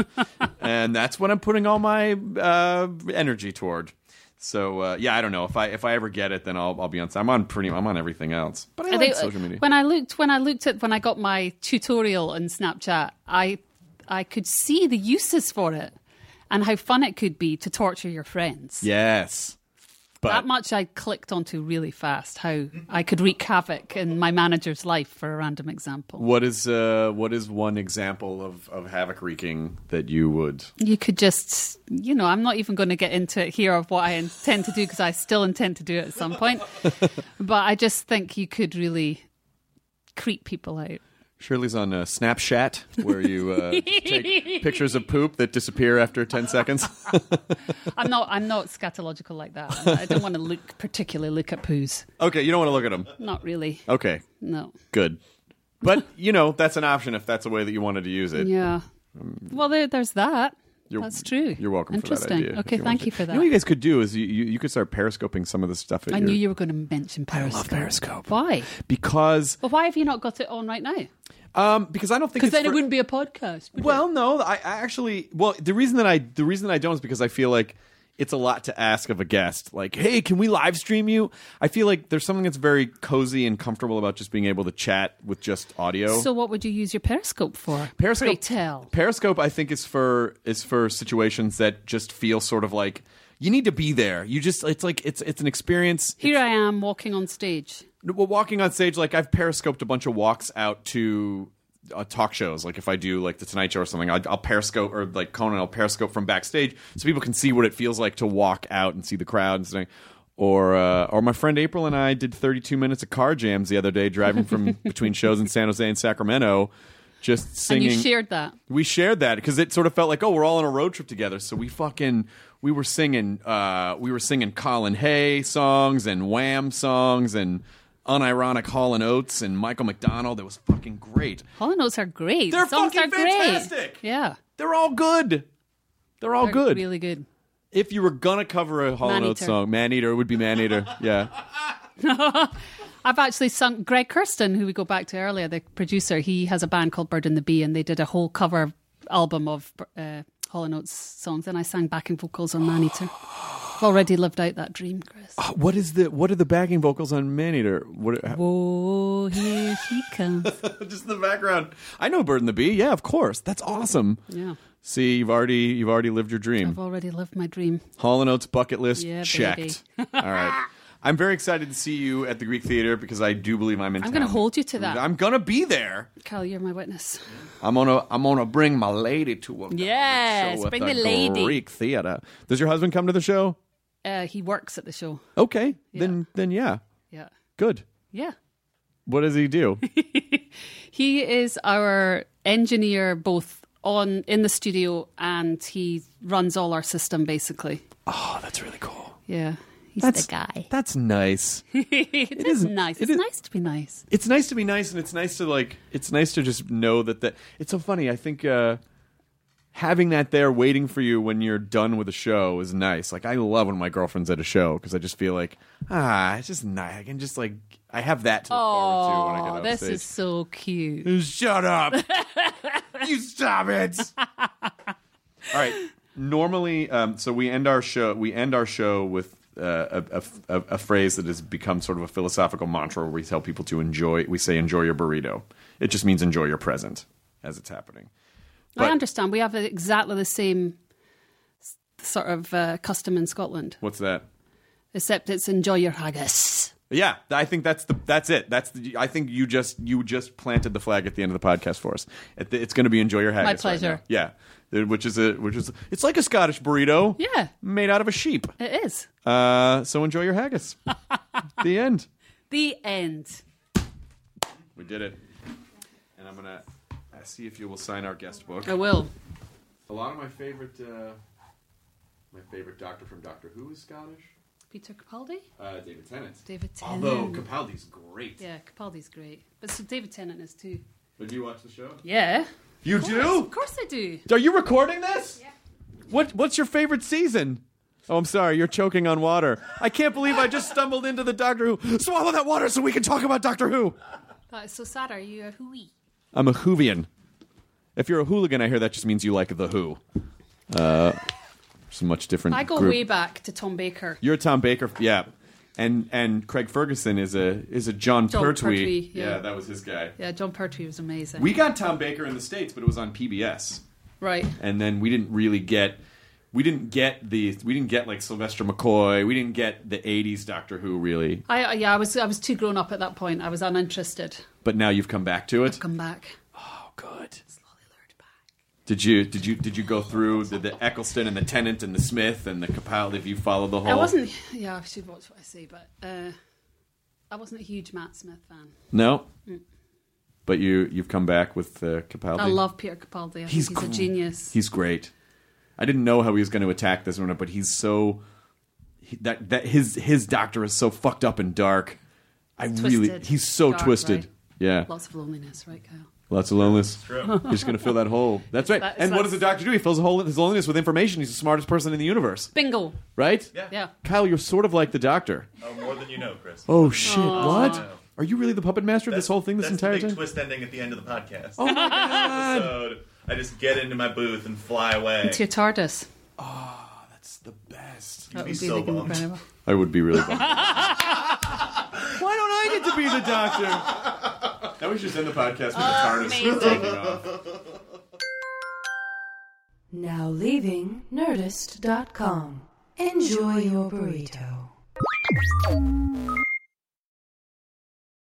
[SPEAKER 1] and that's what I'm putting all my uh, energy toward. So uh, yeah, I don't know if I if I ever get it, then I'll I'll be on. I'm on pretty. I'm on everything else, but I
[SPEAKER 5] Are
[SPEAKER 1] like
[SPEAKER 5] they- uh,
[SPEAKER 1] social media.
[SPEAKER 5] When I looked, when I looked at when I got my tutorial on Snapchat, I I could see the uses for it and how fun it could be to torture your friends.
[SPEAKER 1] yes, but
[SPEAKER 5] That much I clicked onto really fast. How I could wreak havoc in my manager's life, for a random example.
[SPEAKER 1] What is uh, what is one example of, of havoc wreaking that you would?
[SPEAKER 5] You could just, you know, I'm not even going to get into it here of what I intend to do because I still intend to do it at some point. but I just think you could really creep people out.
[SPEAKER 1] Shirley's on uh, Snapchat, where you uh, take pictures of poop that disappear after ten seconds.
[SPEAKER 5] I'm not. I'm not scatological like that. I'm not- I don't want to look particularly look at poos.
[SPEAKER 1] okay, you don't want to look at them.
[SPEAKER 5] Not really.
[SPEAKER 1] Okay,
[SPEAKER 5] No.
[SPEAKER 1] good. But you know that's an option if that's a way that you wanted to use it.
[SPEAKER 5] Yeah. Well, there, there's that.
[SPEAKER 1] You're-
[SPEAKER 5] That's true.
[SPEAKER 1] You're welcome. For
[SPEAKER 5] Interesting.
[SPEAKER 1] that idea, if
[SPEAKER 5] Okay,
[SPEAKER 1] want
[SPEAKER 5] thank
[SPEAKER 1] to.
[SPEAKER 5] you for
[SPEAKER 1] You know what
[SPEAKER 5] that.
[SPEAKER 1] you guys could do is you, you, you could start periscoping some of the stuff. That
[SPEAKER 5] I
[SPEAKER 1] you're,
[SPEAKER 5] knew you were going to mention Periscope.
[SPEAKER 1] Periscope.
[SPEAKER 5] Why?
[SPEAKER 1] because
[SPEAKER 5] Well, why have you not got it on right now?
[SPEAKER 1] um because I don't think
[SPEAKER 5] Because
[SPEAKER 1] it's
[SPEAKER 5] then it
[SPEAKER 1] for-
[SPEAKER 5] wouldn't be a podcast. would it?
[SPEAKER 1] Well, no, I, I actually. Well, the reason that I the reason that I don't is because I feel like it's a lot to ask of a guest. Like, hey, can we live stream you? I feel like there's something that's very cozy and comfortable about just being able to chat with just audio.
[SPEAKER 5] So what would you use your Periscope for?
[SPEAKER 1] Periscope.
[SPEAKER 5] Pray tell.
[SPEAKER 1] Periscope, I think is for is for situations that just feel sort of like you need to be there. You just it's like it's it's an experience.
[SPEAKER 5] Here I am walking on stage.
[SPEAKER 1] Well, walking on stage, like I've periscoped a bunch of walks out to uh, talk shows. Like if I do like the Tonight Show or something, I'll, I'll periscope or like Conan, I'll periscope from backstage so people can see what it feels like to walk out and see the crowd and stuff. Or, uh, or my friend April and I did 32 minutes of car jams the other day, driving from between shows in San Jose and Sacramento, just singing.
[SPEAKER 5] And you shared that.
[SPEAKER 1] We shared that because it sort of felt like, oh, we're all on a road trip together. So we fucking we were singing uh, we were singing Colin Hay songs and Wham songs and unironic Hall and Oates and Michael McDonald. It was fucking great.
[SPEAKER 5] Hall and Oates are great.
[SPEAKER 1] They're
[SPEAKER 5] Songs
[SPEAKER 1] fucking
[SPEAKER 5] are great.
[SPEAKER 1] fantastic.
[SPEAKER 5] Yeah.
[SPEAKER 1] They're all good. They're all
[SPEAKER 5] They're
[SPEAKER 1] good.
[SPEAKER 5] Really good.
[SPEAKER 1] if you were gonna cover a Hall and Oates
[SPEAKER 5] Maneater.
[SPEAKER 1] song, Man Eater it would be Man Eater. Yeah.
[SPEAKER 5] I've actually sung Greg Kirsten, who we go back to earlier, the producer. He has a band called Bird and the Bee, and they did a whole cover album of uh, Hall and Oates songs. And I sang backing vocals on Man Eater. I've already lived out that dream, Chris.
[SPEAKER 1] Uh, What is the what are the backing vocals on Man Eater? What
[SPEAKER 5] Oh, here she comes.
[SPEAKER 1] just in the background? I know Bird and the Bee. Yeah, of course. That's awesome.
[SPEAKER 5] Yeah,
[SPEAKER 1] See, you've already you've already lived your
[SPEAKER 5] I've
[SPEAKER 1] dream.
[SPEAKER 5] already lived my dream.
[SPEAKER 1] Hall and Oates bucket list
[SPEAKER 5] Yeah,
[SPEAKER 1] checked.
[SPEAKER 5] baby.
[SPEAKER 1] All right. I'm very excited to see you at the Greek Theater because I do believe I'm in.
[SPEAKER 5] I'm gonna
[SPEAKER 1] town.
[SPEAKER 5] hold you to that.
[SPEAKER 1] I'm gonna be there.
[SPEAKER 5] Cal, you're my witness.
[SPEAKER 1] I'm gonna I'm gonna bring my lady to a show
[SPEAKER 6] Yes,
[SPEAKER 1] at
[SPEAKER 6] bring the lady.
[SPEAKER 1] Greek Theater. Does your husband come to the show?
[SPEAKER 5] Uh, he works at the show.
[SPEAKER 1] Okay, then then yeah,
[SPEAKER 5] Yeah,
[SPEAKER 1] good.
[SPEAKER 5] yeah.
[SPEAKER 1] What does he do?
[SPEAKER 5] He is our engineer, both on in the studio, and he runs all our system basically.
[SPEAKER 1] oh, that's really cool.
[SPEAKER 5] Yeah, he's
[SPEAKER 1] That's
[SPEAKER 5] the guy.
[SPEAKER 1] That's nice.
[SPEAKER 5] it is
[SPEAKER 1] isn't-
[SPEAKER 5] nice.
[SPEAKER 1] it
[SPEAKER 5] It's
[SPEAKER 1] is-
[SPEAKER 5] nice to be nice.
[SPEAKER 1] it's nice to be nice, and it's nice to like. It's nice to just know that that. It's so funny. I think uh, having that there waiting for you when you're done with a show is nice. Like I love when my girlfriend's at a show because I just feel like ah, it's just nice. I can just like I have that to look forward to when I get
[SPEAKER 5] Oh,
[SPEAKER 1] off
[SPEAKER 5] this
[SPEAKER 1] stage.
[SPEAKER 5] is so cute.
[SPEAKER 1] Shut up. you stop it. All right. Normally, um, so we end our show. We end our show with uh, a, a, a phrase that has become sort of a philosophical mantra, where we tell people to enjoy. We say, "Enjoy your burrito." It just means enjoy your present as it's happening.
[SPEAKER 5] I
[SPEAKER 1] But-
[SPEAKER 5] understand. We have exactly the same s- sort of uh, custom in Scotland,
[SPEAKER 1] What's that?
[SPEAKER 5] except it's enjoy your haggis.
[SPEAKER 1] Yeah, I think that's the that's it. That's the, I think you just you just planted the flag at the end of the podcast for us. At the- It's going to be enjoy your haggis. right
[SPEAKER 5] pleasure.
[SPEAKER 1] now. yeah, which is a which is it's like a Scottish burrito.
[SPEAKER 5] Yeah.
[SPEAKER 1] made out of a sheep.
[SPEAKER 5] It is
[SPEAKER 1] Uh, so enjoy your haggis. the end.
[SPEAKER 5] the end.
[SPEAKER 1] We did it. And I'm gonna uh, see if you will sign our guest book.
[SPEAKER 5] I will.
[SPEAKER 1] A lot of my favorite, uh, my favorite doctor from Doctor Who is Scottish.
[SPEAKER 5] Peter Capaldi,
[SPEAKER 1] Uh, David Tennant.
[SPEAKER 5] David Tennant.
[SPEAKER 1] Although Capaldi's great.
[SPEAKER 5] yeah, Capaldi's great, but so David Tennant is too.
[SPEAKER 1] But do you watch the show?
[SPEAKER 5] Yeah,
[SPEAKER 1] You
[SPEAKER 5] of
[SPEAKER 1] do?
[SPEAKER 5] course I do.
[SPEAKER 1] Are you recording this? Yeah. What What's your favorite season? Oh, I'm sorry. You're choking on water. I can't believe I just stumbled into the Doctor Who. Swallow that water so we can talk about Doctor Who.
[SPEAKER 5] That is so sad. Are you a hooey?
[SPEAKER 1] I'm a Whovian. If you're a hooligan, I hear that just means you like the Who. Uh, it's a much different.
[SPEAKER 5] I go
[SPEAKER 1] group.
[SPEAKER 5] way back to Tom Baker.
[SPEAKER 1] You're a Tom Baker, yeah. And and Craig Ferguson is a is a John,
[SPEAKER 5] John
[SPEAKER 1] Pertwee.
[SPEAKER 5] Pertwee, yeah.
[SPEAKER 1] that was his guy.
[SPEAKER 5] Yeah, John Pertwee was amazing.
[SPEAKER 1] We got Tom Baker in the states, but it was on PBS,
[SPEAKER 5] right.
[SPEAKER 1] and then we didn't really get. We didn't get the we didn't get like Sylvester McCoy. We didn't get the '80s Doctor Who really,
[SPEAKER 5] I I- yeah, I was I was too grown up at that point. I was uninterested.
[SPEAKER 1] but now you've come back to it.
[SPEAKER 5] Come back.
[SPEAKER 1] Oh, good. Did you did you did you go through the, the Eccleston and the Tennant and the Smith and the Capaldi? Have you followed the whole?
[SPEAKER 5] I wasn't. Yeah, I should watch what I say, but uh, I wasn't a huge Matt Smith fan.
[SPEAKER 1] No. But you you've come back with uh, Capaldi.
[SPEAKER 5] Mm. I love Peter Capaldi. I think he's a
[SPEAKER 1] gr-
[SPEAKER 5] genius.
[SPEAKER 1] He's great. I didn't know how he was going to attack this one, but he's so he, that that his his doctor is so fucked up and dark. I really
[SPEAKER 5] Twisted.
[SPEAKER 1] he's so
[SPEAKER 5] Dark,
[SPEAKER 1] twisted.
[SPEAKER 5] right?
[SPEAKER 1] Yeah,
[SPEAKER 5] Lots of loneliness, right, Kyle?
[SPEAKER 1] lots of loneliness. He's just going to fill that hole. That's right.
[SPEAKER 5] That-
[SPEAKER 1] and what
[SPEAKER 5] that's-
[SPEAKER 1] does the doctor do? He fills a hole in his loneliness with information. He's the smartest person in the universe,
[SPEAKER 5] Bingo.
[SPEAKER 1] right?
[SPEAKER 5] Yeah.
[SPEAKER 1] Kyle, you're sort of like the doctor.
[SPEAKER 7] Oh, more than you know, Chris.
[SPEAKER 1] Oh shit! What? Are you really the puppet master of
[SPEAKER 7] That's-
[SPEAKER 1] this whole thing this
[SPEAKER 7] that's
[SPEAKER 1] entire
[SPEAKER 7] the big
[SPEAKER 1] time?
[SPEAKER 7] twist ending at the end of the podcast
[SPEAKER 1] Oh my god!
[SPEAKER 7] episode. I just get into my booth and fly away.
[SPEAKER 5] To your TARDIS.
[SPEAKER 1] That's the best.
[SPEAKER 5] That
[SPEAKER 7] be
[SPEAKER 5] would be
[SPEAKER 7] so
[SPEAKER 5] the Game of
[SPEAKER 7] bummed.
[SPEAKER 5] Thrones.
[SPEAKER 1] I would be really bummed. Why don't I get to be the doctor? That was just in the podcast with the TARDIS taking off.
[SPEAKER 4] Now leaving Nerdist.com. Enjoy your burrito.